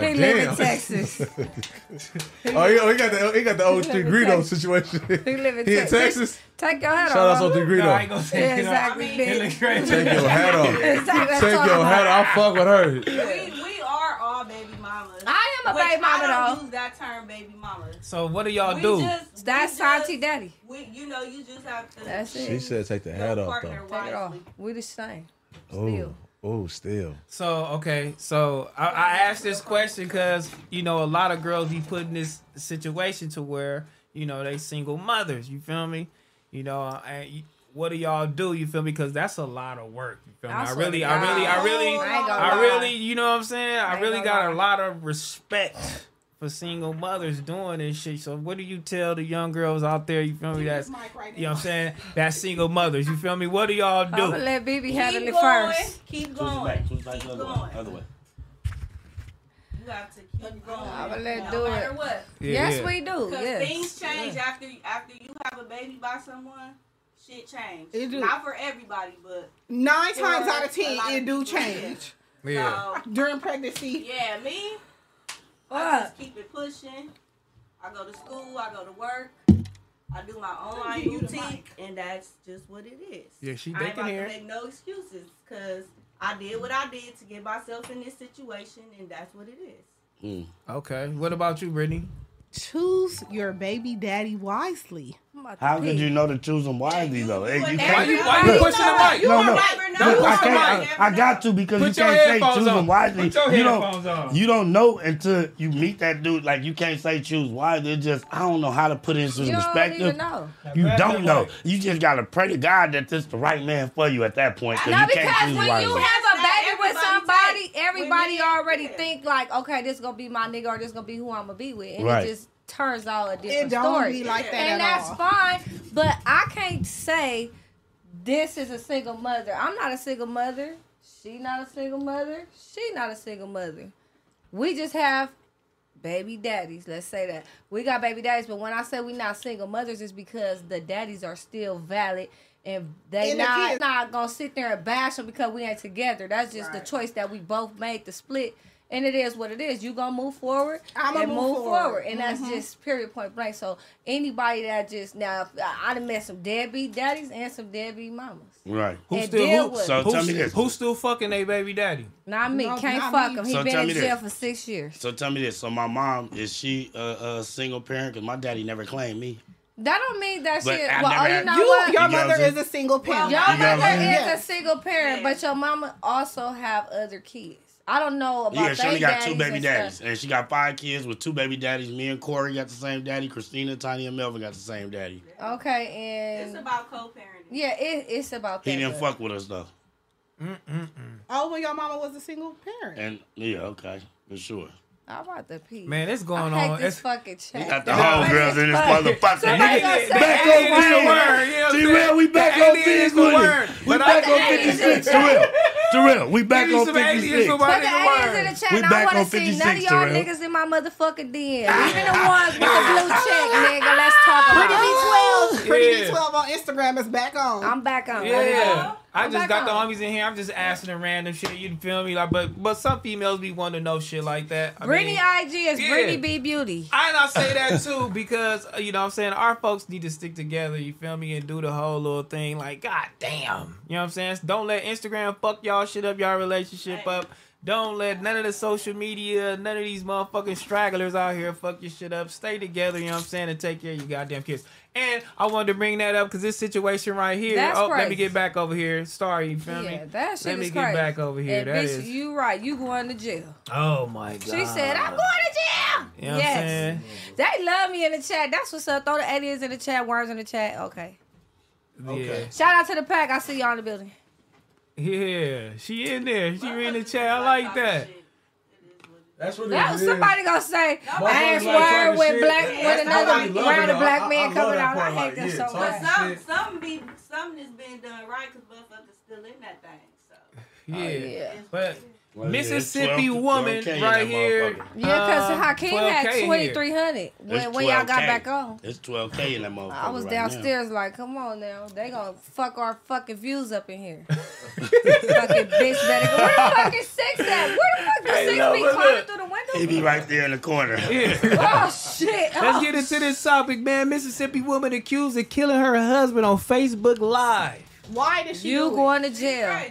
J: He live in
B: damn.
J: Texas.
B: oh, he, oh, he got the he got the old
J: He live in
B: Greedo
J: Texas.
B: situation.
J: He live in
B: He
J: Texas. Take your hat
B: Shout
J: off.
B: outs on Three Greedo. No, I ain't
J: Yeah,
B: gonna take it off.
J: exactly. bitch.
B: Take your hat off.
J: Exactly, that's
B: Take
J: all
B: your
J: I'm
B: hat off. I fuck with her.
K: We, we are all baby mamas.
J: I am a
K: Which
J: baby mama,
K: I don't
J: though.
K: use that term, baby mama.
A: So what do y'all
K: we
A: do?
K: Just,
J: That's auntie daddy.
K: we, you know, you just have to.
J: That's it.
B: She said take the hat off though.
J: Take it off. We the same.
B: Oh, oh, still.
A: So okay, so I, I asked this question because you know a lot of girls be put in this situation to where you know they single mothers. You feel me? You know, and you- what do y'all do? You feel me? Because that's a lot of work. You feel me?
J: I
A: I
J: swear to
A: really, I really, I
J: God.
A: really,
J: I ain't gonna
A: I
J: lie.
A: really, you know what I'm saying? I,
J: ain't
A: really
J: gonna
A: got
J: lie.
A: a lot of respect for single mothers doing this shit. So what do you tell the young girls out there? You feel me? That's you know what I'm saying? That's single mothers. You feel me? What do y'all
J: I'm
A: do?
J: gonna let BB
K: Keep
J: handle it
K: going,
J: first.
K: Keep going.
C: Twist back the other way. Other way.
K: You have to keep going.
J: I'm gonna let
K: no
J: do
K: matter
J: it.
K: what.
J: Yeah, Yes, yeah. we do,
K: 'Cause
J: yes.
K: things change
J: Yeah.
K: after after you have a baby by someone. Shit change.
J: It do.
K: Not for everybody, but
J: Nine
K: for
N: times out of
K: a
N: ten,
K: lot
N: it do
K: people,
N: change
K: Yeah. So,
N: during pregnancy.
K: Yeah, me. I just keep it pushing. I go to school. I go to work. I do my online boutique, and that's just what it is.
A: Yeah, she-
K: I
A: they
K: ain't
A: can
K: about
A: hear
K: to
A: it.
K: make no excuses because I did what I did to get myself in this situation, and that's what it is.
A: Mm. Okay. What about you, Brittany?
N: Choose your baby daddy wisely.
C: How could you know to choose them wisely though? Hey, you
N: Why you-
A: why you
C: Look,
A: pushing the mic? You
C: No,
A: are
C: no, no.
A: right, Bernard.
C: I,
A: Push the
C: can't,
A: mic.
C: I, I got to because
A: Put
C: you
A: your
C: can't say
A: headphones
C: choose
A: on.
C: them wisely.
A: Put your
C: you
A: headphones
C: don't,
A: on.
C: you don't know until you meet that dude. Like you can't say choose wisely. It's just I don't know how to put it into
J: You don't
C: perspective.
J: even know.
C: You don't know. You just gotta pray to God that this the right man for you at that point.
J: No,
C: you can't
J: because
C: choose
J: when
C: wisely.
J: you have a baby with somebody, everybody already think like, okay, this gonna be my nigga or this gonna be who I'm gonna be with, and
C: Right.
J: it just turns out a different
N: don't
J: story.
N: be like that
J: and
N: at
J: that's
N: all.
J: fine. But I can't say this is a single mother. I'm not a single mother. She not a single mother. She not a single mother. We just have baby daddies. Let's say that we got baby daddies. But when I say we not single mothers, it's because the daddies are still valid and they
N: And the
J: not
N: kids-
J: not gonna sit there and bash them because we ain't together. That's just the choice that we both made to split. And it is what it is. You gonna move forward
N: I'ma
J: and
N: move
J: forward,
N: forward.
J: and
N: Mhm.
J: that's just period point blank. So anybody that just now, if- I, I done met some deadbeat daddies and some deadbeat mamas.
C: Right.
A: Who
J: And
A: still
J: deal
A: who,
J: with it.
C: So
A: who,
C: tell me this.
A: who still fucking they baby daddy?
J: Not me.
N: No,
J: Can't
N: not
J: fuck
N: me.
J: him. He
C: So
J: been
C: tell
J: in
C: me this.
J: jail for six years.
C: So tell me this. So my mom is she a, a single parent? Because my daddy never claimed me.
J: That don't mean that
C: But
J: shit.
C: I
J: Well,
C: never
J: oh, you
C: had-
J: know
C: You- your
J: what?
C: You know mother what I'm is
N: a single parent.
J: Your
C: You know what I'm
J: mother is
C: saying?
J: a single parent, but your mama also have other kids. I don't know about.
C: Yeah, she only
J: they
C: got two
J: daddies
C: baby
J: and
C: daddies,
J: stuff.
C: and she got five kids with two baby daddies. Me and Corey got the same daddy. Christina, Tiny, and Melvin got the same daddy.
J: Okay, and
K: It's about co-parenting.
J: yeah, it, it's about that.
C: He didn't
J: but-
C: fuck with us though,
N: Oh, when your mama was a single parent.
C: and yeah, okay, for sure.
J: I brought the pee.
A: Man, it's going
J: I hate
A: on.
J: This
A: It's-
J: fucking chat.
C: Got the homegirls in this motherfucker.
J: Somebody gonna say-
C: Back
J: Alien
C: on
J: is the word,
A: you know what
C: business.
A: I'm
C: Terrell,
A: saying?
C: we back
A: The
C: on
A: alien is
C: business
A: the
C: with
A: word,
C: it. We
A: but I-
C: back
A: the
C: on
A: alien is the
C: 56.
A: word.
C: Terrell, Terrell, we back
A: Give me
C: on
A: some aliens,
C: 56.
A: somebody
J: Put the aliens in the chat.
C: We
J: and I
C: back
J: want
C: on
J: to see none of
C: 56,
J: y'all
C: Terrell.
J: niggas in my motherfucking den. Even the ones with the blue check, nigga. Let's talk about
N: Pretty
J: it.
N: B12. Pretty
A: Yeah.
N: B12 on Instagram is back on.
J: I'm back on.
A: Yeah. I
J: I'm
A: just
J: back
A: got
J: on.
A: the homies in here. I'm just asking them random shit. You feel me? Like, but but some females be want to know shit like that. I
J: Brittany
A: mean,
J: IG is
A: yeah.
J: Brittany B Beauty.
A: I and I say that too because uh, you know what I'm saying our folks need to stick together. You feel me and do the whole little thing. Like God damn, you know what I'm saying. Don't let Instagram fuck y'all shit up, y'all relationship up. Don't let none of the social media, none of these motherfucking stragglers out here fuck your shit up. Stay together, you know what I'm saying, and take care of your goddamn kids. And I wanted to bring that up because this situation right here.
J: That's
A: oh, let me
J: crazy.
A: get back over here. Sorry, you feel me?
J: Yeah, that shit
A: Let me
J: is
A: get
J: crazy.
A: back over here.
J: And
A: That
J: bitch,
A: is-
J: you right. You going to jail.
A: Oh my god.
J: She said, I'm going to jail.
A: You know what I'm
J: yes.
A: saying?
J: They love me in the chat. That's what's up. Throw the aliens in the chat, worms in the chat. Okay.
A: Okay.
J: Shout out to the pack. I see y'all in the building.
A: Yeah, she in there. She in the chat. I like that.
B: That's what
J: That
B: it
J: was
B: is.
J: somebody gonna say
B: Motherfuckers
J: ass
B: like talking
J: word with
B: shit.
J: black
B: That's
J: with
B: not
J: another
B: like you love
J: round
B: it,
J: of black
B: though. I- I
J: man
B: love
J: coming
B: that
J: out.
B: part,
J: I hate
B: like,
J: that
B: yeah,
J: so
B: talk
J: much.
K: But some, some be, some is being done right because motherfuckers still in that thing. So.
A: Yeah.
J: Oh,
K: yeah.
A: But
K: Well, yeah,
A: Mississippi
K: 12
A: woman
C: 12K in that
A: right here.
C: motherfucker.
J: Yeah, because
A: um,
J: Hakeem
A: 12K
J: had
A: here.
J: twenty three hundred when,
C: It's
J: when y'all got
C: 12K.
J: back on.
C: It's 12K in that motherfucker.
J: I was
C: right now.
J: downstairs like, come on now, they gonna fuck our fucking views up in here. fucking bitch, better go. Where the fuck is six at? Where the fuck
C: Hey,
J: does six
C: no,
J: be
C: but
J: climbing
C: look.
J: through the window?
C: He be right there in the corner.
J: Oh shit!
A: Let's
J: Oh,
A: get into this topic, man. Mississippi woman accused of killing her husband on Facebook Live.
J: Why did
N: she
J: You
N: do it?
J: going to jail?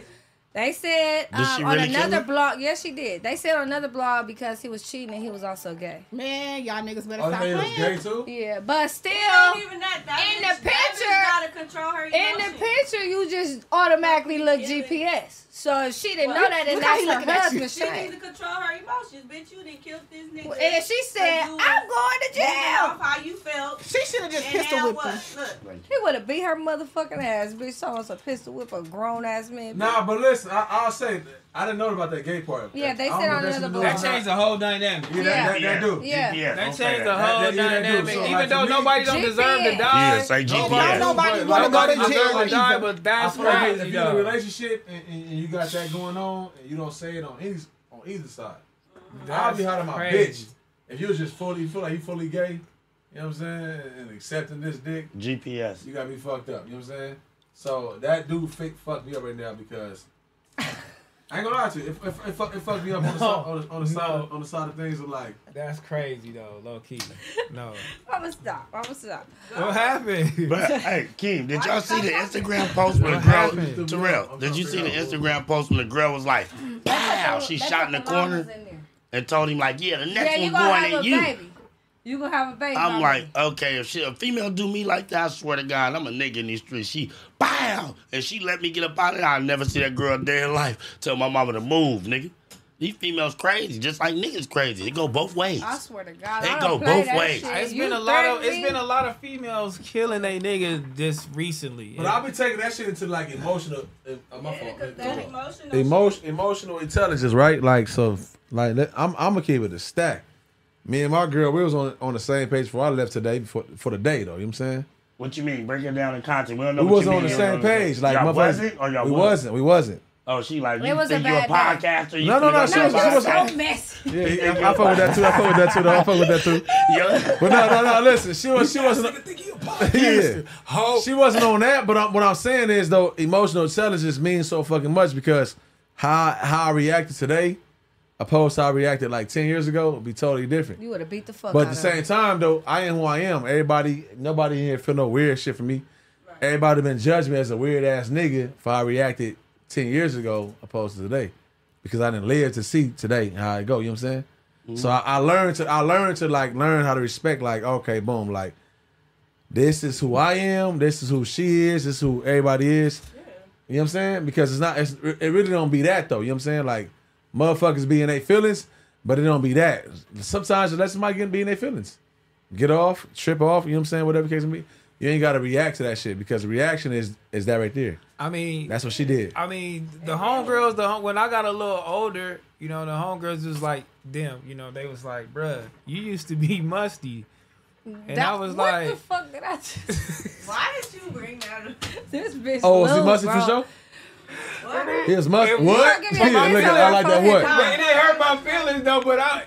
J: They said
A: Did she
J: um, on
A: really kill
J: another
A: him?
J: blog. Yes, she did. They said on another blog because he was cheating and he was also gay.
N: Man, y'all niggas better
J: Oh,
N: stop
J: they was
N: playing.
J: gay too? Yeah, but still, in the
K: That
J: picture,
K: bitch gotta control her
J: in the picture, you just automatically look GPS. So if she didn't know that, and that's her husband.
K: She
J: shit.
K: needs to control her emotions, bitch. You didn't kill this nigga.
J: Well, and she said, "I'm going to jail."
K: Off how you felt.
J: She shoulda just
K: And
J: pistol
K: now
J: whipped
K: what?
J: him.
K: Look,
J: He would have beat her motherfucking ass, bitch. So it's a pistol whip a grown ass man.
B: Nah, but listen, I, I'll say I didn't know about that gay part.
J: Yeah,
B: I
J: they
B: don't
J: said
B: know
J: on
B: if that's
J: another
B: what
J: blog.
B: it is.
A: That changed the whole dynamic.
B: Yeah, that- that- that do.
J: Yeah.
B: Yeah,
A: That
B: don't say
A: changed
B: that.
A: the whole
B: That- that- yeah, that do.
A: dynamic.
B: So, like,
A: Even
B: to
A: though
B: me-
A: nobody don't deserve to
B: GPS.
A: die.
B: Yeah, say
A: Nobody,
B: GPS.
A: nobody,
B: Nobody
A: nobody
B: deserve to
A: deserve to die,
B: either.
A: but
B: I
A: that's
B: feel like
A: crazy,
B: If you're in a
A: though.
B: relationship and, and, and you got that going on, and you don't say it on either on either side, I'll be
A: That's
B: hot of my
A: crazy.
B: bitch. If you was just fully feel like you fully gay, you know what I'm saying, and accepting this dick,
C: GPS.
B: you gotta be fucked up. You know what I'm saying? So that dude fake fucked me up right now because. I ain't gonna lie to you. It, it, it, fuck- it fucked me up on the, si-
A: No.
B: on the, on the side of, on the side of things of like
A: That's crazy though, low key. No.
J: I'ma stop. I'ma stop.
A: What happened?
C: But hey, Kim, did y'all see the Instagram post when the girl Terrell? Did you see the Instagram post when the girl was like, "Pow!" She shot in the corner and told him like, "Yeah, the next
J: yeah, you
C: one
J: gonna
C: going
J: have
C: at
J: a
C: you."
J: baby. You gonna have a baby.
C: I'm
J: mama.
C: like, okay, if she, a female do me like that, I swear to God, I'm a nigga in these streets. She, bow, and she let me get up out of there. I'll never see that girl a day in life. Tell my mama to move, nigga. These females crazy, just like niggas crazy. It go both ways.
J: I swear to God,
C: It
J: I
C: go
J: don't play
C: both
J: that
C: ways.
J: shit.
A: It's
J: You
A: been a lot of
J: threaten
A: it's been
J: me?
A: a lot of females killing they niggas just recently.
B: But I've been taking that shit into like emotional. Uh, my fault.
K: emotional.
B: Emotion, emotional intelligence, right? Like so, like let- I'm I'm gonna keep it a stack. Me and my girl, we was on on the same page before I left today before for the day though. You know what I'm saying?
C: What you mean? Break it down in content. We don't know
B: We
C: what
B: was
C: you mean.
B: on the
C: We don't
B: same
C: know what you
B: page.
C: mean.
B: Like
C: y'all
B: motherfuckers-
C: wasn't or y'all
B: we
C: was?
B: wasn't. We wasn't.
C: Oh, she like
J: It
C: you
J: was a
C: think you a
J: bad day.
C: podcaster? You
B: No, no, no,
C: finna go
B: she was-
C: do
B: she was-
C: something?
J: So messy.
B: Yeah, yeah, I fuck with that too. I fuck with that too. Though. I fuck with that too. But no, no, no. Listen, she was she wasn't. Yeah, she wasn't on that. But I'm, what I'm saying is though, emotional intelligence means so fucking much because how how I reacted today, opposed to how I reacted like ten years ago, would be totally different.
J: You would have beat the fuck.
B: But
J: out
B: at the
J: of
B: same
J: her.
B: time, though, I am who I am. Everybody, nobody in here feel no weird shit for me. Everybody been judged me as a weird ass nigga if I reacted ten years ago opposed to today, because I didn't live to see today how it go. You know what I'm saying? So I, I learned to I learned to like learn how to respect. Like okay, boom, like this is who I am. This is who she is. This is who everybody is. You know what I'm saying? Because it's not. It's, it really don't be that though. You know what I'm saying? Like motherfuckers be in their feelings, but it don't be that. Sometimes you let somebody get be in their feelings, get off, trip off. You know what I'm saying? Whatever the case may be, you ain't got to react to that shit because the reaction is is that right there.
A: I mean
B: That's what she did.
A: I mean, the homegirls, the home, when I got a little older, you know, the homegirls was like them, you know, they was like, bruh, you used to be musty. And
J: That-
A: I was
J: what
A: like,
J: the fuck did I? Just...
K: Why did you bring that up?
J: this bitch.
B: Oh, was he
J: low,
B: musty for
J: bro.
B: sure?
K: What?
B: He was musty.
A: It-
B: What?
A: Give me
B: Yeah,
A: a moment.
B: look, at- I like that. What?
A: But it didn't hurt my feelings though, but I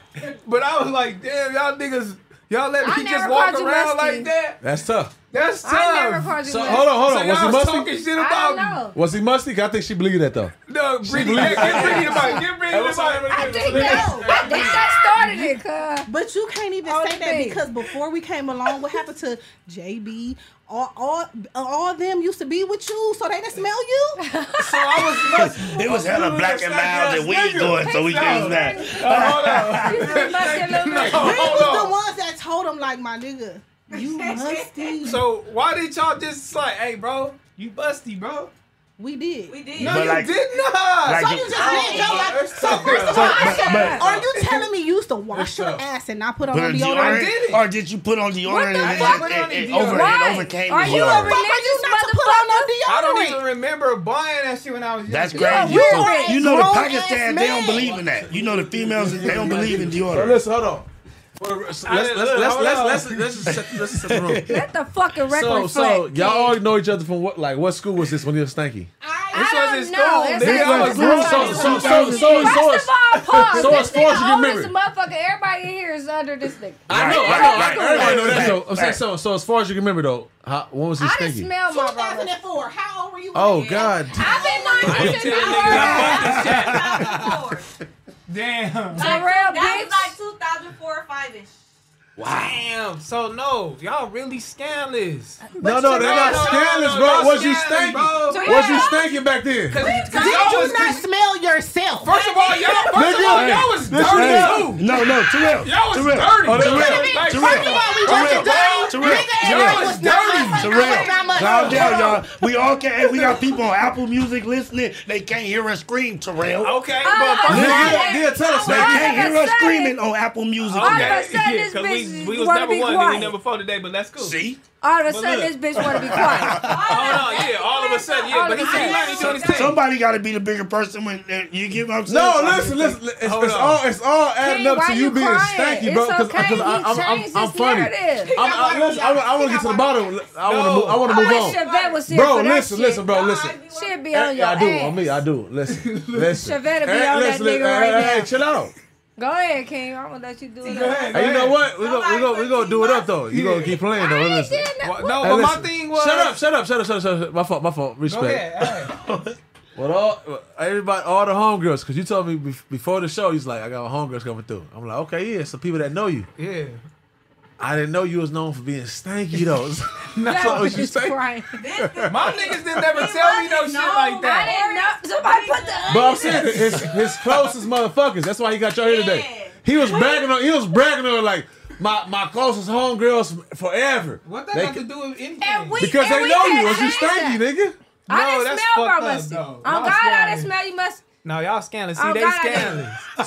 A: but I was like, damn, y'all niggas, y'all let
J: I
A: me just
J: never
A: walk
J: called
A: around
J: you musty.
A: like that.
B: That's tough.
A: That's tough.
J: I never called you
B: So
J: musty.
B: hold on, hold
A: So
B: on. Was he
A: y'all
B: musty?
A: talking shit
J: I
A: about
J: don't know.
B: Was he musty? 'Cause I think she believed that though.
A: No, Brittany, get, get Brittany the mic. Get Brittany the mic.
J: I think that, I think that started it.
N: But you can't even
J: All
N: say
J: the
N: that
J: things.
N: because before we came along, what happened to JB? All, all, all them used to be with you, so they didn't smell you.
A: so I was musty.
C: It was hella black and mild and weed going, so we
A: No.
C: can that.
N: we was
A: hold
N: the
A: on.
N: ones that told them, like, my nigga, you musty.
A: So why did y'all just like, hey, bro, you busty, bro?
N: We did.
K: We did.
N: No,
C: But
N: you
C: like-
N: did not.
C: like
N: so you
C: it-
N: just did. Yo, like, so first of all,
C: But-
N: I
C: but-
N: said,
C: but-
N: are you telling me you used to wash your ass and not put on
C: Put on
N: deodorant?
C: deodorant? Or did you put on deodorant
N: What the
C: and
N: fuck?
C: it, it, it,
N: Why?
C: over, it overcame
N: Are
C: the
N: you a
C: deodorant?
N: religious Why you not to put on no deodorant?
A: I don't even remember buying that shit when I was
C: That's
A: young.
C: crazy.
A: You
C: So,
A: a weird
C: you know, the
A: grown-ass
C: Pakistan, they don't
A: man.
C: believe in that. You know, the females, they don't believe in deodorant.
B: So listen, hold on. For- Let's
C: I
B: let's
C: didn't-
B: let's let's
C: hold
A: Oh,
C: on.
B: let's let's just set- let's set the room.
J: Let the fucking record
B: So,
J: reflect.
B: so
J: kid.
B: y'all all know each other from what? Like, what school was this when you was stanky?
J: I don't know. It's
B: This
J: like-
B: was
J: First
B: grown- so- so- so- so- so-
J: of all, pause.
B: so
J: This
B: as far as you
J: nigga
B: can
J: oldest
B: remember.
J: motherfucker. Everybody in here is under this nigga.
B: I know,
J: Right,
B: I
J: right,
B: know, everybody
J: right,
B: know that.
J: right,
B: So, I'm saying,
J: right.
B: so, so as far as you can remember though, how, when was he
J: I didn't
B: stinky?
J: smell my brother. 2004. How old were you?
B: Oh God,
J: I've been lying since
A: Tell
J: I
A: niggas I
J: was-
A: fucked this shit. Damn.
K: Like,
J: real,
K: that was like 2004 or 5 ish.
A: Damn. So no, y'all really scandalous.
B: no, no, they're not scandalous,
A: no,
B: bro.
A: no,
B: Was you
A: scandalous,
B: stinky?
A: bro.
B: Was you stinking back then?
N: Did you not smell yourself?
A: First of all, y'all, first of
B: Nigga,
A: all, y'all was
B: this
A: dirty.
B: nigga-
A: too.
C: No, no, Oh, to real.
A: Y'all was
C: to real.
A: dirty.
C: To real.
A: Like,
C: To
A: first
C: real.
A: of all, we
C: To
A: wasn't
C: real.
A: dirty.
C: To real.
A: Nigga,
C: To
A: everybody
C: real.
A: was dirty.
C: To
A: Not
C: real.
A: my mother.
C: Calm down, y'all. We all can. Hey, we got people on Apple Music listening. They can't hear us scream, Terrell.
A: Okay,
B: Uh,
A: but Oh, first of
C: Nigga,
A: all-
C: yeah, tell us. They
A: All
C: can't
A: of a
C: hear us
A: sudden-
C: screaming on Apple Music.
A: Okay,
J: sudden, this
A: because we,
J: bitch
A: we was
J: wanna
A: number
J: be
A: one, then we
J: quiet.
A: number four today, but that's cool. See?
J: All of a
A: But
J: sudden, this
A: look.
J: bitch want to be quiet.
A: Hold on, yeah, all of a sudden, yeah, but he said, he doing his thing.
C: Somebody got to be the bigger person when uh, you give up.
B: No, listen, listen. It's, it's
C: Hold on.
B: all it's all adding
C: King,
B: up
C: why
B: to you,
C: you
B: being
C: crying?
B: stanky,
C: It's
B: bro. Because
C: okay, he
B: I'm, I'm, I'm,
C: changed
B: I'm
C: his
B: funny.
C: narrative. He
B: I'm,
C: got
B: I, listen, I, wa- I want to get to the bottom. I want to
A: No.
B: move. I want to
J: I
B: move
J: wish
B: on.
J: Chevette was here
B: Bro,
J: for that
B: listen,
J: shit.
B: listen, bro, listen.
J: She'd be on
B: Yeah,
J: your
B: I do.
J: ass.
B: On me, I do. Listen, listen.
J: Chevette be
B: Hey,
J: on that nigga right
B: hey, hey,
J: now.
B: chill out.
J: Go ahead, King. I'm gonna let you do it.
B: Hey, you know what? We're gonna, we gonna, we gonna do it up though. You gonna keep playing though. Listen.
A: No,
B: Hey,
A: but my
B: listen.
A: thing was.
B: Shut up! Shut up! Shut up! Shut up! Shut up! My fault. My fault. Respect. Well, all everybody, all the homegirls, because you told me bef- before the show, he's like, I got homegirls coming through. I'm like, okay, yeah, some people that know you.
A: Yeah.
B: I didn't know you was known for being stanky though.
A: That
B: So
A: was
B: you stank-
A: My niggas didn't ever tell me no shit like that.
J: I didn't know. Somebody put the.
B: But I'm saying his his closest motherfuckers. That's why he got y'all here today. He was bragging on. He was bragging on like my my closest homegirls forever.
A: What that
B: They
A: got
B: c-
A: to do with anything?
B: because they know you. Was you stanky, nigga?
J: I
A: No,
J: didn't
A: that's
J: smell
A: fucked
J: bro
A: up,
J: musty.
A: though.
J: On
A: Y'all
J: God, I
A: scandalous.
J: didn't smell you musty.
A: No, y'all scandalous. See,
J: Oh,
A: they
J: God, I didn't-
A: scandalous.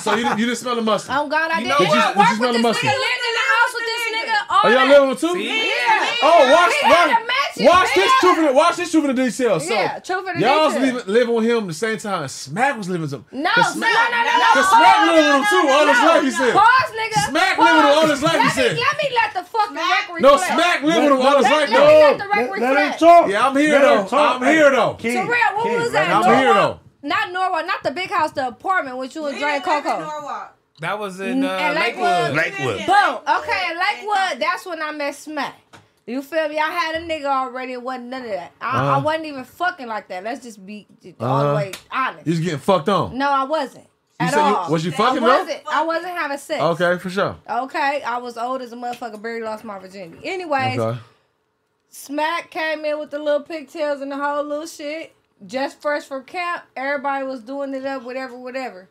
B: So you didn't, you didn't smell the mustard.
J: On God, I
B: You
J: did
B: know
J: not
B: what? Did you-
J: I
B: did
J: worked
B: you smell
J: with
B: the
J: this nigga,
B: mustard?
J: lived in the house with this nigga. All
B: Are y'all
J: that.
B: living with two?
J: Yeah.
B: Oh, watch, watch,
J: We had to match it,
B: watch this
J: yeah.
B: truth in the, watch this truth in the details. So
J: Yeah, truth in the
B: y'all was
J: details.
B: living, living with him the same time. Smack was living with him.
J: No,
B: The
J: no,
B: Smack,
J: no, no, no,
B: The
J: no,
B: Smack
J: no,
B: living with him
J: no,
B: too.
J: no,
B: all his
J: no.
B: life, he said.
J: Pause, nigga.
B: Smack
J: Pause.
B: living with him all his life,
J: Let
B: he
J: me-
B: said.
J: Let me let the fucking record
B: No,
J: reflect.
B: Smack living with him all his
J: Let-
B: life,
J: let me let
B: though.
J: the
B: Let- let
J: record
B: him
J: reflect.
B: talk. Yeah, I'm here,
C: Let him
B: though.
C: talk.
B: I'm here, though.
C: King,
J: So real, what
C: King,
J: was
C: let
J: that?
B: him
J: Norwalk?
B: talk. I'm here, though.
J: Not Norwalk, not the big house, the apartment with you and Dre and Coco.
A: That was in
J: Mm,
A: uh,
J: and
A: Lakewood.
C: Lakewood.
J: Boom. Okay, in Lakewood, that's when I met Smack. You feel me? I had a nigga already. It wasn't none of that. I, I
B: Uh-huh.
J: wasn't even fucking like that. Let's just be all the
B: Uh-huh.
J: way honest.
B: You was getting fucked on.
J: No, I wasn't.
B: You
J: at
B: said you-
J: all.
B: was you fucking,
J: I
B: though?
J: wasn't, I wasn't having sex.
B: Okay, for sure.
J: Okay, I was old as a motherfucker. Barely lost my virginity. Anyways,
B: Okay.
J: Smack came in with the little pigtails and the whole little shit. Just fresh from camp, everybody was doing it up, whatever, whatever.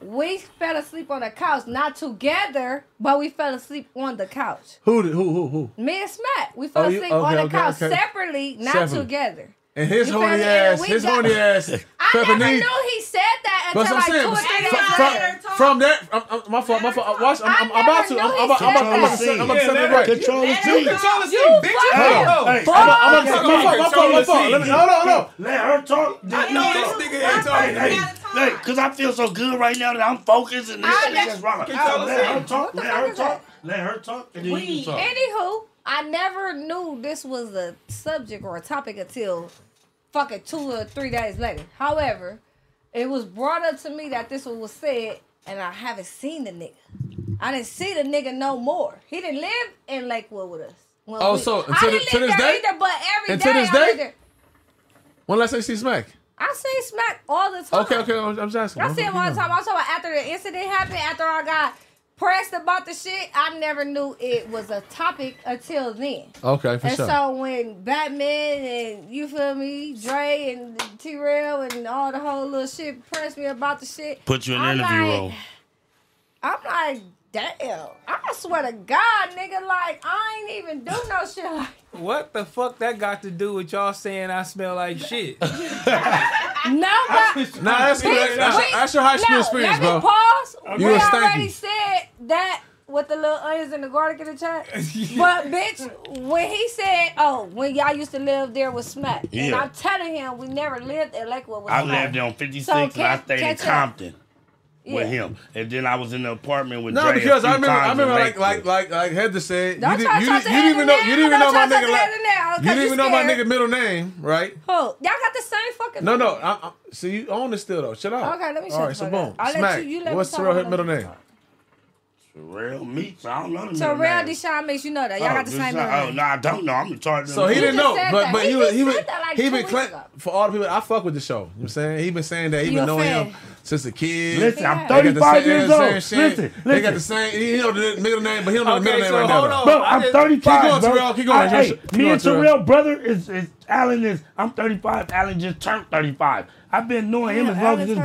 J: We fell asleep on the couch, not together, but we fell asleep on the couch.
B: Who did who who who?
J: Me and Smack, we fell
B: Oh, you-
J: asleep
B: okay,
J: on the
B: okay,
J: couch
B: okay.
J: separately, not
B: Separately.
J: together.
B: And his
J: You feel
B: horny
J: me?
B: ass,
J: We
B: his
J: got-
B: horny ass.
J: I never
B: Pepper Neat.
J: knew he said that
B: But
J: until
B: I'm
J: like
B: saying,
J: two or three
B: from,
J: days
B: from,
J: later.
B: from that, I'm, I'm, my fault, my fault. I watch, I'm, I'm, I'm about to, I'm, I'm, about- I'm, about- I'm, about to set- I'm about to set it right.
C: Control the
A: You
C: team.
A: control the team, bitch. You
B: Hold on.
A: know.
B: Hey, I'm a- I'm a- my
A: Fuck.
B: fault, my fault, my fault. Let me- hold on, hold on.
C: Let her talk. I
A: know this nigga ain't talking.
C: Because I feel so good right now that I'm focused and this
J: I
C: shit
J: just-
C: is wrong. Let
A: Control the
C: her
A: team.
C: talk.
J: the
C: Let
J: fuck
C: her
J: is that?
C: talk. Let her talk. And then you can talk.
J: Anywho, I never knew this was a subject or a topic until fucking two or three days later. However, it was brought up to me that this one was said, and I haven't seen the nigga. I didn't see the nigga no more. He didn't live in Lakewood with us. Well,
B: Oh,
J: we-
B: so
J: I
B: until
J: didn't
B: the- to
J: live
B: this
J: there
B: day?
J: either, but every day
B: Until this
J: I
B: day?
J: lived there.
B: When last I see Smack?
J: I seen Smack all the time.
B: Okay, okay, I'm I'm just asking.
J: I said one time, I was talking about after the incident happened, after I got pressed about the shit, I never knew it was a topic until then.
B: Okay, for
J: and
B: sure.
J: so when Batman and you feel me, Dre and T Rail and all the whole little shit pressed me about the shit,
C: Put you in
J: I'm
C: interview
J: like,
C: role.
J: I'm like, damn. I swear to God, nigga, like I ain't even do no shit like
A: What the fuck that got to do with y'all saying I smell like shit?
J: No, but
A: Nah,
J: Bitch,
A: that's correct. That's-
J: we-
A: that's your high school
J: no,
A: experience,
J: let me
A: bro.
J: Pause.
A: You
J: we
A: was stanky.
J: already said that with the little onions and the garlic in the chat. but bitch, when he said, "Oh, when y'all used to live there with Smack," and
C: Yeah.
J: I'm telling him we never lived in Lakewood with
C: I
J: Smack.
C: lived on 56
J: So
C: and I
J: catch-
C: stayed in
J: catch up.
C: Compton with
J: Yeah.
C: him. And then I was in the apartment with
B: No,
C: Dre a
B: because I
C: few
B: remember, I
C: times in
B: remember, like, like,
C: Lakewood.
B: like, like Heather said,
J: Don't
B: you, didn't,
J: try
B: you,
J: to
B: you
J: talk to
B: didn't even know,
J: Heather
B: you
J: now.
B: didn't even know
J: Don't
B: my
J: try to
B: nigga,
J: talk to
B: like,
J: Heather now, 'cause
B: you didn't
J: you
B: even know my
J: scared.
B: nigga middle name, right?
J: Who? Y'all got the same fucking.
B: No, no, I, I, see, you own it still though. Shut up.
J: Okay, let me shut
B: All
J: the
B: right, so
J: fuck
B: boom,
J: up. I'll let
B: smack.
J: you- you let me
B: What's
J: talk,
B: Terrell
J: I'll
B: Hicks' middle name?
C: Terrell Meeks. I don't know the middle
J: So real
C: name.
J: Deshaun makes you know that y'all
C: Oh,
J: got the
C: this
J: same.
C: is-
J: memory.
C: Oh, no, I don't know. I'm retarded.
B: So he,
J: He
B: didn't
J: just
B: know,
J: said
B: but
J: that.
B: but
J: He
B: he, was
J: just
B: he
J: said
B: was
J: that, like,
B: he
J: two
B: been
J: weeks
B: cla-
J: ago.
B: for all the people. I fuck with the show. You know what I'm saying he been saying that he
J: You a
B: been knowing
J: fan.
B: him since a kid.
C: Listen, I'm
B: They got the
C: 35
B: same- they
C: years
B: got the same
C: old.
B: shit.
C: Listen,
B: they got the
C: listen.
B: same. He know the middle name, but he don't know the
C: Okay,
B: middle name
C: so
B: right
C: hold
B: now.
C: on.
B: though.
C: Bro, I'm
B: Keep
C: 35.
B: going,
C: bro.
B: Terrell. Keep going.
C: I- hey,
B: Keep
C: me
B: going,
C: and
B: Terrell.
C: Terrell brother is is Alan is I'm 35. Alan just turned 35. I've been knowing him as long as his,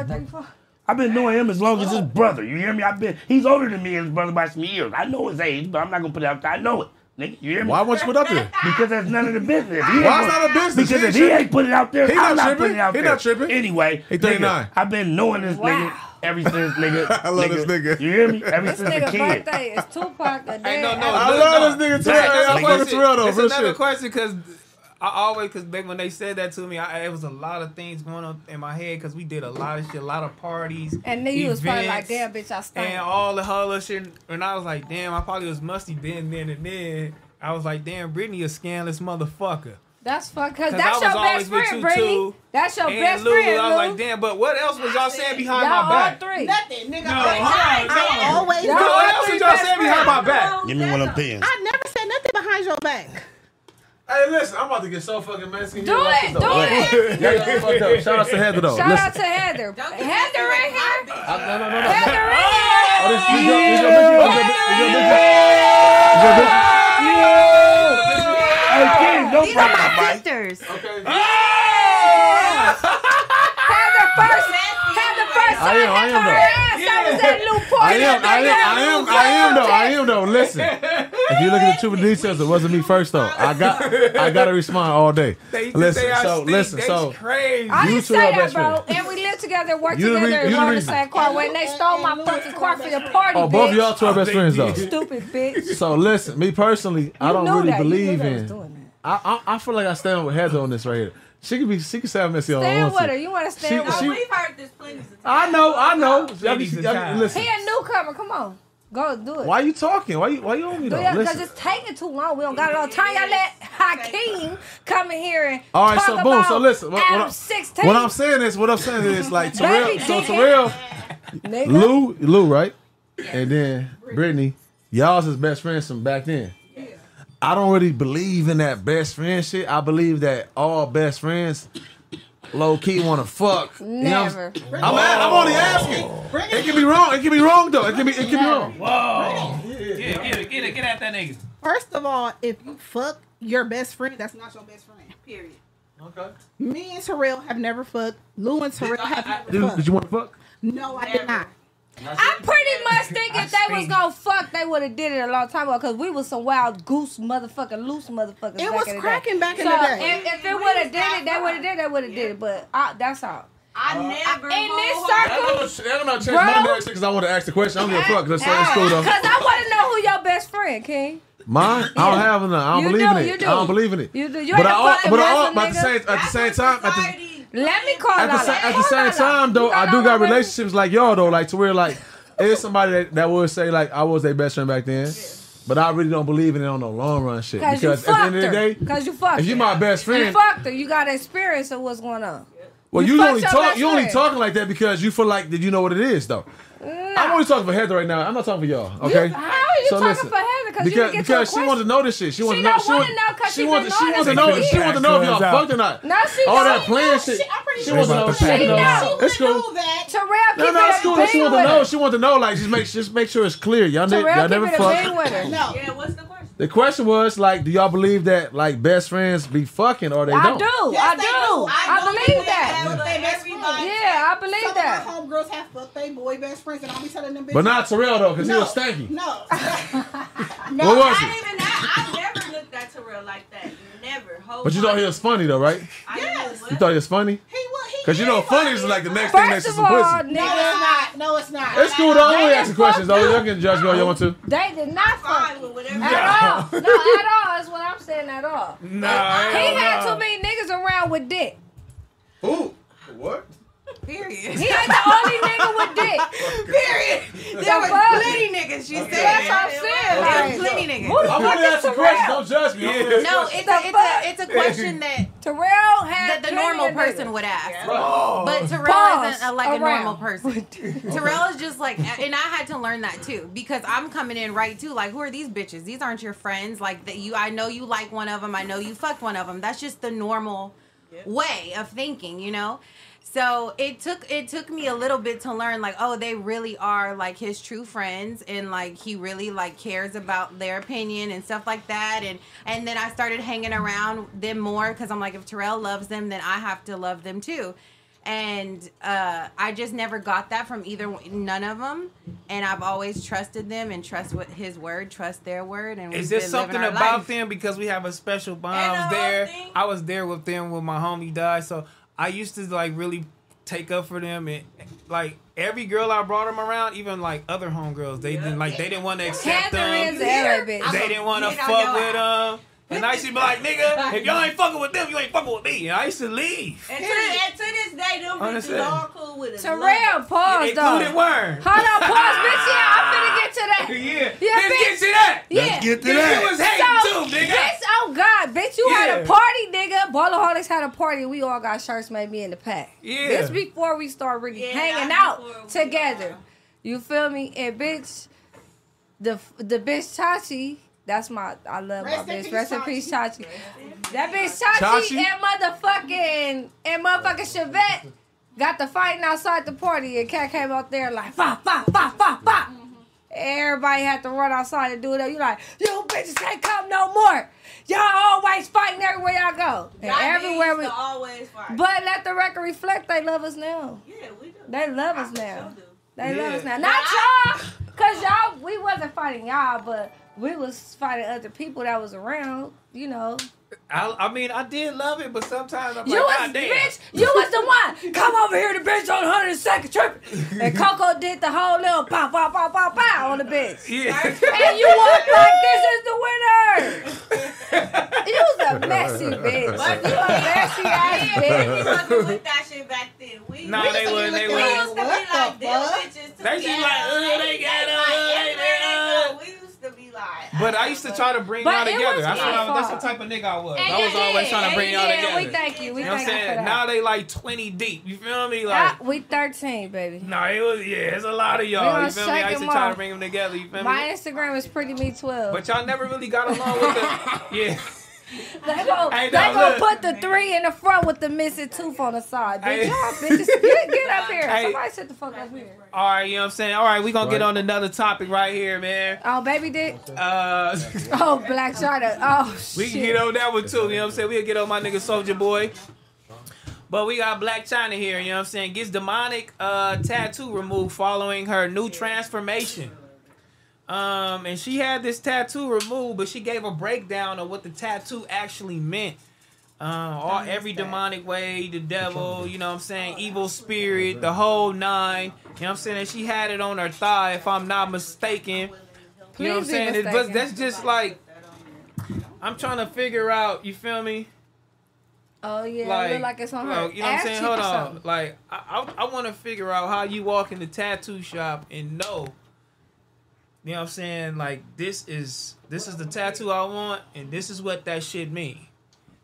C: I've been knowing him as long as his brother. You hear me? I've been he's older than me and his brother by some years. I know his age, but I'm not gonna put it out there. I know it. Nigga, you hear me?
B: Why won't you put up there?
C: Because that's none of the business. He ain't
B: Why it's
C: gonna-
B: not a business?
C: Because
B: He
C: if
B: ain't
C: he ain't
B: tripping.
C: put it out there,
B: He
C: I'm
B: not
C: not
B: tripping.
C: putting it out
B: He
C: there.
B: not tripping.
C: Anyway,
B: He
C: nigga,
B: 39.
C: I've been knowing this nigga ever since nigga.
B: I love this
C: nigga. You hear me? Ever
J: This
C: since a
J: nigga
C: kid.
J: birthday is Tupac. The day
A: no, no,
J: after.
B: I love this nigga Terrell.
A: That's
B: I
A: a
B: fuck with
A: question.
B: Terrell though.
A: It's
B: Real
A: another
B: shit.
A: question because I always because back when they said that to me, I, it was a lot of things going on in my head because we did a lot of shit, a lot of parties,
J: And then you was probably like,
A: events,
J: "Damn, bitch, I
A: and
J: stank."
A: all the whole other shit. And I was like, damn, I probably was musty then, then, and then. I was like, damn, Brittany a scandaless motherfucker.
J: That's fuck. Cause
A: 'Cause
J: that's your
A: I was
J: best
A: always with
J: friend,
A: you
J: Brittany.
A: too.
J: That's your
A: and
J: best
A: Lulu,
J: friend,
A: I was like,
J: Lulu.
A: damn, but what else was y'all saying behind
J: Y'all
A: my back?
J: all three.
N: Nothing, nigga.
A: No,
N: I-
A: hold on,
N: I
A: no.
N: always
A: No, what else did y'all say behind my back?
C: Give me one of them pins.
N: I never said nothing behind your back.
B: Hey, listen, I'm about to get so fucking messy.
N: Do it, do
J: it.
B: Y'all get fucked up. Shout out to Heather though.
J: Shout
B: Listen.
J: out to Heather. Heather in here.
B: I- no, no, no, no.
J: Heather in here.
B: Oh, this is your- this is your bitch- this is your bitch- this is your bitch-
C: Hey, kids, don't
O: These
C: break
O: are
C: my
O: my
C: mic.
O: sisters.
J: Heather first. Heather first.
B: I am, I am though.
J: I was at Lou Porter.
B: I am, I am, I am, I am though. I am though. Listen, if you look at the truth and details, it wasn't me first though. I got, I gotta respond all day.
A: They-
B: Listen,
A: they are
B: so
A: stink.
B: listen,
A: They
B: so
A: crazy.
J: I
B: you
J: didn't
B: two
J: say
B: are
J: that,
B: best
J: bro.
B: friends.
J: And we lived together, worked
B: You the
J: together,
B: re-
J: and
B: you the
J: rode the
B: reason.
J: same car. When they stole my fucking car for your party,
B: Oh, both of
J: bitch.
B: y'all two are best friends though.
J: Stupid bitch.
B: So listen, me personally, I
J: You
B: don't
J: knew
B: really
J: that. You knew
B: believe
J: they was
B: in. I, I I feel like I stand with Heather on this right here. She could be, she could sound messy all
J: Stand
B: wants
J: with
B: to.
J: her. You want to stand
B: She-
J: with
B: she-
J: her.
B: We've
K: heard this plenty of
B: I know, I know. Y'all be-
J: He
B: y'all be- listen,
J: a newcomer. Come on. Go do it.
B: why you talking? Why you why you on me
J: Do
B: though?
J: it because
B: Listen.
J: it's taking too long. We don't got a lot of time. Y'all let Hakeem come in here and
B: All right,
J: talk
B: so boom.
J: about
B: So listen, what, what,
J: Adam
B: I'm,
J: 16.
B: what I'm saying is, what I'm saying is, like Terrell.
J: Baby
B: so
J: digging.
B: Terrell,
J: Nigga.
B: Lou, Lou, right, and then Brittany, y'all's his best friends from back then. I don't really believe in that best friend shit. I believe that all best friends, low key, want to fuck. You know what I'm-
J: Never.
B: I'm, a- I'm only asking. It can be wrong. It can be wrong though. It can be. It can be wrong.
A: Whoa! Get it, get it, get it, get at that nigga.
N: First of all, if you fuck your best friend, that's not your best friend. Period.
A: Okay.
N: Me and Terrell have never fucked. Lou and Terrell have never
B: Did,
N: fucked.
B: did you want to fuck?
N: No, I did not.
J: I pretty much think if they was gonna fuck, they would have did it a long time ago because we was some wild goose motherfucking loose motherfuckers.
N: It
J: back
N: was
J: in the
N: cracking
J: day.
N: back in
J: so
N: the day.
J: If, if it would have did it, they would have did. it, They would have did it. But I, that's all.
K: I never.
J: In this
B: I'm
J: circle,
B: gonna, I'm gonna change
J: Bro.
B: my next because I want to ask the question. I don't give a fuck. That's that's cool though.
J: because I want to know who your best friend, King.
B: Mine, I don't have none. I don't
J: You
B: believe
J: do,
B: in it.
J: you do.
B: I don't believe in it.
J: You do. You
B: but
J: ain't
B: I,
J: a
B: al-
J: fucking
B: but I, al-
J: lesson,
B: but at the
J: nigga.
B: same at the same time at the,
J: Let me call
B: at the,
J: out.
B: sa- at the same time though, I do got relationships like y'all though, like to where like there's somebody that, that would say like I was their best friend back then, but I really don't believe in it on the long run shit
J: Because you
B: because at the
J: fucked
B: end of the
J: her.
B: day,
J: Because you fucked
B: if you
J: her.
B: my best
J: You
B: friend-
J: fucked her. You got experience of what's going on.
B: well
J: You
B: you,
J: fucked
B: only
J: your
B: talk
J: best
B: you only
J: friend.
B: talking like that because you feel like that you know what it is though. I'm only talking for Heather right now. I'm not talking for y'all. Okay.
J: You- how are you talking for Heather? 'Cause you
B: because,
J: didn't get to
B: because
J: a
B: she wanted to know this shit. She wanted to know.
J: don't
B: She
J: wanna
B: wanted
J: know 'cause
B: she
J: she
B: wanted.
J: been
B: She
J: knowing
B: wanted to
J: it
B: know.
J: for
B: She wanted to
J: years.
B: know if y'all
J: Back to
B: fucked or not.
J: No, she
B: All
J: don't.
B: that playing
J: She-
B: shit.
J: I'm pretty
B: She
J: sure
B: wanted to
J: she
B: know. She wanted to
J: knows. She
B: know.
J: knows.
B: It's cool.
J: Terrell, keep
B: No, no, it's cool.
J: it a
B: that She wanted to
J: bean
B: know.
J: with her.
B: She wanted to know. Like, just make, just make sure it's clear. Y'all, ne-
J: Terrell,
B: y'all
J: keep
B: never
J: it a bean
B: fucked.
J: with her.
K: Yeah, what's the question?
I: The question was like, do y'all believe that like best friends be fucking or they
J: I
I: don't?
J: do.
N: Yes,
J: I
N: they
J: do.
N: do.
J: I,
N: I know
J: believe
N: they
J: that.
N: have their best friends.
J: Yeah, I believe
N: Some
J: that.
N: Some of my homegirls have fucked they boy best friends, and I be telling them.
I: But
N: bitches-
I: not Terrell, though, 'cause he
N: No,
I: was stanky.
N: No,
I: What was
K: I
I: it?
K: even I, I never looked at Terrell like that. Never. Whole
I: But you thought he was funny though, right?
K: yes.
I: You thought he was funny?
N: He was.
I: Cause you know funny is like the next thing next to some pussy.
N: No, it's not. No, it's not.
I: It's cool to only
J: They
I: ask
J: done
I: questions
J: fucked
I: though.
J: up.
I: You can judge me all you want to.
J: They did not fuck
K: whatever.
J: At all. No, at all is what I'm saying at all.
I: No,
J: he had too many niggas around with dick.
I: Who? What?
J: Period. He ain't the only nigga with dick. Period. There was plenty
P: niggas. You
J: said that's what I'm saying. Like,
P: There's plenty niggas.
J: Who the
I: I'm
J: fuck
I: only
J: is
I: asking questions. Don't
J: Terrell?
I: judge me. I'm only asking
P: No,
I: questions.
P: it's a it's a it's a question that
J: Terrell had
P: that the
J: plenty
P: normal
J: of
P: person
J: niggas.
P: would ask.
I: Oh.
P: But Terrell
J: Pause.
P: isn't a, like
J: Around.
P: a normal person. Terrell is just like, and I had to learn that too because I'm coming in right too. Like, who are these bitches? These aren't your friends. Like that you, I know you like one of them. I know you fucked one of them. That's just the normal way of thinking, you know. So it took it took me a little bit to learn like oh they really are like his true friends and like he really like cares about their opinion and stuff like that and and then I started hanging around them more cuz I'm like if Terrell loves them then I have to love them too and uh, I just never got that from either one- none of them. And I've always trusted them and trust what his word, trust their word. And we've
A: Is there
P: been living
A: something
P: our
A: about
P: life.
A: them because we have a special bond? I was there. I was there with them when my homie died, so I used to like really take up for them and like every girl I brought them around, even like other homegirls, they didn't like they didn't want to accept them.
J: Catherine's every bitch.
A: They didn't want to
J: Get on
A: fuck
J: your
A: with them. And I used to be like, nigga, if y'all ain't fucking with them, you ain't fucking with me. And I used to leave.
K: And to, and to this day, them
A: Honestly.
K: bitches all cool with it.
J: Terrell, pause
A: Including
J: though.
A: Worm.
J: Hold on, pause, bitch. Yeah, I'm finna get to that.
A: Yeah.
J: Yeah,
A: Let's
J: bitch.
A: get to that.
J: Yeah.
A: Bitch, You was hating
J: So,
A: too, nigga.
J: Bitch, oh God, bitch, you had
A: Yeah.
J: a party, nigga. Ballaholics had a party. We all got shirts maybe in the pack.
M: Yeah.
J: This before we start really hanging out together. You feel me? And bitch, the the bitch Chachi, that's my I love
M: Rest
J: my
M: in
J: bitch.
M: peace,
J: Rest in peace, Chachi. That bitch
M: Chachi.
J: Chachi, and motherfucking and motherfucking Chevette got the fighting outside the party and cat came out there like fa fa fa fa fa. Everybody had to run outside and do it. You like, you bitches can't come no more. Y'all always fighting everywhere y'all go. And
K: Y'all
J: everywhere
K: used
J: we
K: to always fight.
J: But let the record reflect they love us now.
K: Yeah, we do.
J: They love us now. They love
K: Yeah.
J: us now.
K: But
J: Not
K: I-
J: y'all. Cause y'all we wasn't fighting y'all, but we was fighting other people that was around, you know.
A: I, I mean, I did love it, but sometimes I'm
J: You
A: like,
J: was
A: God damn.
J: bitch. You was the one. Come over here, the bitch on hundred second trip. And Coco did the whole little pow pow pow pow pow on the bitch.
A: Yeah.
J: And you walked like this is the winner. you was a messy bitch.
K: But
J: you a messy ass
K: We
J: bitch.
K: wasn't with that shit back then. We,
A: Nah,
K: we
A: they
K: used to
A: wasn't,
K: be
A: they
K: looking-
A: wasn't.
K: We used to be like, them
A: What
K: bitches
A: They just
K: together.
A: like, "Ugh, they
K: like,
A: got up, ugh, they
K: everywhere
A: got
K: go, We used to be like,
A: But I used to try to bring
K: But
A: y'all
K: it
A: together.
K: was
A: That's, what
K: your
A: I, that's the
K: fault.
A: type of nigga I was.
J: And
A: I
J: you
A: was always
J: did,
A: trying to
J: and
A: bring
J: you
A: y'all
J: did.
A: together.
J: We thank you, we
A: You know what I'm
J: thank you for that.
A: saying? Now they like 20 deep. You feel me? Like,
J: Ah, we thirteen, baby.
A: no, it was, yeah, it's a lot of
J: We
A: y'all.
J: gonna
A: You feel me? I
J: shake
A: used to
J: them
A: try to
J: off.
A: bring them together. You feel
J: My
A: me?
J: Instagram is pretty me twelve.
A: But y'all never really got along with the. Yeah.
J: They gonna,
A: Hey,
J: they
A: now,
J: gonna
A: look.
J: put the three in the front with the missing tooth on the side. Bitch,
A: Hey.
J: y'all bitches, get, get up here.
A: Hey.
J: Somebody shut the fuck up here.
A: All right, you know what I'm saying? All right, we going to get
J: Right.
A: on another topic right here, man.
J: Oh, baby dick.
A: Uh,
J: Oh, black China. Oh, shit.
A: We can get on that one too. You know what I'm saying? We'll get on my nigga Soldier Boy. But we got Black China here, you know what I'm saying? Gets demonic uh, tattoo removed following her new transformation. Um, and she had this tattoo removed, but she gave a breakdown of what the tattoo actually meant. Um, all every demonic way, the devil, you know what I'm saying, evil spirit, the whole nine. You know what I'm saying? And she had it on her thigh, if I'm not mistaken. you know what I'm
J: Please be
A: saying? It- but
J: mistaken.
A: that's just like I'm trying to figure out, you feel me?
J: Oh, yeah. it look like it's on her.
A: like, You know what
J: ass
A: I'm saying?
J: cheek
A: Hold
J: or
A: on.
J: something.
A: Like, I, I, I want to figure out how you walk in the tattoo shop and know, you know what I'm saying? Like, this is this is the tattoo I want, and this is what that shit mean.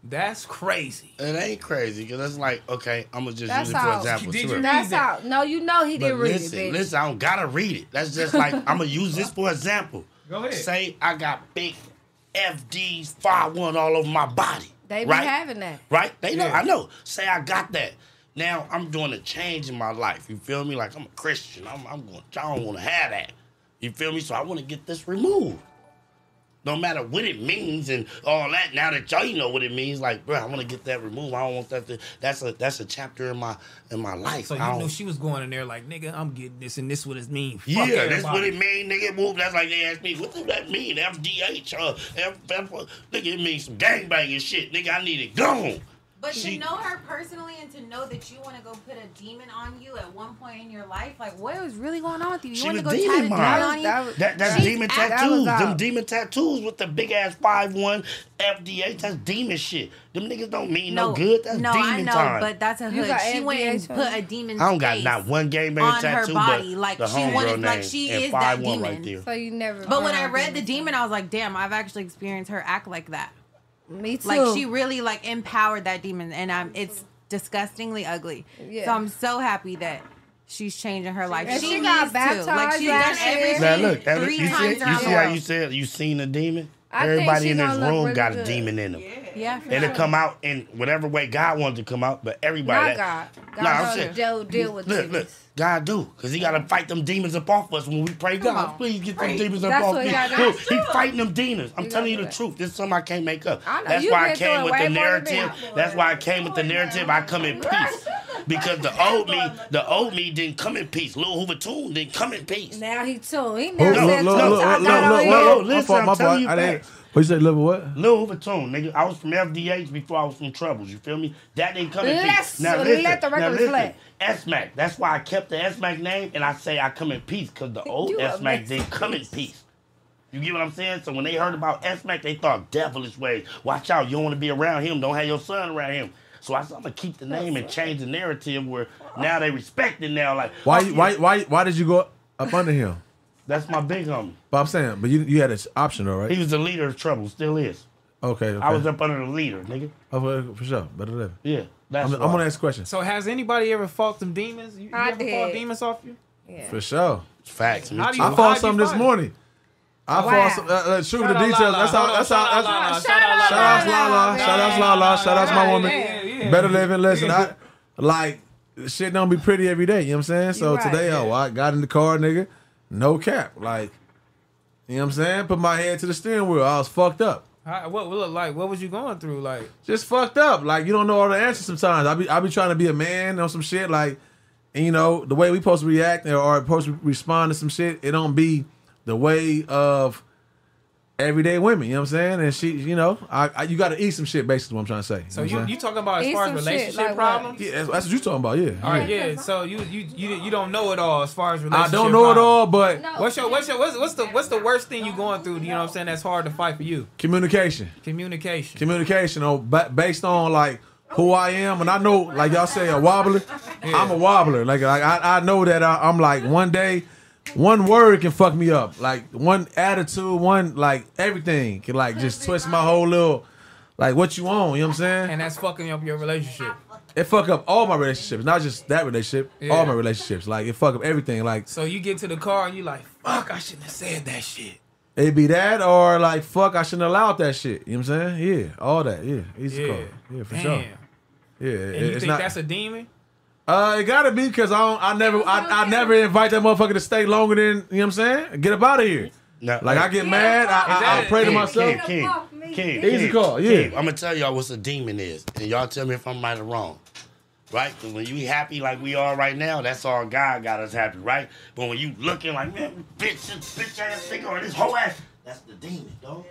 A: That's crazy.
C: It ain't crazy because it's like, okay, I'm gonna just
J: That's
C: use it for
J: out.
C: example. too.
J: That's out. No, you know he
C: But
J: didn't read
C: listen,
J: it, bitch.
C: listen, I don't gotta read it. That's just like I'm gonna use this for example.
A: Go ahead.
C: Say I got big FDs five one all over my body.
J: They be
C: right?
J: having that.
C: Right? They know.
J: Yeah.
C: I know. Say I got that. Now I'm doing a change in my life. You feel me? Like I'm a Christian. I'm, I'm going. I don't want to have that. You feel me? So I want to get this removed. no matter what it means and all that. Now that y'all you know what it means, like, bro, I want to get that removed. I don't want that. To, that's a that's a chapter in my in my life.
A: So
C: I
A: you
C: don't-
A: knew she was going in there like, nigga, I'm getting this, and this what it means. Fuck
C: yeah, that's what
A: everybody.
C: it mean, nigga. Move. That's like they asked me, what does that mean? FDH or uh, F, F, nigga, it means some gangbanging shit, nigga. I need it gone.
P: But
C: She-
P: to know her personally and to know that you want to go put a demon on you at one point in your life, like what was really going on with you? You
C: She
P: want to
C: was
P: go
C: demon
P: tie the demon
C: mind.
P: on you?
C: That, that's
P: She's
C: demon
P: out.
C: tattoos.
P: uh,
C: Them demon tattoos with the big ass five one FDA. That's demon shit. Them niggas don't mean no, good. That's
P: no,
C: demon
P: I know,
C: time.
P: but that's a
M: You
P: hood.
M: got
P: She went
M: NBA
P: and
M: too.
P: put a demon.
C: I don't got
P: face.
C: not one game man
P: on her
C: tattoo,
P: body.
C: but
P: Like,
C: the
P: she
C: homegirl
P: wanted- like,
C: name
P: she
C: and
P: is that
C: 5'1" Right
P: demon.
C: there.
M: So you never.
P: But when I read the demon, I was like, damn, I've actually experienced her act like that.
M: Me too.
P: Like she really like empowered that demon, and I'm it's disgustingly ugly.
M: Yeah.
P: So I'm so happy that she's changing her life.
M: And
P: she,
M: she got
P: got needs to. Like
M: baptized
P: she's done
M: last year.
P: everything
C: Now look, Alex,
P: three
C: you see,
P: times
C: you see
P: around. the
C: how
P: world.
C: you said you seen a demon.
P: I think
C: Everybody
P: she
C: in this
P: gonna look
C: room
P: really
C: got a
P: good.
C: demon in them.
P: yeah, for
C: It'll
P: sure.
C: come out in whatever way God wants it to come out, but
M: Not
C: everybody. that-
M: God.
C: Nah,
M: God
C: I'm
M: don't
C: saying-
M: deal- deal with
C: look, look, God do, cause He gotta fight them demons up off us when we pray.
M: Come
C: God,
M: on.
C: please get
M: Pray.
C: them demons up
M: That's
C: off
M: what
C: me.
M: he gotta
C: Look,
M: do.
C: he fighting them demons. I'm
M: He
C: telling you
M: gotta
C: the
M: do that.
C: truth. This is something I can't make up.
M: I know.
C: That's
M: You
C: why I
M: been through
C: came
M: it
C: with
M: way
C: the
M: more than me.
C: narrative. That's why I came with the narrative. I come in peace because the old me, the old me didn't come in peace. Lil Hoover Tune didn't come in peace.
M: Now he too. He
C: No,
M: never
C: no,
M: said
C: no,
M: two times. I got on you.
C: no,
B: My
C: listen,
B: fault, my
C: I'm
B: fault.
C: telling you
B: I didn't-
C: facts.
B: What you say, Lil what?
C: Lil Hoover Tune, nigga. I was from FDH before I was from Troubles. You feel me? That didn't come in
M: Let's-
C: peace. Now
M: let
C: listen,
M: the record
C: now listen.
M: reflect.
C: S-Mac. That's why I kept the S-Mac name, and I say I come in peace because the old
M: You a
C: S-Mac
M: mess.
C: didn't come in peace. You get what I'm saying? So when they heard about S-Mac, they thought devilish ways. Watch out! You don't want to be around him. Don't have your son around him. So I said I'm gonna keep the name and change the narrative where now they respect it. Now like
B: Why,
C: oh,
B: you
C: yeah,
B: why, why, why did you go up under him?
C: That's my big homie.
B: But I'm saying, but you, you had an option though, right?
C: He was the leader of Trouble. Still is.
B: okay, okay.
C: I was up under the leader, nigga.
B: Okay, Oh, for sure. Better than
C: Yeah, that's
B: I'm, I'm
C: why.
B: gonna ask a question.
A: So has anybody ever fought them demons? You, you
M: I
A: ever fought
M: did.
A: demons off you?
B: For sure.
C: Facts.
A: How do you-
B: I
A: how do
B: fought
A: you
B: something this
A: fight?
B: morning. I
A: Wow.
B: fought some, uh, uh, shoot the
A: Shout out
B: details.
A: Lala.
B: That's how.
A: Hold on,
B: That's
A: shout
B: how.
A: out
B: That's,
A: Lala. Shout
B: shout
A: out
B: out Lala.
A: Lala.
B: Shout out Lala. Shout out my woman.
A: Yeah, yeah.
B: Better living. Listen, I like shit. Don't be pretty every day. You know what I'm saying? So
M: right.
B: today, oh, I got in the car, nigga. No cap. Like, you know what I'm saying? Put my head to the steering wheel. I was fucked up.
A: How, what what- like? What was you going through? Like
B: just fucked up. Like you don't know all the answers sometimes. I be I be trying to be a man on some shit. Like, and you know the way we supposed to react or are supposed to respond to some shit. It don't be the way of everyday women. You know what I'm saying? And she, you know, I, I you got to eat some shit. Basically, what I'm trying to say.
A: so
B: know
A: you
B: what I'm
A: you
B: saying?
A: talking about as
M: Eat
A: far as
M: some shit,
A: relationship
M: like what?
A: problems?
B: yeah, that's, that's what you talking about. Yeah.
A: All right, yeah. So you you you you don't know it all as far as
B: I
A: relationship.
B: don't know it
A: problems.
B: all, but
A: What's your what's your what's, what's the what's the worst thing you going through? You know what I'm saying? That's hard to fight for you.
B: communication.
A: Communication.
B: communication on ba- based on like who I am, and I know like y'all say a wobbler. I'm a wobbler. Like, like I, I know that I, I'm like one day, one word can fuck me up. Like one attitude, one like everything can like just twist my whole little like what you on. You know what I'm saying?
A: And that's fucking up your relationship.
B: It fuck up all my relationships, not just that relationship.
A: Yeah.
B: All my relationships, like it fuck up everything. Like
A: So you get to the car and you like, fuck, I shouldn't have said that shit.
B: it be that or like fuck, I shouldn't allow that shit. You know what I'm saying? Yeah, all that. Yeah, easy
A: Yeah.
B: call. Yeah, for
A: Damn.
B: sure. Yeah,
A: And
B: it-
A: you
B: it's
A: think
B: not.
A: that's a demon?
B: Uh, it gotta be because I don't, I never I, I never invite that motherfucker to stay longer than you know what I'm saying. Get up out of here. like I get mad, I, I, I pray to myself.
C: Kim, Kim, Kim,
B: Easy call, yeah.
C: I'm gonna tell y'all what a demon is, and y'all tell me if I'm right or wrong. Right? 'Cause when you happy like we are right now, that's all God got us happy, right? But when you looking like man, bitch, this bitch ass nigga or this whole ass, that's the demon, dog.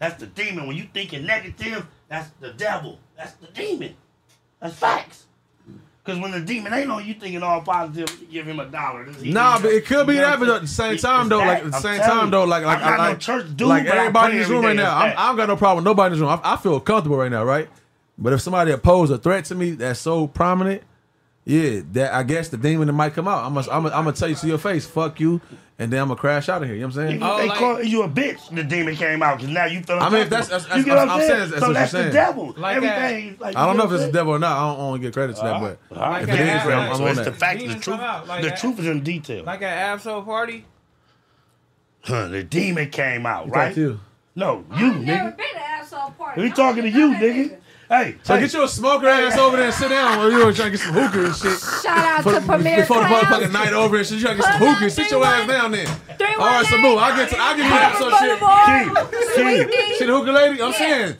C: That's the demon. When you thinking negative, that's the devil. That's the demon. That's facts. Cause when the demon ain't on you thinking all positive, you give him a dollar. This- he-
B: Nah,
C: he-
B: but it could be
C: you know
B: that,
C: what
B: but
C: I'm
B: at the
C: saying?
B: same time
C: It's
B: though, like
C: that.
B: at the
C: I'm
B: same
C: telling
B: time though,
C: you.
B: like like
C: I'm not
B: I-
C: no
B: like,
C: church dude,
B: like
C: but I
B: everybody in
C: pray
B: this
C: every
B: room right
C: day.
B: now,
C: It's
B: I'm, I don't got no problem. with Nobody in this room, I, I feel comfortable right now, right? But if somebody oppose a threat to me that's so prominent, yeah, that I guess the demon that might come out. I'm gonna I'm gonna- I'm gonna tell you to your face, fuck you, and then I'm gonna crash out of here. You know what I'm saying?
C: they call you a bitch. The demon came out because now you feel.
B: Oh, I mean, if that's-
C: uncomfortable.
B: that's-
C: you get
B: that's- I'm
C: what I'm
B: saying
C: saying.
B: that's
C: so
B: what
C: that's
B: you're
C: the
B: saying.
C: devil.
A: Like
C: Everything.
A: that.
C: is Like,
B: I don't
C: you
B: know if it's the
C: what
B: devil or not. I don't, I don't get credit to that, but
C: I'm
B: if
C: saying?
B: it is,
C: Right.
B: I'm, I'm
C: So
B: on
C: it's
B: that.
C: the fact, the
A: Demons
C: truth,
A: come out like
C: the
A: that.
C: truth is in detail.
A: Like at Absol party?
C: Huh, the demon came out,
B: You
C: right?
B: talked you.
C: No, you
M: Never
C: nigga.
M: been to asshole party.
C: We talking to you, nigga. Hey,
B: so get you a smoker ass over there and sit down while you're trying to get some hookah and shit.
J: Shout out to Premier
B: Before the
J: Clouds.
B: motherfucking night over and shit, you trying to get some hookah. Sit your ass down there. All right, so move. I'll get to, I'll give you that some shit.
J: Keith, Keith.
B: She the hookah lady? I'm saying.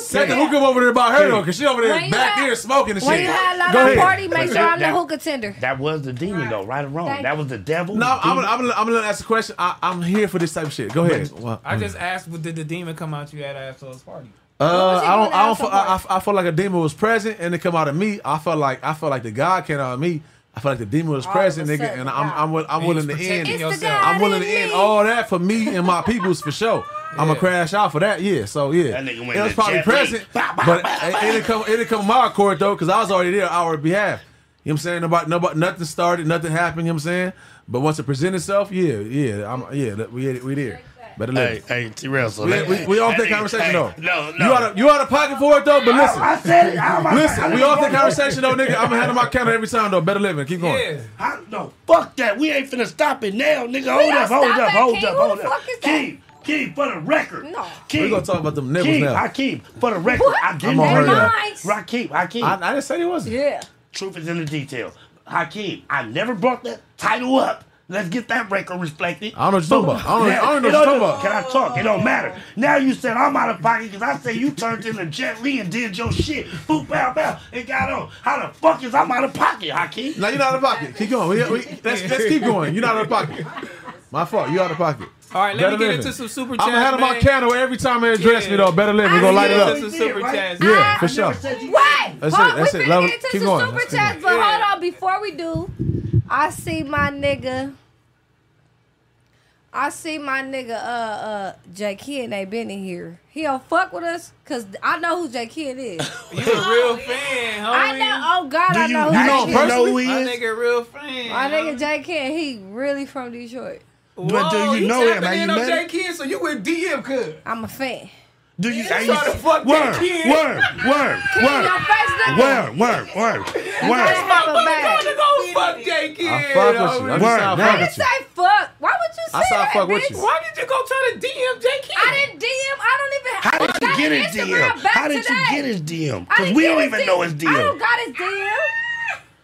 B: Set the hookah over there by her though, because she over
J: When
B: there
J: you
B: back
J: had-
B: there smoking and shit.
J: When you had like a party, make sure I'm the
B: That-
J: hookah tender.
C: That was the demon, though, right or wrong.
J: Thank
C: That was the devil.
B: No,
C: the
B: I'm
C: demon.
B: gonna, I'm gonna, I'm gonna ask a question. I, I'm here for this type of shit. Go ahead. Well,
A: I just asked, well, did the demon come out you at Asshole's party?
B: Uh, I don't. I don't. Feel, I, I- I felt like a demon was present, and it come out of me. I felt like I felt like the God came out of me. I felt like the demon was
I: All of
B: present,
I: a
B: nigga,
I: sudden,
B: and I'm
I: God.
B: I'm, wi- I'm
I: He's
B: willing to
I: protecting
B: end.
I: Oh, It's the yourself.
B: I'm willing to
I: God in
B: end
I: me.
B: all that for me and my peoples for sure. I'm gonna crash out for that. Yeah. So yeah,
C: That nigga went
B: it was
C: to
B: probably
C: Jet Li.
B: present, but it, it didn't come. It didn't come my accord though, because I was already there on our behalf. You know what I'm saying? Nobody, nobody, nothing started, nothing happened. You know what I'm saying? But once it presents itself, yeah, yeah, I'm, yeah, that- we we there. Better live.
C: Hey, hey, Terrell, so
B: we,
C: that-
B: we, we all
C: that
B: think
C: nigga-
B: conversation
C: hey,
B: though.
C: no,
B: You out of you out of pocket for it though, but listen.
C: I said it. I'm- I'm-
B: listen,
C: I'm-
B: we all think conversation though, nigga. I'm handing my counter every time though. Better living. Keep going.
C: I, no, fuck that. We ain't finna stop it now, nigga. Hold
J: don't
C: up, hold
J: stop
C: up,
J: at
C: hold
J: King.
C: up,
J: Who the
C: hold up.
J: fuck is that?
C: Keep, keep for the record. No. Keep.
B: We gonna talk about them niggas now.
C: I keep for the record. I
B: I'm
C: didn't
B: on
C: bring
B: her
C: up.
B: ass.
C: Rakeem, I keep.
B: I- didn't say he wasn't.
J: Yeah.
C: Truth is in the details. Hakeem, I never brought that title up. Let's get that record reflected.
B: I don't know what you're talking about. I don't- I don't know what you're
C: It don't-
B: talking about.
C: Can I talk? It don't matter. Now you said I'm out of pocket because I said you turned into Jet Li and did your shit. Boop, bow, bow, and got on. How the fuck is I'm out of pocket, Hakeem?
B: No, you're not out of pocket. Keep going. We, we, let's, let's keep going. You're not out of pocket. My fault. You out of pocket.
A: All right, let
B: Better
A: me get
B: living.
A: into some super
B: I'm
A: chats,
B: handing my
A: man.
B: counter every time they address me though. Better living. We're gonna light it
A: Yeah,
B: up.
A: this is super chats.
B: Yeah,
A: I
B: for
A: never
B: sure.
J: Wait,
B: That's
J: hold,
B: it, that's
J: we
B: it.
J: finna
B: Love it.
J: get into
B: Keep
J: some
B: going,
J: super
B: let's keep
J: chats, but
B: going.
J: hold on. Before we do, I see my nigga. I see my nigga, uh, uh, Jay Kidd ain't been in here. He don't fuck with us, cause I know who Jay Kidd is.
A: You a real fan, homie.
J: I know. Oh God,
A: Do
J: I
A: you
J: know who
A: actually
J: Jay Kidd
A: know who
J: is.
A: he My is? nigga, real fan.
J: My nigga Jay Kidd, he really from Detroit.
C: But do you know him? Have you met him?
A: Kidd, so you with DM Cook.
J: I'm a fan.
C: Do you?
J: try
C: you
J: to fuck that
C: word,
J: kid.
C: word, word,
J: Kid, your face looking-
C: word, word, word, word,
J: You gotta
C: word.
J: have a bag.
A: Go fuck Jay Kidd.
B: I fuck with you. I just
C: Word,
B: said I fuck
C: word.
J: I didn't
B: with
J: say
B: you.
J: fuck. Why would you say
B: I said I
J: that,
B: fuck
J: bitch?
B: with you.
A: Why did you go try to DM Jay Kidd?
J: I didn't DM. I don't even.
C: How
J: I
C: did you
J: got
C: get his
J: Instagram
C: DM?
J: back
C: How did you
J: today.
C: get his DM?
J: I
C: Because
J: didn't
C: we
J: get
C: don't
J: his
C: even
J: DM.
C: know his
J: I don't
C: DM.
J: got his DM.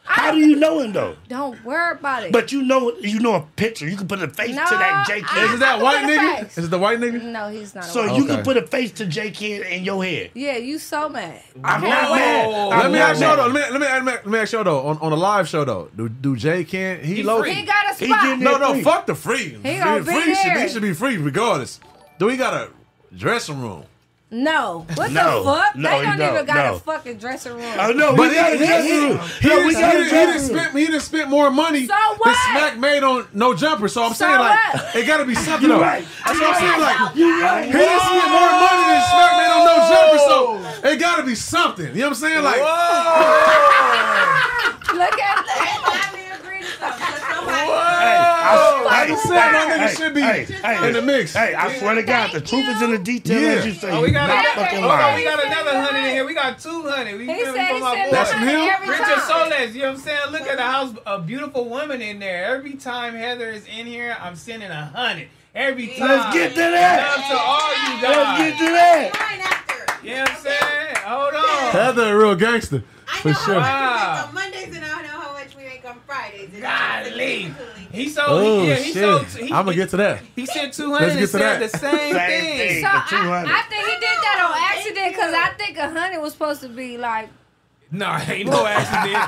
C: How do you know him though?
J: Don't worry about it.
C: But you know, you know a picture. You can put a face to that
J: No,
C: J
J: I-
C: kid.
J: Is it that I can white put a nigga? face.
C: Is
B: it the white nigga?
J: no, he's not. a
C: So
J: white
C: you
J: man.
C: can put a face to J kid in your head.
J: Yeah, you so mad.
C: I'm
J: Okay.
C: not mad.
B: Let
C: I'm
B: me
C: not
B: ask y'all
C: mad.
B: though. Let me let me let me, let me ask y'all though. On on a live show though, do, do Jay can he,
J: He
B: low?
J: free. He got a He spot. getting
B: No
J: it
B: no,
J: free.
B: fuck the free.
J: He gonna
B: free
J: be
B: should
J: there.
B: he should be free regardless. Do he got a dressing room?
J: No. What
B: No.
J: the fuck?
B: No,
J: they
B: he
J: don't even
B: don't.
J: got
B: No.
J: a fucking dressing room.
C: Oh, no,
B: but
C: we
B: he,
C: got a
B: he-
C: dressing
B: he-
C: room.
B: He,
C: No,
B: done-
C: we
B: he,
C: got a
B: done- he
C: dressing
B: done
C: room.
B: spent, he done spent more money.
J: So
B: The
J: what?
B: smack made on no jumper. So I'm
J: So
B: saying like
J: what?
B: it gotta be something.
J: You
B: though.
J: right.
B: That's
J: You
B: what I'm saying.
J: right.
B: Like
J: You right.
B: he done spent more money than smack made on no jumper. So it gotta be something. You know what I'm saying? Like
J: Look at
I: Oh,
C: I,
B: Like I said, my nigga should be in the mix.
C: Hey, I swear to God, the truth is in the details.
B: Yeah.
C: As you say,
A: Oh, we got,
C: not
A: another-
C: fucking
A: oh,
C: lying.
A: we got another hundred in here. We got two hundred. We
J: He
A: feel me,
J: said-
A: from
J: he
A: my
J: said
A: boy.
J: That's from him? every
A: Richard
J: time.
A: Soles. You know what I'm saying? Look at the house. A beautiful woman in there. Every time Heather is in here, I'm sending a hundred. Every time.
C: Let's get to that.
A: Love to all you guys.
C: Let's get to that.
A: You know what I'm saying? Hold on.
B: Heather a real gangster. For sure.
A: Wow.
P: Mondays and I don't know how much we make on Fridays.
A: Golly. He sold.
B: Oh
A: yeah, he
B: shit!
A: sold. He,
B: I'm gonna get to that.
A: he sent two hundred
B: Let's
A: and
B: get to
A: said
B: that.
A: the same thing.
J: So I, I think he did that on accident because I think a hundred was supposed to be like.
A: No, ain't no accident.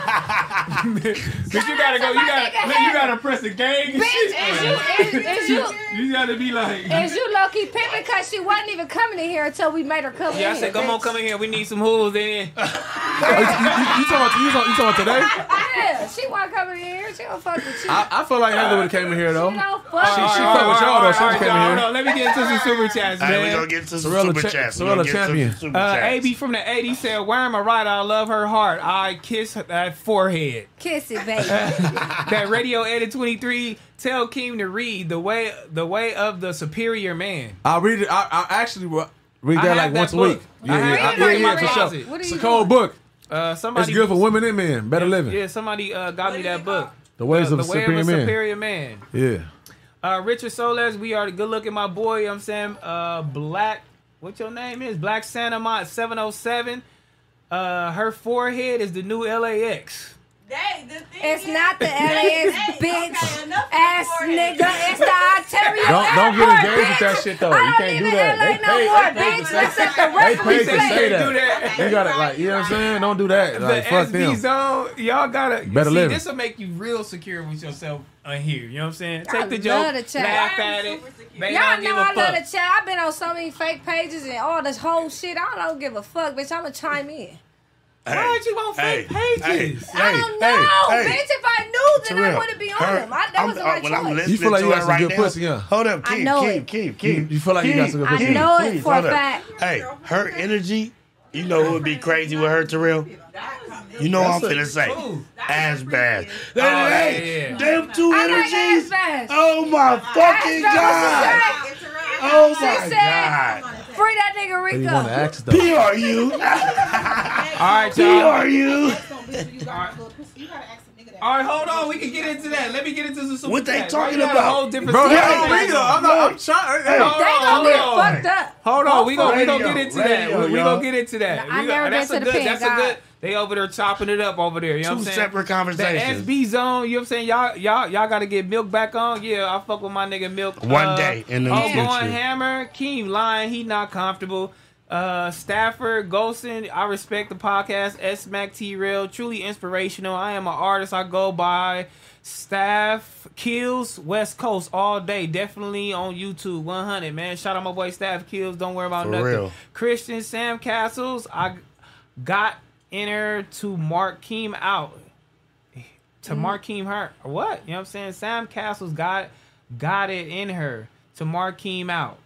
A: Cause you gotta go. You gotta. look, You gotta press the gang. and
J: Bitch,
A: shit.
J: is you- is- is you-
A: You gotta be like.
J: Is you low key pimping because she wasn't even coming in here until we made her come in.
A: Yeah, I said, come on, come in here. We need some hooves in.
B: Oh, you, you- you talking about, you talking- you talking about today?
J: Yeah, she wasn't coming in here. She don't fuck with you.
B: I, I feel like Heather would have came in here though. She, she
J: don't fuck with you.
B: fuck with y'all though. She would've came in here.
A: Hold on, let me get into some super chats,
C: All
A: man.
C: right, we gonna get to some
B: Sorella
C: super
B: cha-
C: chats. We
B: Sorella
C: gonna get to some
B: champion.
C: super
A: Uh,
C: chats.
A: AB from the 80 said, Where am I right? I love her heart. I kiss her- that forehead.
J: Kiss it, baby.
A: that radio edit 23, tell Keem to read the way the way of the superior man.
B: I read it. I, I actually re- read
A: I
B: that
A: have
B: like
A: that
B: once a
A: book.
B: week.
A: I have it
B: yeah,
A: in my
B: yeah, for
A: closet.
B: sure.
A: What are
B: It's
A: you
B: a cold book.
A: Uh, somebody
B: it's good for women and men. Better living.
A: Yeah, somebody uh, got me that book.
B: The ways
A: Uh,
B: of a
A: the way
B: superior
A: of a
B: man.
A: superior man.
B: Yeah.
A: Uh, Richard Soles, we are the good looking my boy. You know what I'm saying, uh, Black. What your name is? Black Santa Mont 707. Uh, her forehead is the new LAX.
J: It's not the LAX bitch ass nigga. It's the arterial
I: Don't don't get
J: airport,
I: engaged with that
J: bitch.
I: shit though.
J: I
I: You
J: don't
I: can't do
J: even
I: that.
J: LA no
I: paid-
J: more,
I: paid to
J: bitch.
I: say-
J: Let's set the
I: They
J: record
I: paid to
J: straight.
I: say
A: do
I: that.
A: that.
I: You gotta like, you know what I'm saying? Don't do that. Like,
A: the
I: fuck
A: SB
I: them.
A: zone, y'all gotta
I: Better
A: see.
I: living.
A: This will make you real secure with yourself on here. You know what I'm saying?
J: I
A: Take the
J: love
A: joke,
J: the chat.
A: laugh at it. They
J: Y'all
A: don't
J: know
A: give
J: I love
A: a fuck.
J: the chat. I've been on so many fake pages and all this whole shit. I don't give a fuck, bitch. I'ma chime in.
A: Why'd you want fake pages?
J: I don't know, bitch. If I knew,
C: For
J: then I
C: real.
J: wouldn't be on
C: Her-
J: them. I, that
C: I'm-
J: wasn't
C: uh,
J: my
C: when I'm
J: choice.
C: listening
I: You feel like
C: to
I: you
C: her
I: got some
C: right
I: good
C: now-
I: pussy, huh?
C: Hold up,
J: I
C: keep,
J: know
C: keep,
J: it.
C: keep, keep.
I: You feel like you got some good
J: I
I: pussy.
J: know it for a
C: hold up.
J: fact.
C: Hey, her energy, you know what would be crazy with her, Terrell? You know what I'm finna say. Oh, Ass bass. Hey, hey,
A: yeah.
C: them two
J: I like
C: energies.
J: ass bass.
C: Oh my fucking God.
J: Ass bass is right.
C: Oh
J: She
C: my
J: said,
C: God.
J: Free that nigga
I: They want to
J: Rico.
I: ask though.
C: PRU.
A: alright you All right, y'all.
C: PRU.
A: All right, hold on. We can get into that. Let me get into the super
C: What they
A: chat.
C: talking
A: Why you got
C: about?
A: A whole different
I: Bro,
A: subject?
C: yeah,
I: we go. I'm not. I'm trying.
A: Hey, hold
J: They
A: on,
J: gonna get
A: hold on.
J: fucked up.
A: Hold on, we gonna we gonna
C: Radio,
A: get into
C: radio,
A: that. We, we
C: y'all.
A: gonna get into that.
J: No, I never
A: We
J: been
A: gonna, that's
J: to
A: a
J: the
A: good.
J: pig,
A: that's
J: God.
A: a good. They over there chopping it up over there. You know
C: Two
A: what I'm saying?
C: separate conversations.
A: The SB zone. You know what I'm saying? Y'all y'all y'all gotta get milk back on. Yeah, I fuck with my nigga milk.
C: One
A: Uh,
C: day in the
A: oh,
C: future.
A: going hammer. Keem lying. He not comfortable. Uh, Stafford Golson, I respect the podcast. S Mac T Rail, truly inspirational. I am an artist. I go by Staff Kills West Coast all day. Definitely on YouTube. 100 man. Shout out my boy Staff Kills. Don't worry about
C: For
A: nothing.
C: real.
A: Christian Sam Castles. I got inner to Mark Keem out to Markeem
J: Mm-hmm.
A: her what you know what I'm saying Sam Castles got got it in her to Markeem out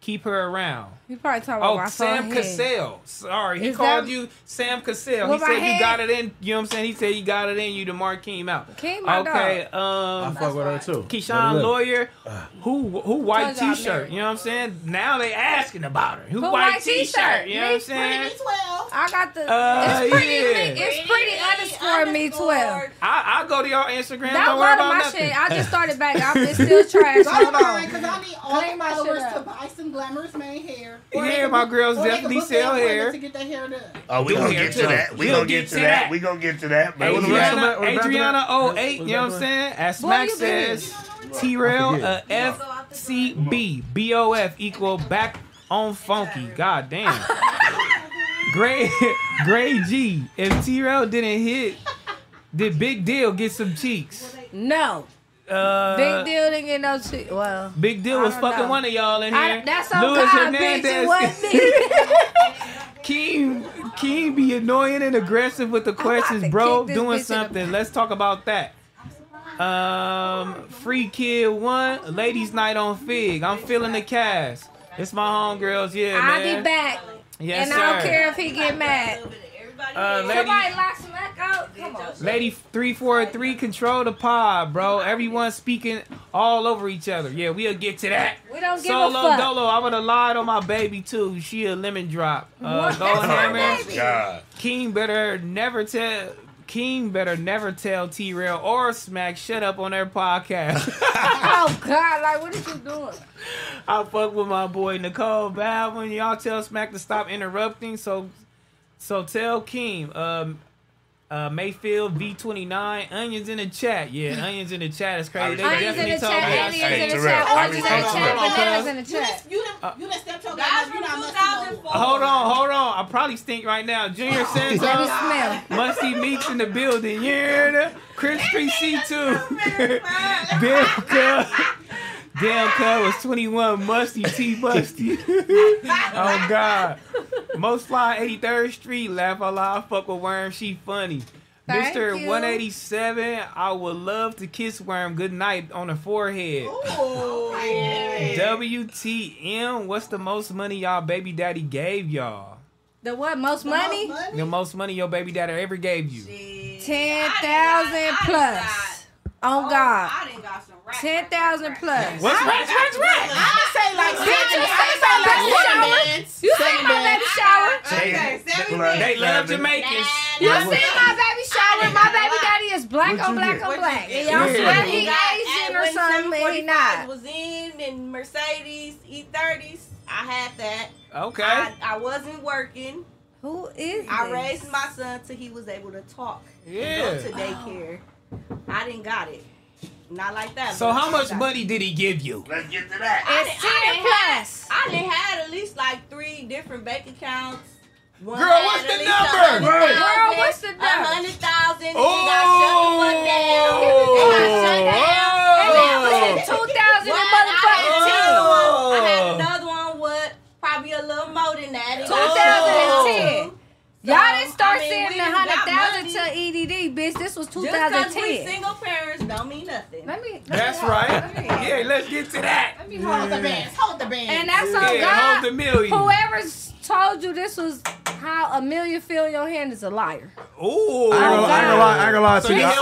A: keep her around
J: You probably talking about
A: oh
J: my
A: Sam
J: phone head.
A: Cassell sorry he
J: Is
A: called
J: that-
A: you Sam Cassell he
J: With my
A: said you
J: head?
A: got it in you know what I'm saying he said you got it in you to Markeem out
J: Keem, my
A: okay
I: I
A: um
I: fuck with Uh. her too. Better
A: Keyshawn
I: living.
A: lawyer who who white
J: Told y'all
A: t-shirt
J: married.
A: you know what I'm saying now they asking about her who,
J: Who
A: white
J: white
A: t-shirt,
J: t-shirt?
A: you know what I'm
J: Me,
A: saying
J: I got the.
A: Uh,
J: it's pretty.
A: yeah.
J: Me, it's pretty underscore me twelve.
A: I I go to y'all Instagram
J: That
A: don't worry
J: lot of
A: about
J: my
A: nothing
J: shit. I just started back. I'm it's still trash. Hold on.
Q: Because I need all
J: Clean
Q: the
J: my shit
Q: followers
J: up.
Q: to buy some glamorous man hair.
A: Yeah, my girls
Q: Or they can
A: definitely
Q: book their
A: sell
Q: appointment
A: hair.
Q: To get their hair done.
C: Oh, we
A: Do
C: gonna
A: hair
C: get to
A: too.
C: that. We
A: We'll
C: gonna
A: get
C: get to
A: to
C: that.
A: that.
C: We gonna get to that. but-
A: Adriana,
I: What about the
A: Adriana
I: bathroom?
A: 08, you
I: What
A: know
I: about
A: what I'm
I: the
A: saying? As
J: Boy,
A: Max
J: you big.
A: says, T-Rail, uh,
I: I
A: FCB, BOF equal back on funky. God damn. Gray, Gray G, if T-Rail didn't hit, did Big Deal get some cheeks?
J: No.
A: Uh,
J: Big deal didn't get no shit. Well.
A: Big Deal was
J: I don't
A: fucking
J: know.
A: one of y'all in here.
J: I, that's on
A: Luis
J: God, bitch. It wasn't
A: Hernandez.
J: me.
A: Keem, Keem be annoying and aggressive with the questions,
J: to
A: bro.
J: kick this bitch
A: Doing
J: in the
A: something. Let's talk about that. Um, free kid one, ladies' night on Fig. I'm feeling the cast. It's my homegirls, yeah,
J: I'll
A: man.
J: be back.
A: Yes,
J: and
A: sir.
J: I don't care if he get mad.
A: Uh,
J: Somebody
A: lady,
J: lock some back out. Come on.
A: lady three four three, control the pod, bro. Everyone speaking all over each other. Yeah, we'll get to that.
J: We don't give
A: Solo
J: a fuck.
A: Dolo, I would have lied on my baby too. She a lemon drop. Uh,
J: What?
A: go
J: That's my
A: hammer.
J: baby.
C: God.
A: King better never tell King better never tell T Rail or Smack shut up on their podcast.
J: Oh God! Like what is you doing?
A: I fuck with my boy Nicole Baldwin. Y'all tell Smack to stop interrupting. So so tell King um uh, Mayfield V twenty nine onions in the chat. Yeah, onions in the chat is crazy. They
C: Onions
J: Onions in the
A: definitely told
J: chat,
A: me I
J: aliens
A: should-
J: in the
C: Terrell,
J: chat,
C: I
J: oranges in the
C: respect
J: chat,
A: you. Hold on,
J: bananas in the
Q: You
J: chat.
Q: just, you done, you done stepped your guys.
P: Guys
Q: You're
P: from
Q: not messing
P: 2004.
A: Uh, Hold on, hold on. I probably stink right now. Junior
J: Let me
A: Santos.
J: smell.
A: Musty Meeks in the building. Yeah, Chris Street C2. Dale Cub. Dale Cub was 21. Musty T Musty. oh, God. Most Fly 83rd Street. Laugh out loud. Fuck with Worm. She funny.
J: Thank
A: Mr.
J: you.
A: 187, I would love to kiss Worm goodnight on the forehead.
N: Oh,
A: WTM, what's the most money y'all baby daddy gave y'all?
J: The what? Most money?
A: The most money your baby daddy ever gave you.
J: Ten thousand plus. On God.
P: I done got some racks.
J: Ten thousand plus.
A: What's
J: I-
A: right, right, right?
Q: I say like
J: Bitch, you
Q: seven-
J: say
Q: I
J: my baby
Q: seven
J: shower?
Q: bands,
J: You say
Q: seven
J: my
Q: bands.
J: baby shower?
C: Hey,
A: They love Jamaicans.
J: You see my baby shower? My baby daddy is black on black on black. And y'all
A: Yeah.
J: swear he
P: got
J: Asian
P: at-
J: or
P: when
J: something, and he
P: 745
J: not.
P: was in and
K: E
P: Mercedes E30s. I had that.
A: Okay.
P: I, I wasn't working.
J: Who is
K: I
J: this?
K: raised my son till he was able to talk.
A: Yeah.
K: And go to daycare. I didn't got it. Not like that.
A: So
K: but
A: how
K: I
A: much
K: got
A: money did he give you?
K: Let's get to that. plus.
J: It's
K: I didn't have at least like three different bank accounts. One
A: Girl, what's the number?
J: Girl, what's the
K: A
J: number?
K: hundred thousand.
A: Oh.
J: Oh,
K: shut the fuck down. And I shut down. And I was in
J: oh, 2000
K: One,
J: and
K: I had
J: motherfucking
K: another one. I
J: Oh.
K: had another one with probably a little more than that. It was
J: 2010. Y'all didn't start
K: I mean,
J: saying
K: we
J: the
K: got
J: hundred thousand to
K: money.
J: EDD, bitch. This was
K: Just 'cause we
J: 2010.
K: single parents don't mean nothing. Let
J: me.
A: That's right. Yeah, let's get to that.
J: Let me
N: hold the bands. Hold the bands.
J: And that's on
A: Yeah,
J: God.
A: hold the million.
J: Whoever's told you this was how a million feel in your hand is a liar.
B: I
A: Ooh.
B: ain't gonna, I ain't gonna lie, I ain't gonna lie to you. I, I, I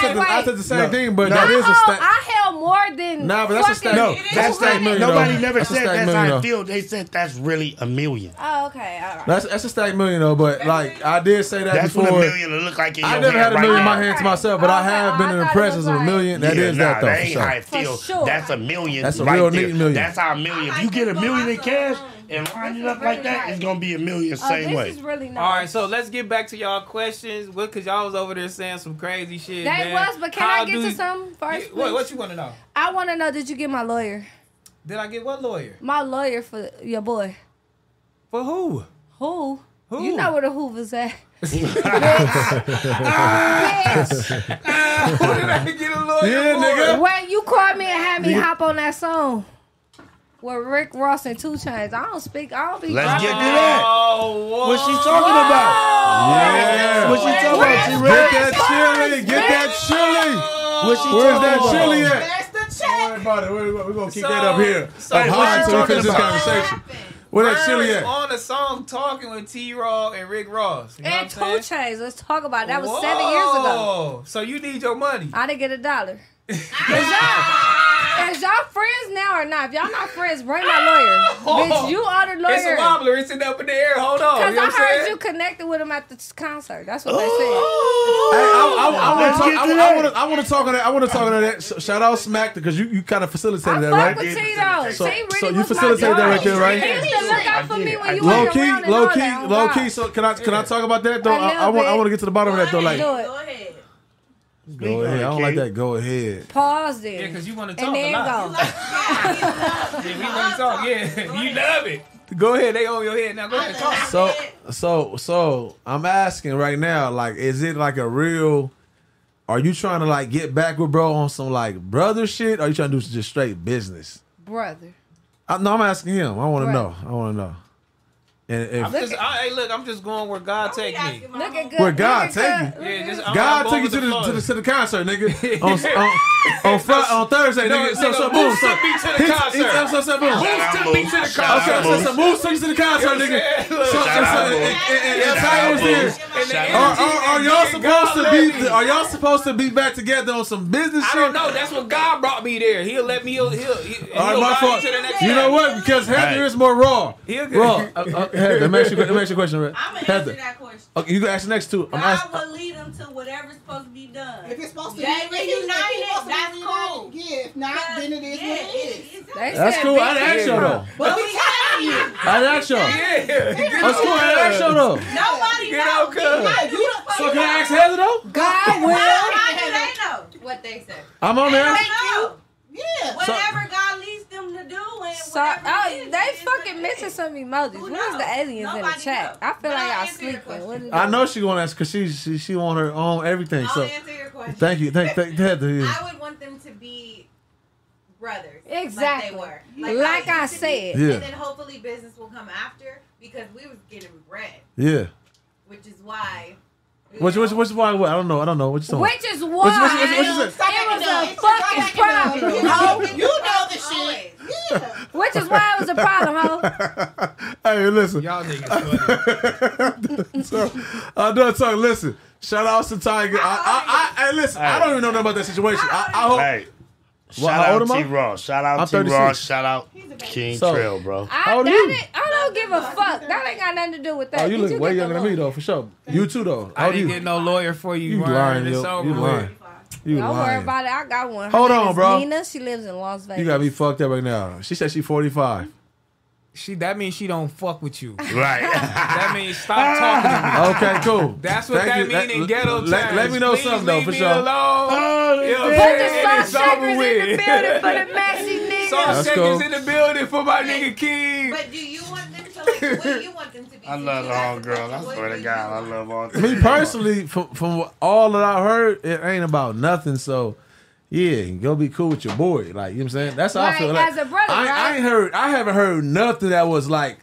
B: said the, I said the same
R: No,
B: thing, but
R: no.
B: that is a
J: Oh,
B: stat.
J: I held more than.
B: Nah, but that's a
J: fucking-
B: stat. No,
R: that's
B: a stat million.
C: Nobody
B: though.
C: never
B: That's a
C: said
B: stat
C: that's
B: million,
C: how I
B: though.
C: feel. They said that's really a million.
J: Oh, okay, all right.
B: That's that's a stack million though, but like I did say that
C: That's what a
B: before.
C: million will look like in
B: I
C: your
B: never
C: hand
B: had a
C: right
B: million in
C: now.
B: my hand to myself, but Oh, I have been in the presence of a million. That is
C: yeah, nah,
B: that though.
C: That
B: for
C: ain't
B: sure.
C: how it feels. That's a million.
B: That's a
C: right
B: real
C: there.
B: nigga million.
C: That's how a million. If you get a million in cash and line it up like that, it's gonna be a
J: uh,
C: million same way.
A: All right, so let's get back to y'all questions. What? Cause y'all was over there saying some crazy shit.
J: That
A: man.
J: was, but can
A: How
J: I get
A: do-
J: to something first?
A: What, what
J: please?
A: you want to know?
J: I want to know did you get my lawyer?
A: Did I get what lawyer?
J: My lawyer for your boy.
A: For who?
J: Who?
A: Who?
J: You know where the Hoover's at.
B: Ah. Yeah, nigga.
J: Well, you called me and had me
B: Nigga.
J: hop on that song with Rick Ross and Two Chains. I don't speak. I don't be.
C: Let's get to that.
A: Oh,
C: What she talking about?
B: Yeah.
C: What she talking
B: Where's Get
C: about? T. Rex?
B: that chili. Get that chili.
C: What she
B: Where's
C: talking
B: that
C: about?
B: chili at?
N: That's the
B: Don't worry about it. We're, we're gonna keep
A: So-
B: that up here.
A: so
B: I'm
A: what
B: high
A: you
B: until we
A: talking
B: finish this
A: about?
B: conversation. Where that chili
A: Birds
B: at?
A: on the song talking with T. Raw and Rick Ross. You know
J: And
A: what I'm
J: Two
A: saying?
J: Chains. Let's talk about it. That was seven years ago.
A: Whoa. So you need your money.
J: I didn't get a dollar. Is y'all, is y'all friends now or not? If y'all not friends, bring my lawyer.
A: Oh!
J: Bitch, you are the lawyer.
A: It's a wobbler. It's in the up in the air. Hold on.
J: Because
A: you know
J: I
A: what I'm
J: heard
A: saying?
J: you connected with him at the concert. That's what they said.
B: I, I, I,
J: Let's
B: want to
J: get
B: talk.
J: to
B: I, want to. I want to talk on that. I want to talk on that. S- Shout out Smack because you, you kind of facilitated that,
J: fuck
B: right?
J: with Tito.
B: So,
J: T really
B: so you
J: was my
B: facilitated that
J: guy.
B: right there, right?
J: He used to look out for me when you
B: low
J: wasn't
B: key,
J: around and
B: low
J: all
B: key,
J: that. Oh,
B: low
J: God.
B: key. So can I can I talk about that though?
J: A
B: I, I
J: little
B: want I
J: bit.
B: want to get to the bottom of that though. Like,
J: Do it.
B: go ahead. I don't like that. Go ahead.
J: Pause there.
A: Yeah, because you want to talk
J: and then
A: a lot.
J: go.
A: yeah, we want to talk. Yeah, you love it. Go ahead. They on your head now. Go ahead. Talk.
B: So so so I'm asking right now, like, is it like a real? Are you trying to like get back with bro on some like brother shit? Or are you trying to do just straight business?
J: Brother.
B: I, no, I'm asking him. I want
J: Right.
B: to know. I want to know. And
A: I'm
B: if,
A: just, I, hey, look, I'm just going where God take me.
J: Look at good.
B: where God
J: look
B: take
J: at
B: you,
J: good-
A: Yeah, just, I'm- I'm
B: God
A: going
B: take you
A: with
B: to the, to
A: flow.
B: the to the concert, nigga. on on, on, Friday, on Thursday,
A: No,
B: nigga. So
A: nigga,
B: so boom, so
A: took me to the
B: he- he-
A: concert.
B: so- so- so, boom.
A: Moose took me to the
B: Shout out
A: concert.
B: Moose. Okay, so- so Moose took you to the concert,
A: You know
B: nigga.
A: what I'm saying?
B: So- so-
A: Shout out
B: so-
A: Moose.
B: and- and- and
A: Shout
B: Ty
A: out
B: was
A: Moose.
B: there.
A: And the
B: Are-
A: energy
B: Are are
A: and
B: y'all
A: God
B: supposed to
A: let
B: be?
A: me.
B: Are y'all supposed to be back together on some business
A: I
B: shit?
A: don't know. That's what God brought me there. He'll let me. He'll. He'll. he'll, he'll
B: All right, my
A: guide
B: fault.
A: me to the next
B: You know
A: step.
B: what? Because Heather
A: Hey.
B: is more raw.
A: He'll get-
B: Raw. Uh, uh, Heather, let me ask you, let me ask you a question, Red.
K: I'm gonna
B: Heather.
K: answer that question.
B: Okay, you can ask the next two. I'm
K: God
B: asking.
K: will lead them to whatever's supposed to be done.
N: If it's supposed to
K: They
N: be reunited,
K: reunited, that's cool.
N: Yeah, if not, then it is what it is.
B: That's cool. I didn't ask y'all though.
N: But we have you.
B: I didn't ask y'all. That's cool. I didn't ask y'all though.
K: Nobody
B: Get
K: knows.
B: out, cuz.
K: How do you fuck
B: So can
K: know?
B: I ask Heather though?
J: God
K: How do they know?
P: What they said.
B: I'm on there.
K: know.
N: Yeah.
K: Whatever God leads them to do, and
J: So, oh, they fucking missing some emojis. Where's the aliens in the chat? I feel like y'all sleeping. What is
B: I know she gonna ask because she, she she want her own everything.
P: I'll
B: so
P: answer your question.
B: thank you, thank thank Heather. yeah.
P: I would want them to be brothers.
J: Exactly.
P: Like they were.
J: Like
P: how it
J: I
P: used to
J: said.
P: be.
B: Yeah.
P: And then hopefully business will come after because we was getting bread,
B: Yeah.
P: which is why.
B: Which which which why what? I don't know. I don't know. What you talking?
J: Which is why
B: What you- what you- what you said?
J: it was a fucking problem. ho.
N: You know the shit.
J: Which is why it was a problem, ho.
B: hey, listen.
A: Y'all niggas.
B: so I know talk. Listen. Shout out to Tiger. I, I, I, hey, listen. I don't even know nothing about that situation. I, I hope.
C: Hey,
B: Well,
C: shout
B: how old
C: out
B: am I?
C: T Raw. Shout out
B: I'm
C: T Raw.
B: 36.
C: Shout out King
B: So-
C: Trail, bro.
B: How
J: I,
B: old
J: that
B: are Oh, you?
J: ain't- I don't give a fuck. That ain't got nothing to do with that.
B: Oh, you
J: Did
B: look way
J: get the
B: younger than
J: look?
B: me though, for sure. You too though. How
A: I
B: old
A: didn't
B: you?
A: get no lawyer for you.
B: You
A: Ryan.
B: lying,
A: It's
B: yo.
A: over
B: You
A: with.
B: lying. You
J: Don't worry
B: lying.
J: about it. I got one. Her
B: Hold
J: name
B: on,
J: is
B: bro.
J: Nina, she lives in Las Vegas.
B: You got me fucked up right now. She said she's 45.
A: She that means she don't fuck with you.
C: Right.
A: that means stop talking to me.
B: Okay, cool.
A: That's what
B: Thank
A: that
B: you.
A: mean in ghetto
B: let,
A: terms.
B: Let me know
A: Please
B: something though,
A: leave
B: for
A: me
B: sure.
A: alone.
B: Oh,
A: You know what
B: yeah.
A: I'm saying? And it's over with.
J: messy
A: Salt
B: That's
A: shakers
B: cool.
A: in the building for my nigga King.
P: But do you want them to like? What do you want them to be?
C: I love the home girl. I swear to God, I love all three.
B: Me personally, from, from what- all that I heard, it ain't about nothing. So, yeah, go be cool with your boy. Like you know what I'm saying? That's how I
J: Right,
B: feel. Like,
J: as a brother,
B: I, I
J: right?
B: ain't heard. I haven't heard nothing that was like,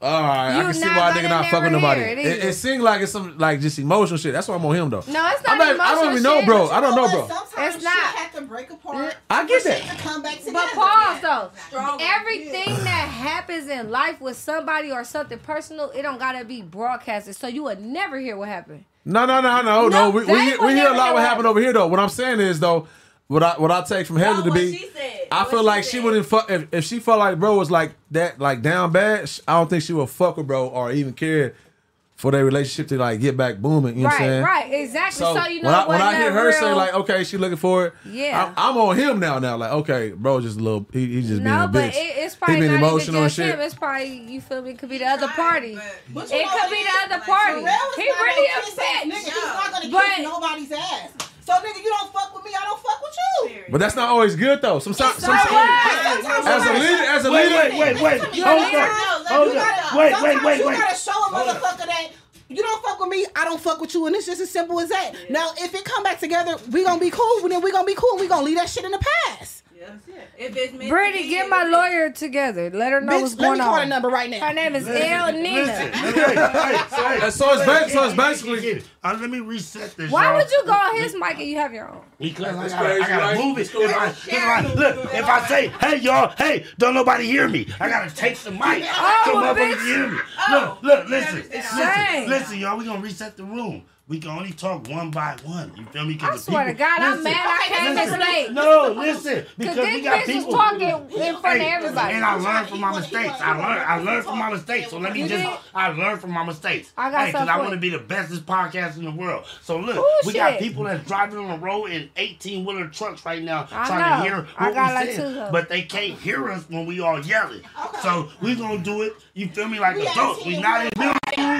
B: all right, I
J: You
B: can see
J: not
B: why a
J: gonna
B: nigga not fucking
J: never
B: nobody.
J: hear it
B: It,
J: either.
B: it seems like it's some like just emotional shit. That's why I'm on him though.
J: No, it's
B: I'm
J: not
B: not- I don't
J: emotional
B: even know,
J: shit.
B: bro. I don't know, bro.
K: Sometimes
J: It's
K: it's
J: not.
K: not. have to break apart.
B: I get
K: for shit
B: that.
K: To come back together.
J: But pause
K: again.
J: though. Everything that happens in life with somebody or something personal, it don't gotta be broadcasted. So you would never hear what happened.
B: No, no, no, no, no.
J: No,
B: we
J: they
B: we, hear-
J: will
B: we hear a
J: never
B: lot
J: know
B: what
J: that.
B: happened over here though. What I'm saying is though, what I what I take from Heather to be, I feel like she wouldn't fuck if, if she felt like bro was like that like down bad. sh- I don't think she would fuck with bro or even care for their relationship to like get back booming. You know what I'm
J: right,
B: saying?
J: right, exactly. So, you know
B: when I, when
J: what
B: I hear
J: that
B: her
J: real,
B: say like, okay, she looking for it.
J: Yeah.
B: I'm, I'm on him now. Now, like, okay, bro, just a little. He, he's just being
J: no,
B: a
J: but
B: bitch.
J: it, it's
B: He
J: probably
B: being
J: not
B: emotional and
J: even just
B: shit.
J: him. It's probably you feel me. It could be the other party.
K: But you
J: it
K: know
J: could be
K: what?
J: the other
K: Like,
J: party.
K: Terrell is
J: He
K: not gonna
J: really
K: kiss
J: upset.
K: Nigga, he's not gonna
J: But-
K: kiss nobody's ass. So nigga, you don't fuck with me. I don't fuck with you.
B: But that's not always good though. Sometimes, sometimes
K: Sometimes
B: as a
K: somebody-
B: leader, as a
C: Wait,
B: leader,
C: wait, wait, wait.
K: You
C: Hold up.
K: gotta- no, like,
C: Hold
K: you
C: up.
K: gotta-
C: Wait, wait,
K: sometimes
C: wait,
K: You
C: wait.
K: gotta show a motherfucker that you don't fuck with me. I don't fuck with you, and it's just as simple as that.
N: Now, if it come back together, we gonna be cool. Then we gonna be cool. We gonna leave that shit in the past.
P: If it's meant to
J: Brittany,
P: be,
J: get my lawyer together. Let her know
N: Bitch,
J: what's
N: let
J: going
N: me call
J: on.
N: the number right now.
J: Her name is
N: Listen,
J: El Nina.
B: Uh, so it's ba- so it's
C: basically. Uh, let me reset this.
J: Why
C: y'all.
J: would you go on his mic and you have your own?
C: Because I
B: That's
C: gotta,
B: crazy,
C: I gotta
B: right?
C: move it. If I, if I, look, if I say, hey y'all, hey, don't nobody hear me. I gotta take the mic.
J: Oh,
C: so
J: well,
C: motherfuckers
J: bitch.
C: can hear me.
J: Oh,
C: Look, look, listen,
J: It's
C: listen,
J: shame.
C: listen, y'all. We gonna reset the room. We can only talk one by one. You feel me? 'Cause
J: I
C: the
J: swear to
C: people-
J: God, I'm
C: listen,
J: mad I came
C: listen,
J: this late.
C: No, listen, because
J: this
C: we got
J: bitch is
C: people
J: talking in front of
C: Hey,
J: everybody.
C: And I learned from my mistakes. I learned, I learned from my mistakes. So let me
J: You
C: just,
J: did?
C: I learned from my mistakes.
J: I got
C: Hey, 'cause
J: something
C: I
J: for
C: want to
J: you.
C: be the bestest podcast in the world. So look,
J: Ooh,
C: we got
J: shit.
C: people that's driving on the road in 18 wheeler trucks right now
J: I
C: trying
J: know.
C: to hear
J: I
C: what
J: got
C: we
J: like
C: saying,
J: two of 'em.
C: but they can't hear us when we all yelling. So we gonna do it. You feel me? Like
K: We
C: adults. We
K: eighteen,
C: not
K: we
C: in middle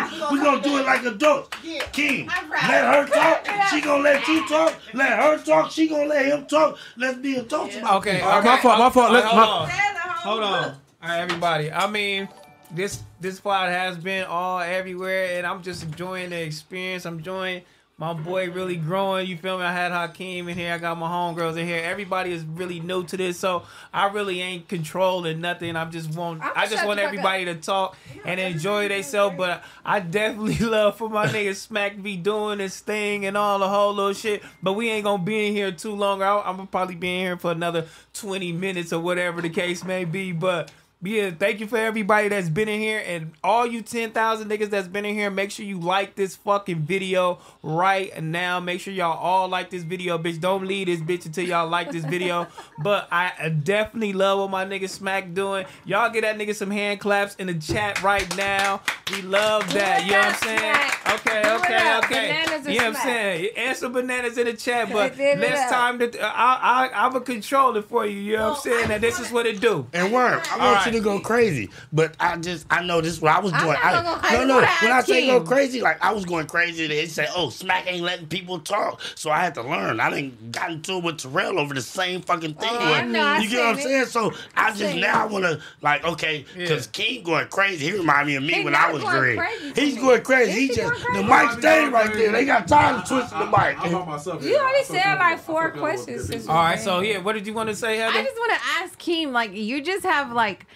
C: school. We gonna do it like adults.
K: Yeah.
C: King,
K: All right.
C: let her talk. She gonna let you talk. Let her talk. She gonna let him talk. Let's be adults. about
A: Okay,
C: this.
B: All right, Uh, my fault, my fault. Let's-
A: All
B: my-
A: right, hold on. Hold on. All right, everybody. I mean, this this pod has been all everywhere, and I'm just enjoying the experience. I'm enjoying my boy really growing. You feel me? I had Hakeem in here. I got my homegirls in here. Everybody is really new to this, so I really ain't controlling nothing. I'm just want
J: I'ma
A: I just
J: shut
A: want
J: the fuck
A: everybody to talk and enjoy themselves. But I definitely love for my nigga Smack be doing his thing and all the whole little shit. But we ain't gonna be in here too long. I, I'm gonna probably be in here for another 20 minutes or whatever the case may be. But yeah, thank you for everybody that's been in here and all you 10,000 niggas that's been in here. Make sure you like this fucking video right now. Make sure y'all all like this video, bitch. Don't leave this bitch until y'all like this video. but I definitely love what my nigga Smack doing. Y'all get that nigga some hand claps in the chat right now. We love that. You know what I'm saying? Okay,
J: Do it
A: okay,
J: up. Bananas
A: okay.
J: and
A: You know what I'm
J: Smack.
A: saying? Answer bananas in the chat, but
J: They did it
A: next
J: up.
A: time that I I I'ma control it for you. You know what I'm saying? That this is what it do.
C: And word, I
A: All
C: want
A: right.
C: you to go crazy, but I just I know this is what I was
J: I'm
C: doing.
J: not
C: I,
J: gonna go crazy.
C: No, no.
J: What I
C: When I say go
J: achieved.
C: crazy, like I was going crazy, they said, "Oh, Smack ain't letting people talk," so I had to learn. I didn't got into it with Terrell over the same fucking thing.
J: Oh, I
C: but
J: know, I
C: you get what I'm
J: seen
C: saying?
J: it.
C: So I, just
J: seen
C: now
J: it.
C: want to like okay, because King going crazy. He reminded me of me
J: He
C: when
J: not
C: I was
J: going
C: green.
J: crazy to
C: He's
J: me.
C: going crazy.
J: Is
C: He
J: he
C: just
J: going
C: the
J: crazy?
C: mic stayed right there. They got tired of twisting the mic.
J: You already said like four questions. since
A: All right,
J: we-
A: so yeah, what did you want to say, Heather?
P: I just want to ask Keem, like, you just have like,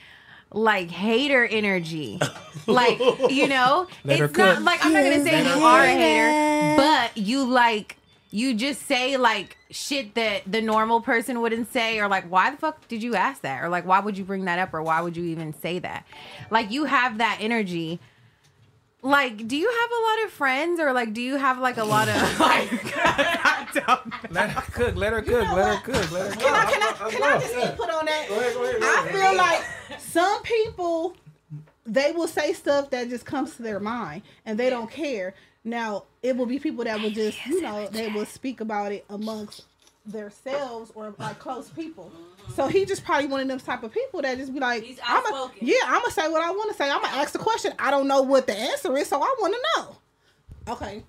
P: like hater energy, like you know,
A: Let her
P: it's not
A: cook.
P: like I'm not gonna say
A: Let her
P: you are a hater, but you like you just say like shit that the normal person wouldn't say, or like why the fuck did you ask that, or like why would you bring that up, or why would you even say that? Like you have that energy. Like, do you have a lot of friends, or like, do you have like a lot of like?
A: Let her cook. Let her cook. Let her cook. Let her cook.
K: Can I, can I, can I just get put on that?
N: I feel like some people they will say stuff that just comes to their mind and they don't care. Now it will be people that will just you know they will speak about it amongst themselves or like close people. So he just probably one of them type of people that just be like, I'm a, yeah, I'm gonna say what I want to say. I'm gonna ask the question. I don't know what the answer is, so I want to know. Okay.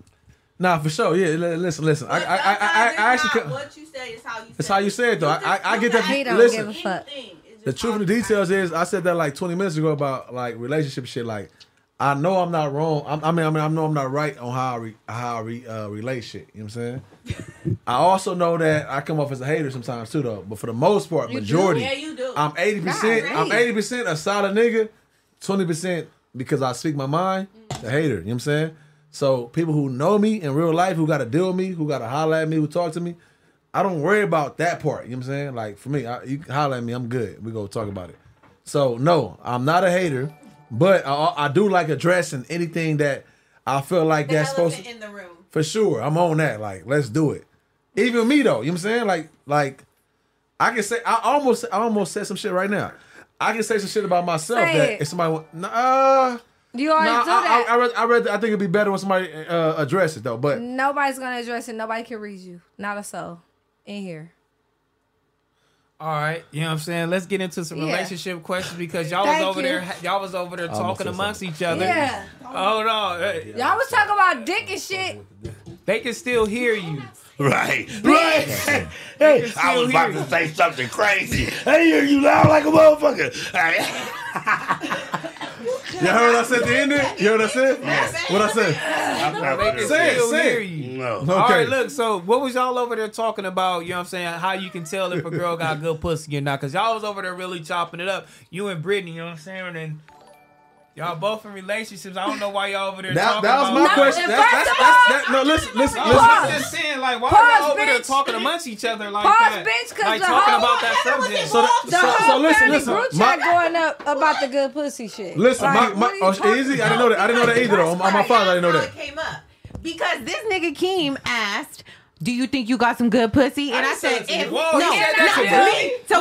B: Nah, for sure. Yeah, li- listen, listen. I, I, I, I, I actually.
P: Not what you say is how you.
B: It's how you say it though. I, I, I get that.
P: He don't
B: listen,
P: give a fuck. Anything.
B: The truth of the details is, I said that like 20 minutes ago about like relationship shit. Like, I know I'm not wrong. I'm, I mean, I mean, I know I'm not right on how I re, how I re, uh, relate shit. You know what I'm saying? I also know that I come off as a hater sometimes too, though. But for the most part,
P: You do?
B: majority,
P: Yeah, you do.
B: I'm 80. percent
P: God,
B: I'm
P: right.
B: 80 percent a solid nigga. 20 percent because I speak my mind.
P: Mm.
B: The hater. You know what I'm saying? So people who know me in real life, who got to deal with me, who got to holler at me, who talk to me, I don't worry about that part. You know what I'm saying? Like for me, I, you can holler at me, I'm good. We go talk about it. So no, I'm not a hater, but I, I do like addressing anything that I feel like that's supposed to
P: in the room.
B: for sure. I'm on that. Like let's do it. Even me though, you know what I'm saying? Like like I can say I almost I almost said some shit right now. I can say some shit about myself
J: Say
B: that
J: it.
B: if somebody went, nah.
J: You already
B: nah,
J: do
B: I,
J: that.
B: I, I, read, I read. I think it'd be better when somebody uh, address it though. But
J: Nobody's gonna address it. Nobody can read you. Not a soul in here.
A: All right, you know what I'm saying. Let's get into some
J: Yeah.
A: relationship questions because y'all was
J: Thank
A: over
J: you.
A: there, y'all was over there
B: I almost
A: talking
B: said
A: amongst
B: something.
A: each other.
J: Yeah.
A: Hold on, Hey,
J: Y'all was talking about dick and shit.
A: they can still hear you.
C: Right, right. hey, I was about to say something crazy. I hear you loud like a motherfucker. Hey,
B: You heard what I said at the end there? You heard what I said? What I said?
C: I'm not
A: They can
B: Say it,
A: still
B: say
A: hear
B: it.
A: you.
C: No.
A: All
B: Okay.
A: right, look. So, what was y'all over there talking about? You know what I'm saying? How you can tell if a girl got good pussy or not? Because y'all was over there really chopping it up. You and Brittany, you know what I'm saying? And y'all both in relationships. I don't know why y'all over there.
B: That,
A: talking
B: that was
A: about
B: my question. That's, that's, that's, that, no, listen, listen,
A: No, I'm
B: listen.
A: just saying, like, why
J: Pause,
A: are y'all over there
J: bitch.
A: talking amongst each other like
J: Pause,
A: that?
J: bitch, 'cause
A: like
J: the
A: talking
J: whole-
A: about that subject.
B: So, that,
J: The
B: so,
J: whole
B: so listen,
J: family
B: listen.
J: group
B: My-
J: chat going up about the good pussy shit.
B: Listen, my,
J: Like,
B: my,
J: what are you
B: oh,
J: talking
B: easy. I didn't know that. I didn't know that either. though. On, on my father, I didn't know that.
P: came up because this nigga Keem asked. Do you think you got some good pussy? And I, said,
A: said
P: if,
A: it. Whoa,
P: no,
A: he said
P: not
A: that's
P: to
A: a
P: me,
A: good?
P: to
J: No.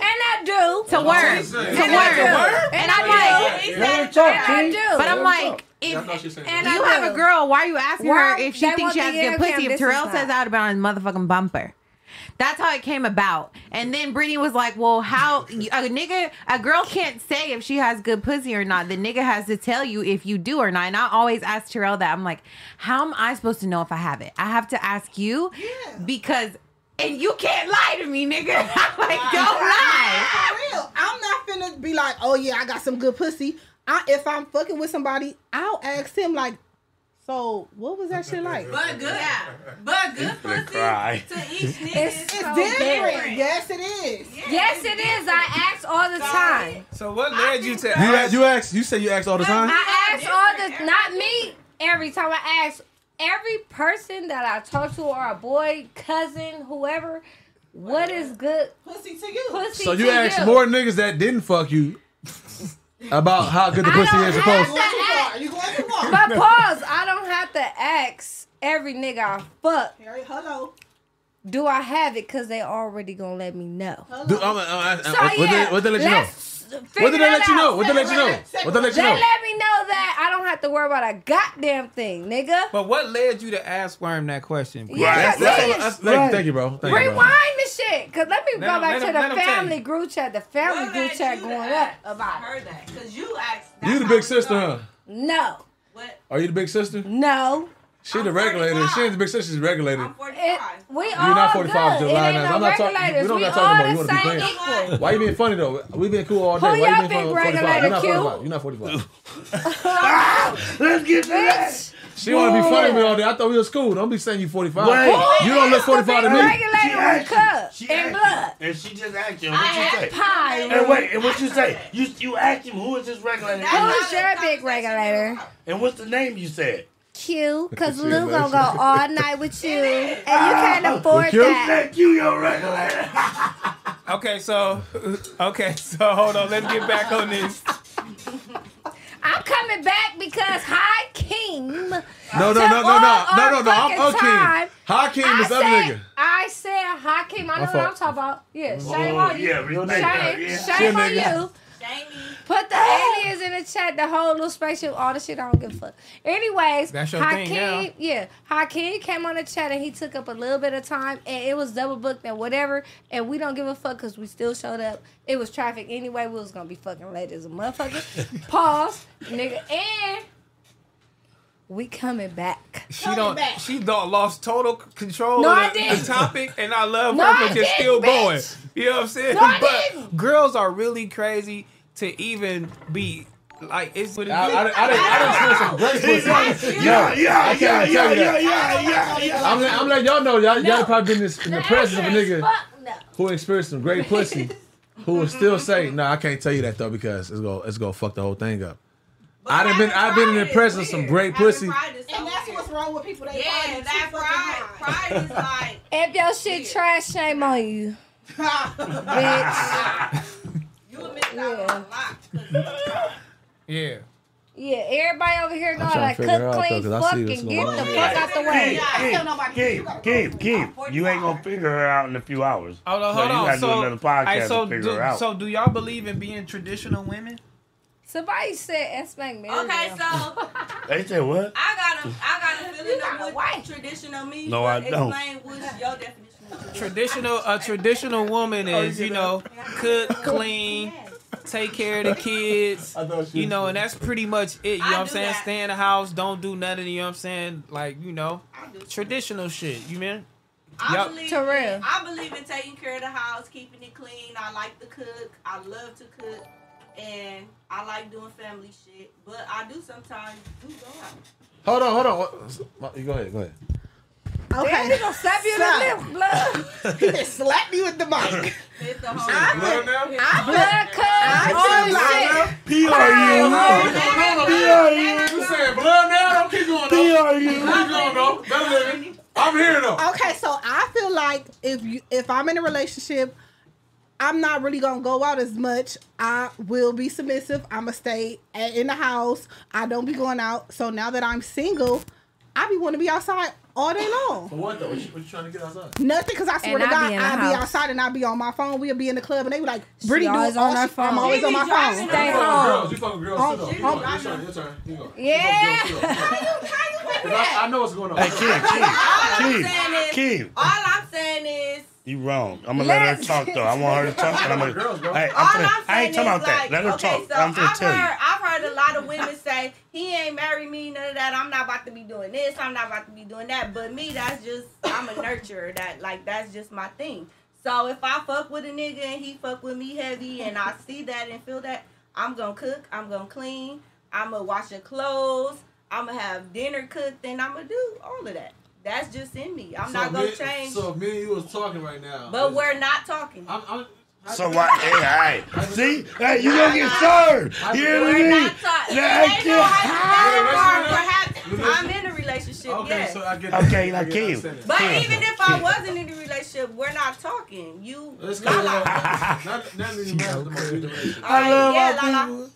J: And I do.
P: to worm, to
J: And I
P: worm.
J: do.
P: And
J: And
P: I'm
J: I
P: like,
J: do.
P: is
J: Let
P: that
J: her talk,
P: I
J: Keem.
P: do.
J: Let
P: But
J: her
P: I'm
J: talk.
P: like, if
J: And
P: you
J: I
P: have a
J: do.
P: girl, why are you asking her
J: Why?
P: if she
J: They
P: thinks
J: want
P: she
J: the
P: has good
J: air
P: pussy?
J: cam
P: If Terrell
J: business
P: says that about his motherfucking bumper. That's how it came about. And then Brittany was like, Well, how a nigga, a girl can't say if she has good pussy or not. The nigga has to tell you if you do or not. And I always ask Terrell that. I'm like, How am I supposed to know if I have it? I have to ask you because, and you can't lie to me, nigga. I'm like, Don't lie.
N: For real. I'm not finna be like, oh yeah, I got some good pussy. I, if I'm fucking with somebody, I'll ask him like, so what was that shit like?
P: But good, yeah. But good
C: I'm gonna cry.
J: It's,
N: It's
J: so
N: different.
J: different.
N: Yes, it is.
J: Yes, it is. I ask all the time.
A: So, what led you to
B: You,
A: ask?
B: ask, you ask. You say you ask all the time.
J: I ask all the not me every time. I ask every person that I talk to or a boy, cousin, whoever, what is good
N: Pussy to you.
J: pussy.
B: So you
J: to
B: ask more niggas that didn't fuck you about how good the
J: I
B: pussy
J: don't
B: is
J: have
B: supposed.
J: that.
N: Too far. You going too far.
J: But pause. I don't have to ask every nigga I fuck.
N: Harry, hello.
J: Do I have it? Cause they already gonna let me know.
B: Dude, I'm, I'm, I'm,
J: So
B: Uh, what,
J: yeah,
B: they, what they let you know?
J: let's
B: What did
J: figure
B: they
J: it
B: let you
J: out.
B: know? What they let you know? What they let you know?
J: let me know that I don't have to worry about a goddamn thing, nigga.
A: But what led you to ask Worm that question?
J: Yeah, Right.
B: That's all-
J: Yes.
B: that's- Thank thank you, bro. Thank you, bro.
J: Rewind the shit, cause let me
A: Let
J: go back
A: him- let
J: to
A: him- let him
J: the
A: tell
J: family group chat. The family group chat going up about
P: heard that because you asked.
B: You the big sister, huh?
J: no,
B: Are you the big sister?
J: no.
B: She the regulator. She ain't the big sister. She's regulated.
J: It, we
B: You're
J: all
B: not 45
J: good.
B: to lie
J: it ain't
B: now.
J: no
B: I'm not talking-
J: regulators.
B: we don't
J: we
B: gotta
J: all
B: talk about you.
J: the
B: You wanna be
J: same
B: playing.
J: equal.
B: Why you being funny though? We've been cool all day.
J: Who
B: Why
J: y'all
B: you
J: been
B: being funny?
J: bragging
B: 45? You're not
J: like a
B: 45. You're not 45.
C: Let's get to that.
J: Bitch,
B: She want to be funny with me all day. I thought we was cool. Don't be saying you 45.
C: Wait.
B: You don't look 45 to
J: the
B: me.
J: regulator with
C: asked you.
J: cup
C: She
J: and blood.
C: asked you. And she just asked you.
J: I
C: What you
J: had
C: say?
J: pie.
C: And wait, and what you say? You you asked him who is this regulator? And,
J: Who's your big regulator?
C: and what's the name you said?
J: Q, cause
B: She
J: Lou gonna
B: loves
J: go
B: you.
J: all night with you, and you can't afford
B: Q?
J: that.
C: Thank you, your regulator.
A: Okay, so okay, so hold on. Let's get back on this.
J: I'm coming back because High King.
B: No, no, no, no, no, no, no, no. I'm Hakeem. Hakeem is
J: I
B: other
J: said,
B: nigga.
J: I said Hakeem. I know
B: My
J: what I'm
B: fault.
J: talking about. Yeah, shame
C: Oh,
J: on you.
C: yeah, real nigga.
J: Shame,
C: Yeah.
J: shame
B: Shit,
J: on
B: nigga.
A: Oh!
J: you. Put the aliens in the chat, the whole little spaceship, all the shit. I don't give a fuck. Anyways,
A: That's your thing now.
J: yeah, Hakeem came on the chat and he took up a little bit of time, and it was double booked and whatever. And we don't give a fuck because we still showed up. It was traffic anyway. We was gonna be fucking late as a motherfucker. Pause, nigga, and we coming back.
A: She don't. She don't lost total c- control
J: No,
A: of
J: I
A: the, the
J: didn't.
A: topic, and I love
J: No,
A: her
J: I
A: for just
J: didn't,
A: still
J: bitch.
A: going. You know what I'm saying?
J: No, I
A: but girls are really crazy to even be like. It's what it
B: I- I-
A: is.
B: I done- I done seen some great pussy. Yeah, yeah, I can't tell you that. I'm, let- I'm letting y'all know y'all, y'all probably been in, this, in the presence of a nigga who experienced some great pussy, who would still say, "No, I can't tell you that though because it's gonna it's gonna fuck the whole thing up." I done been I've been in the presence of some great pussy.
N: and that's what's wrong with people. They
K: Yeah,
N: party too
K: that pride-
N: fucking
K: pride is
N: hard.
K: like-
J: If your shit trash, shame on you, bitch. yeah.
A: Yeah.
J: Yeah, everybody over here know
C: trying to
J: like
C: figure out,
J: cook, clean,
C: though, 'cause I
J: fuck,
C: see
J: and
C: what's
J: get
C: going
J: the
C: on.
J: fuck out the way.
C: Keep, keep, keep. You ain't gonna figure her out in a few hours.
A: Hold on,
C: So
A: hold
C: you
A: on.
C: gotta
A: So,
C: do another podcast
A: alright, so
C: to figure
A: do,
C: her out.
A: so do y'all believe in being traditional women?
J: Somebody said and spank me.
K: Okay, so
C: they said what?
K: I got a I got a feeling of what traditional means.
A: No, I
K: but
A: don't.
K: Explain what's your definition.
A: Traditional, a traditional woman is Oh, you know cook, clean, take care of the kids. You know, and that's pretty much it. You know what I'm saying? Stay in the house, don't do nothing. You know what I'm saying? Like you know, traditional shit. You mean?
K: I
A: Yup.
K: believe
J: Terrell.
K: In, I believe in taking care of the house, keeping it clean. I like to cook. I love to cook, and I like doing family shit. But I do sometimes do go out.
B: Hold on, hold on. What- Go ahead, go ahead.
N: Okay.
J: Damn, he gonna slap you in the lip,
N: blood. he just slapped me with the mic.
K: I'm
J: blood
N: cut.
B: PRU. PRU. You saying blood now? Don't keep going though. PRU. Keep going though. Better living. I'm here though.
N: Okay, so I feel like if you if I'm in a relationship, I'm not really gonna go out as much. I will be submissive. I'ma stay a- in the house. I don't be going out. So now that I'm single, I be want to be outside all day long.
B: For what though? What you, what you trying to get outside?
N: Nothing, because I swear
B: And
N: to
B: I
N: God,
B: be in the
N: I'll be
B: house.
N: outside and I'll be on my phone. We'll be in the club and they be like,
J: She
N: Brittany
J: always
N: doing all
J: on her
N: she- I'm
J: phone.
N: always on my
J: She
N: phone.
J: be driving Stay her phone. home.
B: Girls, you fucking girls too though.
N: Um,
B: Your turn, your turn. You go.
J: Yeah.
B: Cause I, I know what's going on.
C: Hey,
K: I'm
C: Keith,
K: saying
C: Keith,
K: is-
C: Keith.
K: All I'm saying is.
C: You wrong. I'm gonna let her
K: Let's-
C: talk though. I want her to talk, and I'm gonna.
K: Girls, bro.
C: Hey,
K: All
C: I'm finna,
K: I'm
C: I ain't
K: saying
C: talking about
K: is,
C: that. Let her
K: like,
C: talk.
K: okay, so
C: I'm
K: I've
C: finna tell you.
K: heard, I've heard a lot of women say he ain't marry me, none of that. I'm not about to be doing this. I'm not about to be doing that. But me, that's just I'm a nurturer. That like that's just my thing. So if I fuck with a nigga and he fuck with me heavy, and I see that and feel that, I'm gonna cook. I'm gonna clean. I'm gonna wash your clothes. I'm gonna have dinner cooked, and I'm gonna do all of that. That's just in me. I'm not gonna
B: me,
K: change.
B: So if me and you was talking right now.
K: but we're not talking.
C: So why? Hey, all right. See, hey, you gonna get served. You hear what I
K: We're
C: mean?
K: not talking.
C: Yeah,
K: They know how to
C: Keith.
K: perhaps I'm in a relationship, yes.
C: Okay, now Keith.
K: but
C: Keith.
K: even if I wasn't in a relationship, we're not talking. You,
B: Let's go.
K: La la.
B: Not, not even matter the most beautiful.
K: I
C: love
K: yeah, la, la.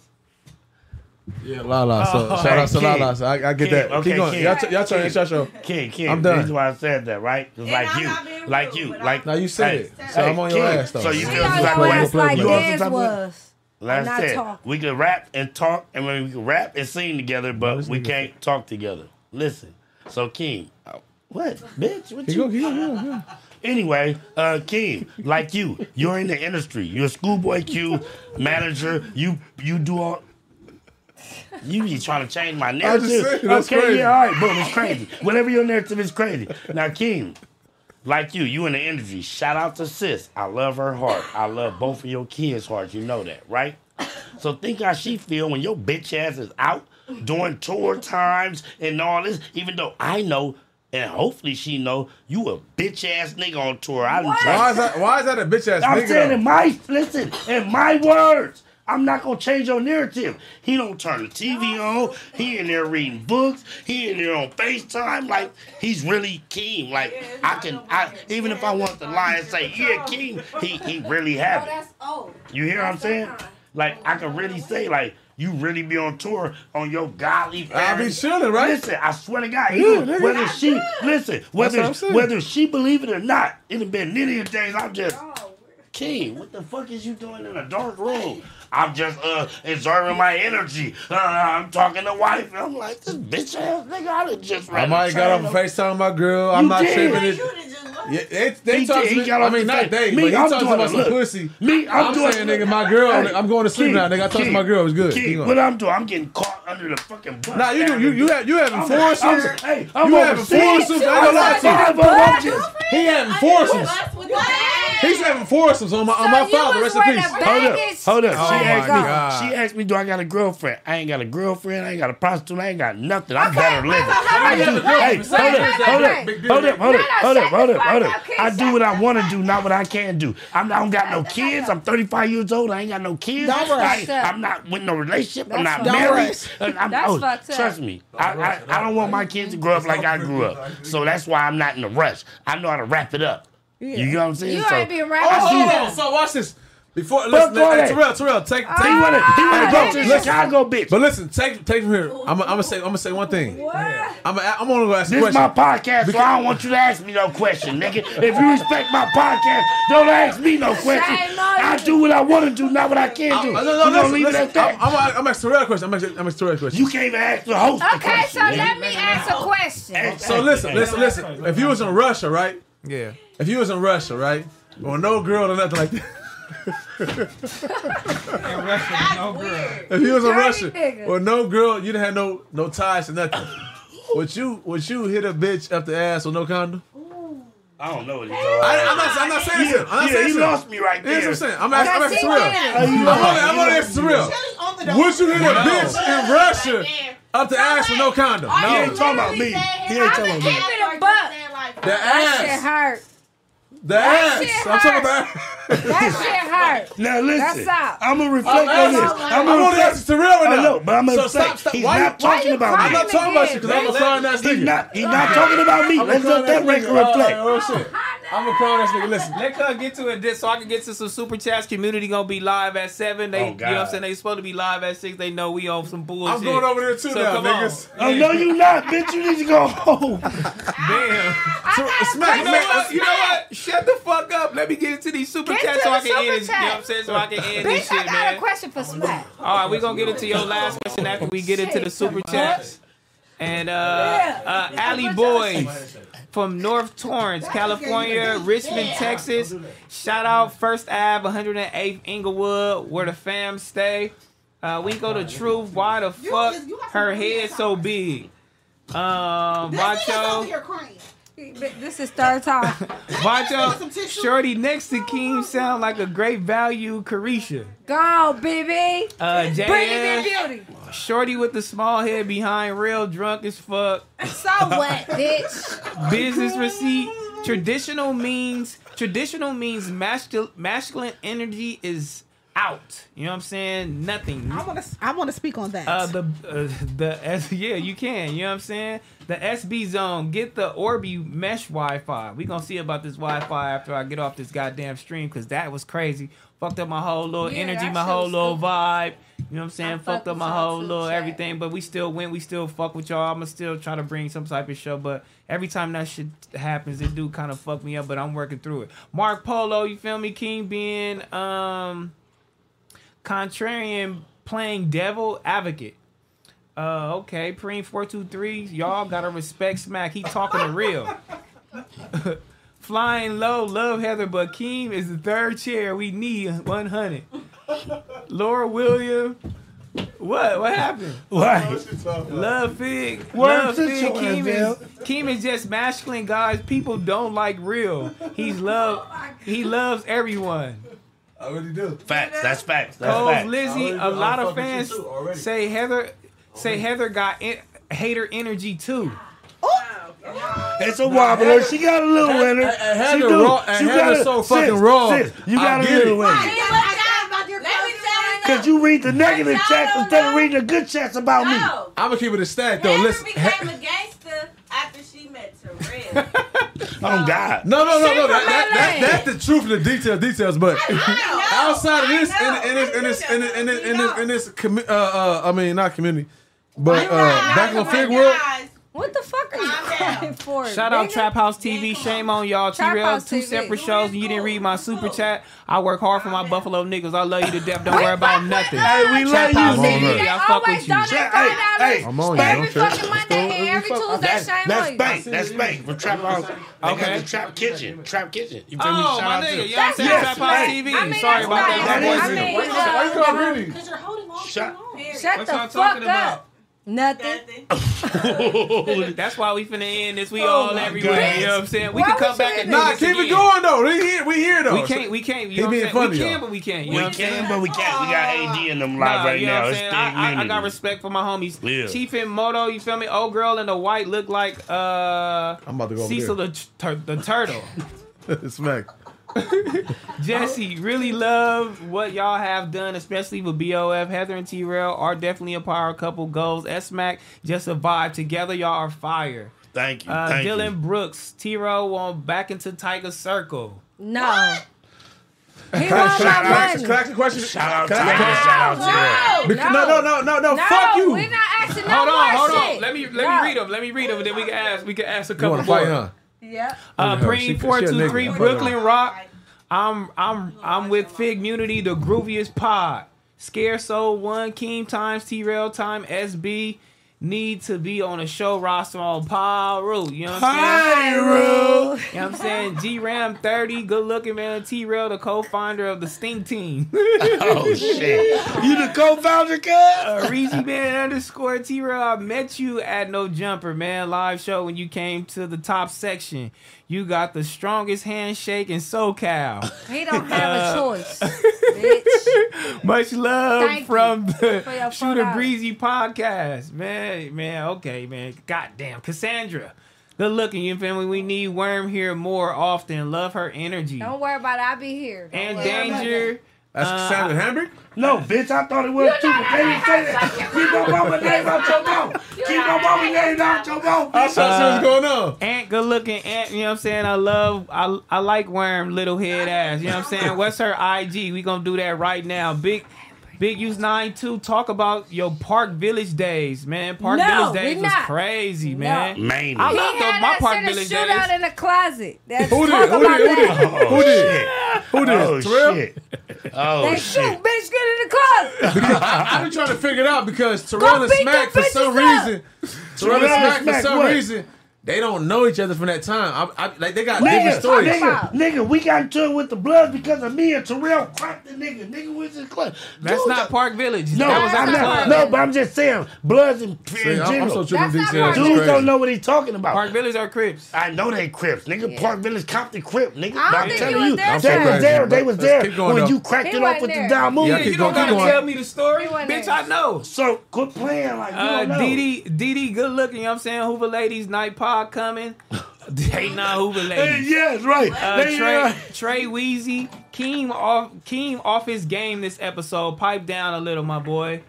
B: Yeah, Lala. So
C: Oh,
B: shout out to
C: hey, Keith.
B: Lala. So I, I get
C: Keith,
B: that.
C: okay,
B: Keep going.
C: Keith.
B: Y'all, t- y'all turn. It's your show.
C: Kid, kid.
B: I'm done.
C: That's why I said that, right? 'Cause like you, like you, like
B: Now you said
C: Hey,
B: it. So
C: hey,
B: I'm on your
C: Kid,
B: ass though.
C: So you feel
J: on
C: some type of
J: your
C: way?
J: ass like
C: You feel some
J: Dez
C: type of way?
J: was.
C: Like I
J: Not
C: said,
J: talk.
C: we can rap and talk, and when we can rap and sing together, but we can't talk together. Listen, so Keem, uh, what, bitch? What you? Anyway, uh, Keem, like you, you're in the industry. You're a schoolboy Q manager. You you do all. You be trying to change my
B: just said,
C: narrative.
B: that's
C: okay,
B: crazy.
C: yeah, all right, boom, it's crazy. Whatever your narrative is crazy. Now, Keem, like you, you in the industry. Shout out to sis. I love her heart. I love both of your kids' hearts. You know that, right? So think how she feel when your bitch ass is out doing tour times and all this. Even though I know, and hopefully she know, you a bitch ass nigga on tour. I
B: Why is that? Why is that a bitch ass
C: I'm
B: nigga?
C: saying
B: though?
C: in my listen, in my words. I'm not gonna change your narrative. He don't turn the TV on. He in there reading books. He in there on FaceTime. Like he's really keen. Like I can, I even if I want to lie and say yeah, keen, he he really have it.
J: old.
C: You hear what I'm saying? Like I can really say like you really be on tour on your godly. I be
B: chilling, right?
C: Listen, I swear to God,
B: Yeah,
C: even
B: nigga.
C: whether she listen,
B: what
C: whether
B: I'm saying.
C: whether she believe it or not, it have been many of days I'm just. King, what the fuck is you doing in a dark room? I'm just uh, absorbing my energy. Uh, I'm talking to wife, and I'm like, this bitch ass nigga, I done just
B: I
C: ran
B: might
C: a
B: have got
C: train
B: off a FaceTime with my girl. I'm
C: You
B: not
C: did.
B: tripping.
C: You
B: It. Yeah, they they
C: He
B: talking.
C: did. He got
B: I
C: off
B: mean,
C: the
B: not
C: face.
B: they.
C: Me,
B: but he
C: I'm
B: talking
C: doing
B: about
C: it.
B: some
C: Look.
B: pussy.
C: Me, I'm doing
B: saying,
C: it.
B: nigga, my girl.
C: Hey,
B: I'm going to sleep
C: Keith,
B: now, nigga. I talked to my
C: Keith,
B: girl. It was good.
C: Keep
B: Keep going.
C: what I'm doing, I'm getting caught under the fucking bus.
B: Nah, you do. You you have you having
C: I'm-
B: foursomes.
C: I'm- hey, I'm
B: You having
C: overseas.
B: foursomes. I ain't gonna lie
C: I'm
B: to you. He having foursomes. He's having foursomes on my on my
C: you
B: father.
C: was
B: Rest in
C: wearing
B: peace.
C: a Hold up, hold up.
B: Oh
C: she,
B: my
C: asked
B: god.
C: me, she asked me, do I got a girlfriend? I ain't got a girlfriend. I ain't got a prostitute. I ain't got nothing. I'm better living. I
B: wait,
C: do,
B: wait, wait,
C: hey,
B: wait,
C: hold
B: wait,
C: up,
B: wait,
C: hold
B: wait,
C: up,
B: wait,
C: hold
B: wait,
C: up, hold up,
B: wait.
C: hold up, hold up, hold up.
B: Shut the fuck
C: I
B: up,
C: do what I want to do, not what I can do. I'm not- I don't got no kids. I'm 35 years old. I ain't got no kids.
J: Don't rush.
C: I, I'm not with no relationship. I'm
J: That's
C: not
J: fucked up.
C: married.
J: Don't rush.
C: I'm-
J: That's
C: oh,
J: fucked up.
C: Trust me, I, I, I don't want my kids to grow up like I grew up. So that's why I'm not in a rush. I know how to wrap it up. You know what I'm saying?
J: You
C: so,
J: ain't been
B: Oh,
J: rapping.
B: hold
J: shit.
B: on. So watch this. Before
C: Fuck
B: listen,
C: all
B: hey,
C: that.
B: Terrell, Terrell, take take
C: He wanna- he wanna
B: Hey,
C: go
B: bro,
C: to
B: listen.
C: Chicago, bitch.
B: But listen, take take from here. I'm gonna say I'm gonna say one thing. I'm gonna I'm gonna go ask
C: This
B: a
C: is
B: question.
C: my podcast, so I don't want you to ask me no question, nigga. If you respect my podcast, don't ask me no question.
B: Shame on
C: I
B: you.
C: do what I want to do, not what I can do.
B: I'm, Uh, no, no,
C: we gonna
B: listen,
C: leave it
B: listen.
C: at that.
B: I'm, I'm, I'm asking Terrell a question. I'm asking, I'm asking Terrell a question.
C: You can't even ask the host a
J: Okay, so
C: question, nigga.
J: let me ask a question.
B: So listen, listen, listen. If you was in Russia, right?
A: Yeah.
B: If you was in Russia, right? Or no girl or nothing like that. If you was in
A: Dirty
B: Russia
A: nigga.
B: or no girl, you didn't have no no ties to nothing. would you would you hit a bitch up the ass with no condom?
C: I don't know what he's
B: I, I'm not. I'm not saying this.
C: yeah,
B: I'm not
C: yeah,
B: saying
C: he
B: this.
C: lost me right there.
B: Here's what I'm saying. I'm asking. I'm asking
C: Okay, see,
B: Terrell.
C: why
B: I'm
C: not?
B: gonna. I'm gonna ask Terrell. Would you hit a bitch in Russia up the ass with no condom?
C: He ain't talking about me. He ain't talking about me.
J: Keep it a buck.
B: The
J: That shit
B: ass.
J: hurt.
B: The ass.
J: That shit
B: I'm talking about.
J: That shit hurt.
C: Now listen,
J: That's out.
C: I'm gonna reflect on this. I'm
B: I want
C: gonna
B: to ask Terrell right now.
C: I know, but I'm
B: so
C: gonna
B: stop.
C: stop.
B: stop.
C: He's
B: Why you-
C: not talking about me.
B: I'm not talking about you because I'm a crying ass nigga.
C: He's not. He's not talking about me.
B: I'm a
C: Let's let
B: crying-ass
C: that record
B: nigga.
C: reflect.
B: Oh, shit. I'm a clown ass nigga. Listen.
A: Let her get to it this- so I can get to some super chats. Community gonna be live at seven. They,
B: Oh,
A: you know what I'm
B: God.
A: saying? They supposed to be live at six. They know we on some bullshit.
B: I'm going over there too
A: So
B: now,
A: come on.
B: niggas.
C: Oh no, you not, bitch. You need to go home.
A: Smack, you know what? You know what? Shut the fuck up. Let me get into these super
J: Get
A: chats
J: to
A: so I
J: the
A: can
J: super
A: end this. You know what I'm
J: chat.
A: saying? So I can end this
J: Bitch, I
A: shit,
J: got a
A: man.
J: question for Smack.
A: All right, we're gonna get into your last question after we get into the super chats. And uh, uh, Alley Boys from North Torrance, California, Richmond, Texas. Shout out First Ave, 108th Inglewood, where the fam stay. Uh, we go to Truth. Why the fuck her head so big? Um, Macho,
J: This is third time.
A: Macho, Shorty next to King sound like a great value, Carisha.
J: Go, BB.
A: Uh,
J: Bring it
A: Jan,
J: in beauty.
A: Shorty with the small head behind, real drunk as fuck.
J: So what, bitch?
A: Business receipt. Traditional means traditional means masculine masculine energy is out. You know what I'm saying? Nothing.
N: I want to. I want to speak on that.
A: Uh, the uh, the S yeah you can you know what I'm saying the SB zone get the Orbi mesh Wi-Fi we gonna see about this Wi-Fi after I get off this goddamn stream because that was crazy fucked up my whole little
B: Yeah,
A: energy
B: that
A: my
B: shit
A: whole
B: was
A: little
B: stupid.
A: vibe you know what I'm saying fucked up
B: with
A: my
B: y'all
A: whole
B: too,
A: little
B: chat.
A: everything but we still went we still fuck with y'all I'ma still try to bring some type of show but every time that shit happens it do kind of fuck me up but I'm working through it Mark Polo you feel me King being um contrarian playing devil advocate. Uh, okay, Preem four two three. Y'all gotta respect Smack. He talking the real. Flying low, love Heather, but Keem is the third chair we need. One hundred. Laura William. What? What happened?
C: What?
A: Love Fig.
C: Word,
A: Love
C: sit
A: Fig.
C: your
A: Keem
C: ass
A: is, Keem is just masculine, guys. People don't like real. He's love. He loves everyone.
B: I really do.
C: Facts. That's facts. That's
A: Cole's
C: facts.
A: Lizzy, a lot of fans say Heather say Heather got in, hater energy too.
C: It's a wobbler. She got a little
A: Heather-
C: winner.
A: and
C: She
A: Heather
C: do.
A: raw- and
C: She
A: Heather
C: got a-
A: so
C: sis,
A: fucking raw.
C: sis, You
A: I
C: got a
A: get it.
C: little winner.
K: Because
C: Cause you read the negative chats instead of reading the good chats about me.
K: No.
B: I'm gonna keep it a stack though.
K: Heather
B: Listen.
K: became a gangster after she met Terrell.
C: Oh God.
B: No, no, no, no.
K: Superman.
B: That, that, that, that's the truth and the details, details. But outside of this, in, in this, in this, in this, in this, in this, in this, commu- uh, uh, I mean, not community, but uh, back in the fig world,
J: What the fuck are you?
A: Shout out Trap House TV. Shame on y'all.
J: Trap
A: T-Real,
J: House
A: two
J: TV.
A: separate shows, and you didn't read my super chat. I work hard for my Buffalo niggas. I love you to death. Don't worry about nothing.
B: Hey, we
A: Trap
B: love you,
A: House
B: nigga.
A: TV. I fuck with you.
B: Hey,
C: I'm on you, Every don't trip. fucking
J: Monday and every Tuesday,
C: That's,
J: shame
C: that's
J: on you.
C: bank. That's bank for Trap House. They got the Trap Kitchen. Trap Kitchen. You feel me?
A: Oh,
C: Shout
A: my
C: out
A: nigga.
C: to them.
A: Yeah, I'm saying
C: Yes,
A: Trap House
C: hey.
A: TV. Sorry about that. My voice is-
C: Because you're holding on
J: uh, Shut-
C: Shut
A: What
J: the
A: y'all
J: fuck up.
A: talking about?
J: Nothing.
A: That's why we finna end this. We
J: Oh
A: all
J: my
A: everywhere.
B: God.
A: You know what I'm saying? We
B: Why
A: can
B: would
A: come back
B: you
A: and do
B: Nah,
A: this
B: keep it
A: again.
B: going though. We here, we here though.
A: We can't. We can't. You
B: He
A: know what
B: being
A: I'm saying?
B: funny.
A: We can,
B: though.
A: but we can't. You
C: We
A: know what I'm
C: can,
A: saying?
C: but we can't. We got AD in them live
A: Nah,
C: right
A: you know
C: now.
A: what I'm
C: It's
A: saying?
C: the
A: I, I, I got
C: immunity.
A: respect for my homies.
C: Yeah.
A: Chief and Moto, you feel me? Old girl in the white look like uh
B: I'm about to go over
A: Cecil the, tur- the turtle.
B: Smack.
A: Jesse, really love what y'all have done, especially with BOF. Heather and T Rail are definitely a power couple. Goals, S Mac, just a vibe. Together, y'all are fire.
C: Thank you.
A: Uh,
C: Thank you.
A: Dylan Brooks, T Rail won back into Tiger Circle.
J: No.
B: Can I ask- can I ask- can I ask a question?
C: Shout out
B: Can
C: to
B: I ask a
C: Ray,
B: question?
C: shout out to
J: No,
B: Bec- no, no, no, no, no, fuck you.
J: We're not asking no
A: Hold
J: more
A: on, hold
J: shit.
A: on. Let me let
J: No.
A: me read them. Let me read them, and then we can ask we can ask a
B: You
A: couple
B: want to fight,
A: more.
B: huh?
J: Yeah.
A: Uh,
B: Look at her. She-
A: Preem
B: she a
A: four two
B: nigga.
A: three
B: Fuck
A: Brooklyn
B: her.
A: Rock. I'm I'm I'm with Fig Munity, the grooviest pod. Scare Soul One King times T Rail time SB need to be on a show roster on Pyro. You know what I'm saying?
B: Pyro.
A: You know what I'm saying? G Ram 30, good looking man. T Rail, the co-founder of the Stink Team.
C: Oh shit. You the co-founder, cuz?
A: Uh, Reezy Man underscore T Rail, I met you at No Jumper, man. Live show when you came to the top section. You got the strongest handshake in SoCal.
J: He don't have a
A: Uh,
J: choice.
A: Much love
J: Thank you
A: from
J: for your
A: the
J: phone
A: Shoot a
J: out.
A: Breezy podcast. Man, man, okay, man. Goddamn. Cassandra. Good looking, you family. We need Worm here more often. Love her energy.
J: Don't worry about it. I'll be here. Don't
A: And
J: worry about it.
A: danger.
B: That's
A: Uh,
B: Cassandra Hamburg?
C: No, bitch, I thought it was too, but they didn't say that. Keep your mama name out your mouth. Keep your mama name out your mouth.
B: I saw
C: Uh,
B: something going on.
A: Uh, Ant, good looking Ant. You know what I'm saying? I love, I, I like Worm, little head ass. You know what I'm saying? What's her IG? We gonna do that right now. Big, Big Use nine two. Talk about your Park Village days, man. Park
J: No,
A: Village
J: we
A: days was
J: not.
A: crazy, man.
C: Mainly.
A: I
J: He
A: love the,
J: had
A: my
J: us
A: Park
J: in a
A: Village
J: shootout
A: days.
J: in the closet. That's
B: Who
J: talk
B: did? Who did? Who did?
J: about that.
B: Who did? Who did?
C: Oh,
B: Terrell?
C: shit. Oh,
J: They shoot,
C: shit.
J: bitch, get in the closet.
B: I, I've been trying to figure it out because Terrell and
J: beat
B: Smack
J: them
B: for some
J: bitches up.
B: reason, Terrell and
C: Terrell and
B: Smack for
C: Smack
B: some
C: what?
B: reason, they don't know each other from that time. I, I, like they got different
C: Nigga,
B: stories.
C: nigga, nigga, we got into it with the Bloods because of me and Terrell cracked the nigga. Nigga, we just clutch.
A: That's
C: Dude,
A: not Park Village.
C: No,
A: that was at
C: I'm
A: the
C: not,
A: club.
C: no, but I'm just saying, Bloods and
B: See,
C: in
B: I'm- I'm,
C: general.
B: so tripping these
J: That's not
B: guys.
J: Park
C: Dudes don't know what he's talking about.
A: Park Village are Crips.
C: I know they Crips, nigga. Park Village Compton Crip, nigga.
J: I don't
C: I'm
J: think
C: telling
J: you was
C: you,
J: there,
C: they
J: sir.
C: was there. They was
B: Let's
C: there
B: keep going,
C: when
B: though.
C: you cracked
J: He
C: it off
J: wasn't
C: with the
J: there.
C: Don
B: Yeah,
C: movie.
B: keep
A: you don't
B: going,
A: gotta
B: keep going.
A: tell me the story,
J: He wasn't
A: bitch.
J: there.
A: I know.
C: So quit playing like you
A: Uh,
C: don't know.
A: DD, DD, good looking. You know what I'm saying? Hoover Ladies Night Pod coming. Hey, not Hoover
C: Hey,
A: Ladies.
C: yes, right.
A: Uh,
C: They-
A: Trey, Trey Weezy, Keem off, Keem off his game this episode. Pipe down a little, my boy.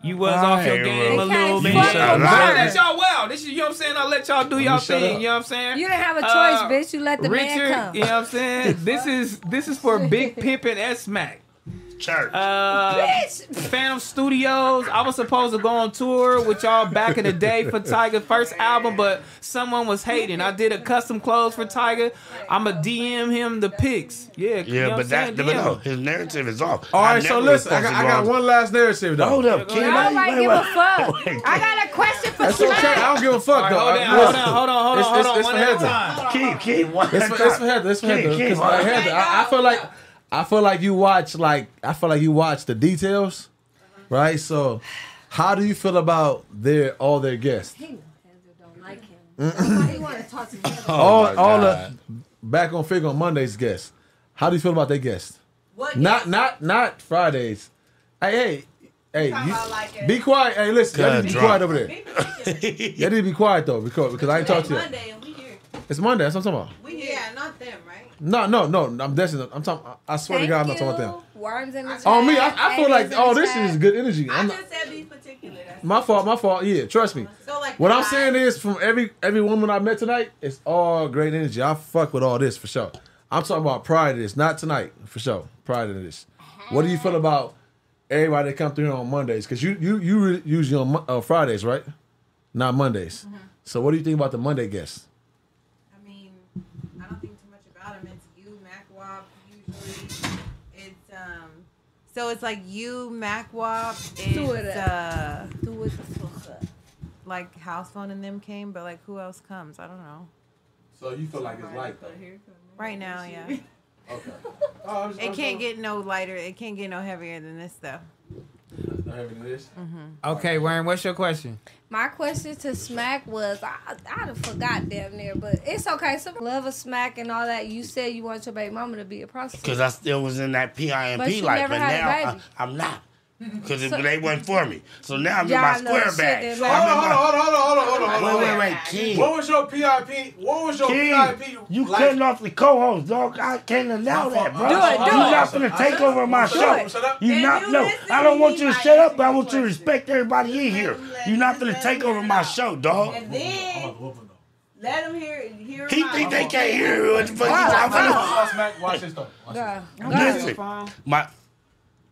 A: You was off your
C: Hey,
A: game
C: bro.
A: a little
J: You
A: bit.
J: can't
A: I
C: fuck with
A: let y'all wow. This is you know what I'm saying. I let y'all do y'all
B: shut
A: thing.
B: up.
A: You know what I'm saying.
J: You didn't have a choice,
A: Uh,
J: bitch. You let the
A: Richard,
J: man
A: you
J: come.
A: know what I'm saying. This is this is for Big Pimp and S Mac.
C: Church.
A: Uh,
J: Bitch.
A: Phantom Studios. I was supposed to go on tour with y'all back in the day for Tiger first album, but someone was hating. I did a custom clothes for Tiger. I'ma DM him the pics. Yeah, you know
C: yeah,
A: what I'm
C: but that,
A: saying?
C: but
A: DM
C: no,
A: him.
C: his narrative is off.
B: All
C: I
B: right, so
C: never
B: listen, I got,
C: was supposed
B: I
C: to
B: got
C: go on-
B: one last narrative though.
C: Hold up, kid.
J: Nobody
C: Wait,
J: give a
C: wait.
J: fuck.
C: Wait.
J: I got a question for
B: That's okay. I
J: Smack.
B: don't give a fuck
A: All right,
B: though.
A: hold
B: I-
A: on, hold
B: listen,
A: on,
B: it's- it's-
A: hold on, hold on, hold on.
B: it's
A: One
B: for
A: at a
B: Heather.
A: time.
C: Keep, keep, one
B: It's
C: at a
B: for, it's for
C: time.
B: Heather. It's for
C: Keep,
B: Heather.
C: keep,
B: 'Cause,
C: one
B: like,
C: at a
B: Heather, I, I feel like I feel like you watch like I feel like you watch the details, right? So, how do you feel about their all their guests?
P: Oh
B: all all the back on fig on Monday's guests. How do you feel about their guests?
P: What
B: Not
P: guests?
B: not not Fridays. Hey hey hey,
P: Talking about like
B: you,
P: a-
B: be quiet. Hey, listen, y'all
C: Kinda
B: need to be
C: drunk.
B: quiet over there. Y'all need to be quiet though because because I ain't talked to you.
P: Monday and we here.
B: It's Monday. That's what I'm talking about.
P: We here. Yeah, not them, right?
B: No, no, no. I'm destined. I'm talking. I- I swear
J: Thank
B: to God, I'm not talking about
J: you.
B: them.
J: Worms in the chat.
B: On Oh, me, I, I feel like
J: Babies in
B: oh,
J: the
B: this
J: chat.
B: is good energy.
P: i
B: I'm not,
P: just said be particular. That's
B: my fault. My fault. Yeah, trust me.
P: so like
B: What I'm
P: five.
B: saying is, from every every woman I met tonight, it's all great energy. I fuck with all this for sure. I'm talking about prior to this, not tonight for sure. Prior to this, what do you feel about everybody that
P: Mm-hmm.
B: come through here on Mondays? Because you you you re- usually on Mon- uh, Fridays, right? Not Mondays. So what do you think about the Monday guest?
P: I mean, I don't think too much about him. It's you, MacWop, usually. It's um. So it's like you, MacWop.
S: Do it
P: It's
S: up.
P: uh.
S: Do it
P: Like house phone and them came, but like who else comes? I don't know.
B: So you feel like it's light though.
P: Right now, yeah.
B: Okay. Oh,
P: It can't get no lighter. It can't get no heavier than this though.
A: Okay, Warren, what's your question?
J: My question to Smack was I I'd have forgot damn near, but it's okay. Some love of Smack and all that. You said you want your baby mama to be a prostitute.
C: Because I still was in that PIMP
J: But you
C: life,
J: never
C: and
J: had a
C: now
J: baby.
C: I, I'm not. Because
J: So-
C: they wasn't for me. So now I'm in
J: Y'all
C: my
J: know
C: square
J: shit
C: bag. I'm in
J: that-
B: Hold on,
C: my-
B: hold on, hold on, hold on, hold on, hold
C: Wait,
B: on.
C: wait, wait, King.
B: What was your PIP? What was your
C: King,
B: PIP?
C: you cutting off the co-host, dog. I can't allow that, bro.
B: Do it, do
C: You're
B: it.
C: not gonna take over my
B: Do
C: show.
B: it. Shut up.
C: You
B: If
C: not
B: you
C: no.
B: listen
C: I
B: to
C: don't
B: me,
C: want you to
B: I
C: shut up. but I want you to respect everybody in here. You're not gonna take over my show, dog.
K: And then let them hear it. Hear
C: He
K: my-
C: think they can't hear what the fuck you talking about.
B: Watch this though.
C: Listen, my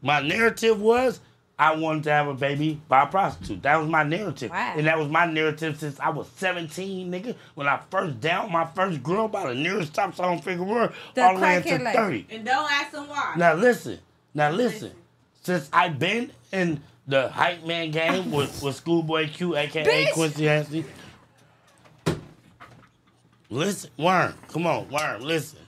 C: my narrative was I wanted to have a baby by a prostitute. That was my narrative, and that was my narrative since I was 17, nigga. When I first downed my first girl by the nearest stop sign on Figure One, all the way to 30.
K: And don't ask them why.
C: Now listen, now listen. Since I've been in the hype man game with with Schoolboy Q, aka
K: Bitch.
C: Quincy Hasty. Listen, Worm, come on, Worm, listen.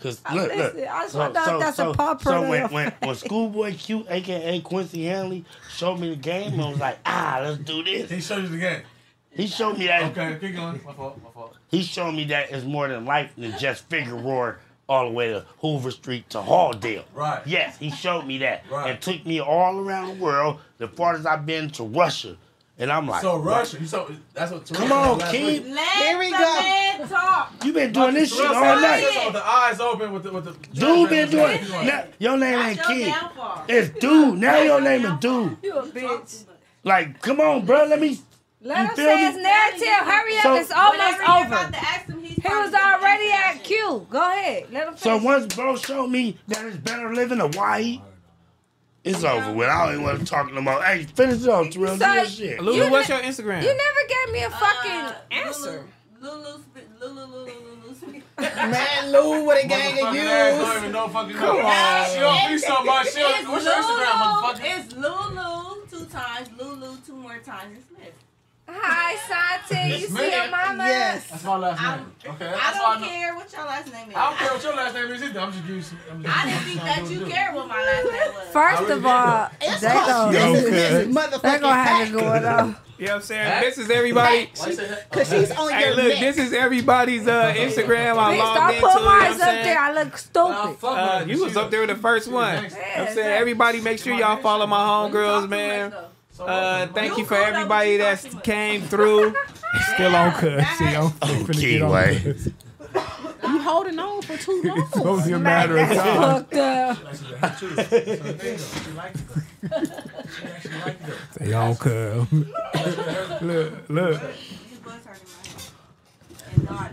C: Cause
K: I
C: look, look.
K: listen. I swear that- that's a pop
C: So
K: product.
C: when, when, when Schoolboy Q, aka Quincy Hanley, showed me the game, I was like, ah, let's do this. He showed you the game. He showed me that.
B: Okay, keep going. My fault, my fault.
C: He showed me that it's more than life than just figure roar all the way to Hoover Street to Halldale.
B: Right.
C: Yes, he showed me that. Right. And took me all around the world, the farthest I've been to Russia. And I'm like,
B: So Russia, you so that's what.
C: Come on, Keith.
K: Let
N: we
K: the
N: go.
K: man talk.
C: You been doing this shit all
B: With
C: night.
B: the eyes open, with the with the.
C: Dude been doing it. Now, your name ain't
K: That's your
C: King.
K: downfall.
C: It's dude. Now your name is dude.
J: You a bitch.
C: Like, come on, bro. Let me.
J: Let
C: you
J: him
C: feel
J: say
C: me?
J: his narrative. Hurry up,
C: So-
J: it's almost
C: Whenever you're
J: over. he was already at Q. Go ahead. Let him
C: So once bro showed me that it's better living in Hawaii, it's over with. I don't even want to talk no more. Hey, finish it off, Terrell. Do
J: So,
C: your shit.
A: Lulu,
J: You
A: what's
J: ne-
A: your Instagram?
J: You never gave me a fucking answer.
K: Uh, Lulu, Lulu, Lulu, Lulu.
T: Man, Lou with a gang of
B: Motherfucking
T: you.
B: ass don't even know fucking
T: Come
B: know.
T: on.
B: She don't be so much. She
K: It's
B: don't. What's your Instagram,
K: Lulu.
B: motherfucker?
K: It's Lulu two times. Lulu two more times. It's Smith.
J: Hi, Sante. You
B: It's
J: see your
B: Smith.
J: mama?
B: That's my last name. Okay,
K: I
B: that's all I
K: don't
B: know.
K: care what your last name is.
B: I don't care what your last name is either. I'm just giving you some. I'm just
K: I didn't think that you cared what my last name was.
J: First of all, they
K: It's
J: gonna,
B: Yo,
J: they
B: cuz.
J: gonna have it going on.
A: You know what I'm saying? This is everybody.
J: Cause she's on
A: Hey,
J: your
A: look,
J: neck.
A: this is everybody's uh, Instagram. I
J: Please stop putting
A: logged into. you know what
J: mine
A: I'm
J: up
A: saying?
J: there. I look stupid.
A: Uh, you was up there with the first one. You know what I'm saying everybody, make sure y'all follow my homegirls, man. Uh, thank you for everybody that came through. Still on cuz. See, I'm finna get on
C: Keyway.
A: cuz.
N: You holding on for too long.
A: It's only a matter of time. Stay on cuz. look, look.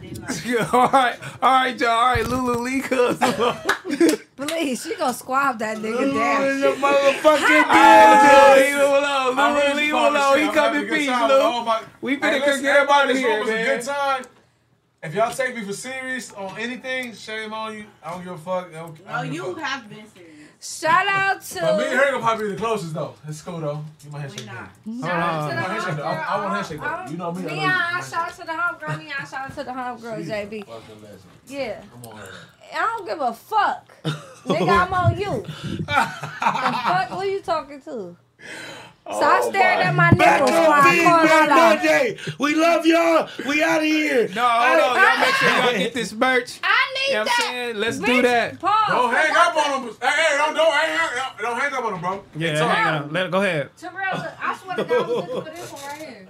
A: all right, all right, y'all. All right, Lulu Lee cuz.
J: Please, she gonna squab that nigga
A: Lulu
J: down.
A: in the motherfucking
J: Hi.
A: building. Leave him alone.
B: I
A: Lulu,
B: really just
A: leave
B: wanted
A: him
B: to
C: Oh,
A: alone.
B: say
A: He
B: I'm
A: come
B: having
A: in
B: a good
A: peace,
B: time with all
A: Lulu.
B: my-
A: We
B: Hey,
A: finna cook
B: listen,
A: everybody
B: this room
A: here,
B: was a
A: man.
B: good time. If y'all take me for serious on anything, shame on you. I don't give a fuck. I don't, I
K: No,
B: don't give a
K: you
B: fuck.
K: have been serious.
J: Shout out to.
B: But me and her gonna probably be the closest though. It's cool though. You my handshake. though.
J: Shout out to
B: I
J: the
B: want handshake though. I- I want handshake though. You know me. I know you.
J: Neon, shout out to the homegirl. Neon, shout out to the homegirl, JB.
B: Fucking legend.
J: Yeah.
B: Come on.
J: I don't give a fuck. Nigga, I'm on you. the fuck, who you talking to? So I stared at my
C: Oh Back
J: nipples while
C: on
J: I
C: beat,
J: called
C: man,
J: her out.
C: Monday. We love y'all. We out of here.
A: No, hold on. Y'all make sure y'all get this merch.
J: I
A: You know what I'm saying? Let's do that.
B: Don't hang up on him. Hey, hey, don't, don't, hang up, don't hang up on him, bro. It's
A: Yeah,
B: all-
A: hang on. Let it go ahead.
J: Terrell, look, I swear to God, I was looking for this one right here.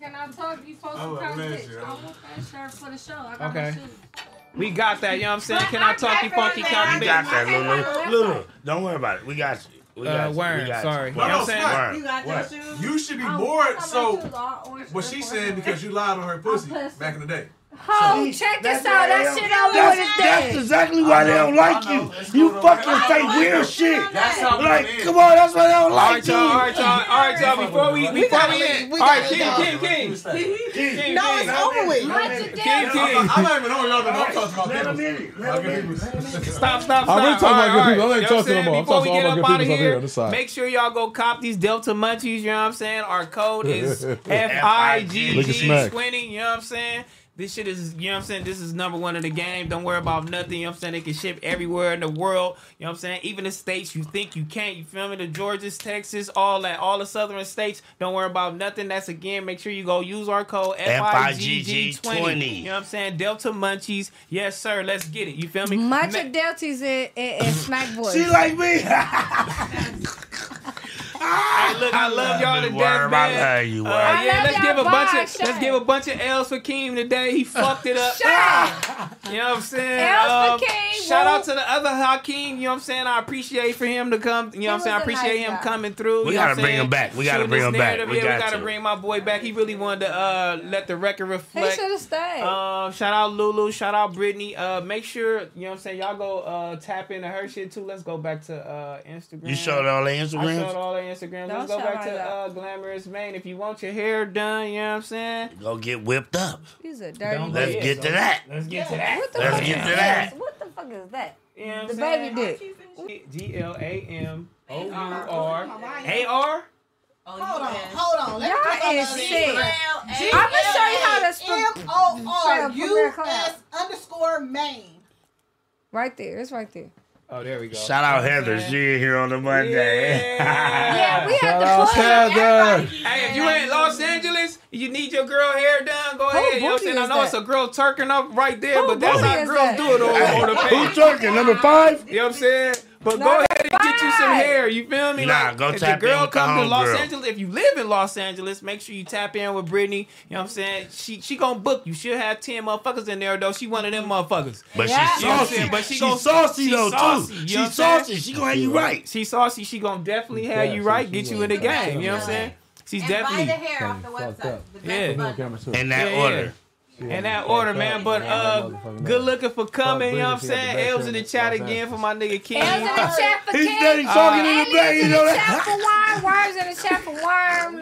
J: Can I talk? You supposed
A: I'm
J: to
A: a
J: come, bitch.
A: legend.
J: I want that shirt for the show. I got my
A: Okay.
J: shoes.
A: We got that, you know what I'm saying? Can I talk you funky
C: You
A: county
C: got that, Lulu. Lulu, don't worry about it. We got you. We got
A: Uh,
C: you.
A: Worm,
C: we got
A: sorry.
C: You.
A: You know what I'm saying?
C: Worm.
A: You got
B: What?
A: your shoes?
B: You should be
J: Oh, I
B: more
J: got
B: so.
J: my shoes all orange
B: What
J: and
B: she
J: purple.
B: said because you lied on her pussy
J: pussy.
B: back in the day.
J: Ho, check this out. That shit I
C: That's,
J: wanted
C: that's
J: dead.
C: exactly why they don't like you. You fucking say weird shit.
B: That's how
C: Like,
B: it is.
C: come on, that's why they don't
A: All right,
C: like you.
A: y'all. All right, y'all. All right, right, y'all. Before we
N: We
A: before
N: gotta
A: we
N: leave.
A: end. All
N: We
A: right,
N: gotta
A: King,
N: leave.
A: King, King. King,
N: No,
A: King.
N: it's over with.
A: King, King.
I: I'm not even on y'all, but I'm talking about
C: Let 'em
I: people.
C: in it. Let 'em in it.
A: Stop, stop, stop.
I: I'm really talking
A: All
I: about good people.
A: all
I: I ain't
A: You know what
I: talking to
A: I'm
I: them all.
A: saying?
I: I'm
A: Before we
I: talking
A: get
I: about
A: up
I: good
A: out of
I: people up here
A: here,
I: on this side.
A: make sure y'all go cop these Delta Munchies, you know what I'm saying? Our code is
I: Look at Smack.
A: FIGG20, you know what I'm saying? This shit is, you know what I'm saying? This is number one in the game. Don't worry about nothing, you know what I'm saying? They can ship everywhere in the world, you know what I'm saying? Even the states you think you can't, you feel me? The Georgias, Texas, all that, all the southern states. Don't worry about nothing. That's again, make sure you go use our code FIGG20.
C: FIGG20.
A: You know what I'm saying? Delta Munchies. Yes, sir. Let's get it. You feel me?
J: Much
A: Ma-
J: of Delty's in, in, in Snack Boy.
C: She like me.
A: Hey, look, I love y'all to
C: you,
A: death,
C: Worm. I
A: man.
C: love you,
A: Uh,
C: Worm.
A: yeah,
C: I love
A: let's give a
C: y'all.
A: bunch
C: Bye,
A: of let's give a bunch of L's for Keem today. He fucked it up. You know what I'm saying? Um,
J: L's for Keem,
A: Shout
J: bro.
A: out to the other Hakeem. You know what I'm saying? I appreciate for him to come. You know what I'm saying? I
J: was a
A: appreciate
J: nice
A: him
J: guy.
A: coming through.
C: We
A: you know what
C: gotta
A: I'm
C: bring
A: saying?
C: him back. We gotta
A: Shooting
C: bring
A: this
C: him back.
A: narrative.
C: We
A: yeah,
C: got
A: we gotta
C: to.
A: bring my boy back. He really wanted to uh, let the record
J: He
A: reflect.
J: should have stayed.
A: Um, shout out Lulu, shout out Brittany. Uh, make sure you know what I'm saying. Y'all go uh tap into her shit too. Let's go back to uh Instagram.
C: You showed all their
A: I
C: Instagrams?
A: showed all their Instagrams.
J: Don't
A: Let's go
J: shout
A: back
J: her
A: to
J: out.
A: uh, Glamorous Maine. If you want your hair done, you know what I'm saying.
C: Go get whipped up.
J: He's a dirty
A: Don't
C: Let's
A: Yeah,
C: get
A: so
C: to that.
A: Let's get to that.
J: What the
C: Let's
J: fuck
C: get
J: is
C: to that.
J: What the fuck is that?
A: You know what
J: the
A: I'm
J: baby
A: saying?
J: dick.
A: G L A M O U R A R.
Q: Hold on, hold on. Let me
J: Y'all
Q: talk about
J: is
Q: this.
J: sick.
Q: G-
J: I'ma show you how to spell-
Q: M O R U
J: spell
Q: S underscore Maine.
J: Right there. It's right there.
A: Oh, there we go.
C: Shout out Heather. She in here on the Monday.
J: Yeah, we had
I: Shout
J: to
I: out
J: push
I: Heather.
A: Hey, if you ain't Los Angeles, you need your girl hair done. Go ahead. You know what I'm
J: booty
A: saying? I
J: is
A: know
J: that?
A: it's a girl turking up right there,
J: Who
A: but that's
J: booty
A: how
J: is
A: girls
J: that?
A: do it on, on the
C: Who
A: page.
C: talking? Number five?
A: You know what I'm saying? But go ahead and get you some hair. You feel me?
C: Nah,
A: Like,
C: go
A: if
C: tap
A: your
C: in
A: girl
C: with the
A: come to Los
C: homegirl.
A: Angeles, if you live in Los Angeles, make sure you tap in with Brittany. You know what I'm saying? She she gonna book you. She'll have ten motherfuckers in there though. She one of them motherfuckers.
C: But
J: Yeah.
C: she's
A: You know what I'm
C: saucy.
A: saying? But she
C: she's
A: gonna-
C: saucy though
A: she saucy, you
C: too.
A: know what I'm
C: She's
A: saying?
C: saucy. She gonna have you right.
A: She saucy. She gonna definitely have you right. Get you in the game. You know what I'm saying? She's
P: and
A: definitely
P: buy the hair off the website.
A: yeah.
C: In that
A: Yeah, yeah.
C: order. Oh,
A: In that order, man. But uh, good looking for coming. You know what I'm saying? L's in the chat again for my nigga King.
J: L's in the chat for
C: He's
J: King.
C: steady talking in the back. You know
J: Aliens in the chat
C: that.
J: for worm. Worms in the chat for worm.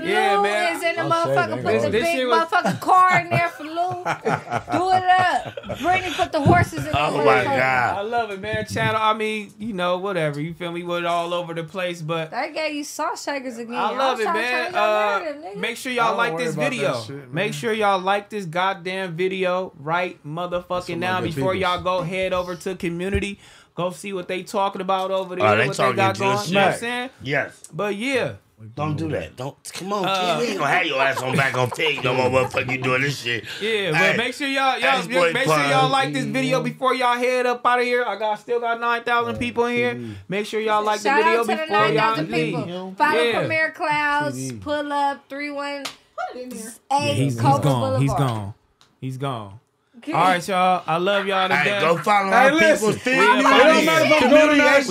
A: Yeah,
J: Lou
A: man.
J: is in the
I: I'll say,
J: motherfucker.
I: man,
J: Put the
I: God.
A: This
J: big
A: shit was-
J: motherfucking car in there for Lou. Do it up. Brittany put the horses in the
C: Oh my
J: motherfucker.
C: God.
A: I love it, man. Channel. I mean, you know, whatever. You feel me? We're all over the place, but
J: They gave you salt shakers again.
A: I love
J: I'm
A: it,
J: trying to turn
A: man.
J: your narrative,
A: Uh,
J: nigga.
A: make sure
I: I
A: y'all
I: don't
A: like
I: worry
A: this
I: about that
A: video.
I: shit, man.
A: make sure y'all like this goddamn video right motherfucking
I: my
A: now
I: good
A: before
I: peoples.
A: y'all go head over to community. Go see what they talking about over there.
C: Oh, they
A: what
C: talking
A: they got
C: good
A: going. You know what I'm
C: shit.
A: saying?
C: Yes.
A: But yeah.
C: Don't do that. Don't come on,
A: Uh,
C: kid. We ain't gonna have your ass on back on tape no more. Motherfucker, you doing this shit?
A: Yeah, but
C: Hey,
A: make sure y'all y'all
C: that's boy
A: make sure y'all
C: Prime.
A: like this video
C: Mm-hmm.
A: before y'all head up out of here. I got still got nine
C: Oh,
A: thousand people in here. Make sure y'all like
J: Shout
A: the video
J: out to the
A: before y'all
J: 9,000 people.
A: leave.
J: Follow
A: Yeah.
J: Premier Clouds. Pull up 318
A: he's, he's
J: Copa
A: gone. He's
J: Boulevard.
A: gone. He's gone. All right, y'all. I love y'all to
C: Hey,
A: death.
C: go follow
I: Hey,
C: our
I: listen.
C: people.
I: It
C: Feed
A: don't
C: you.
A: matter if I'm
I: going or not.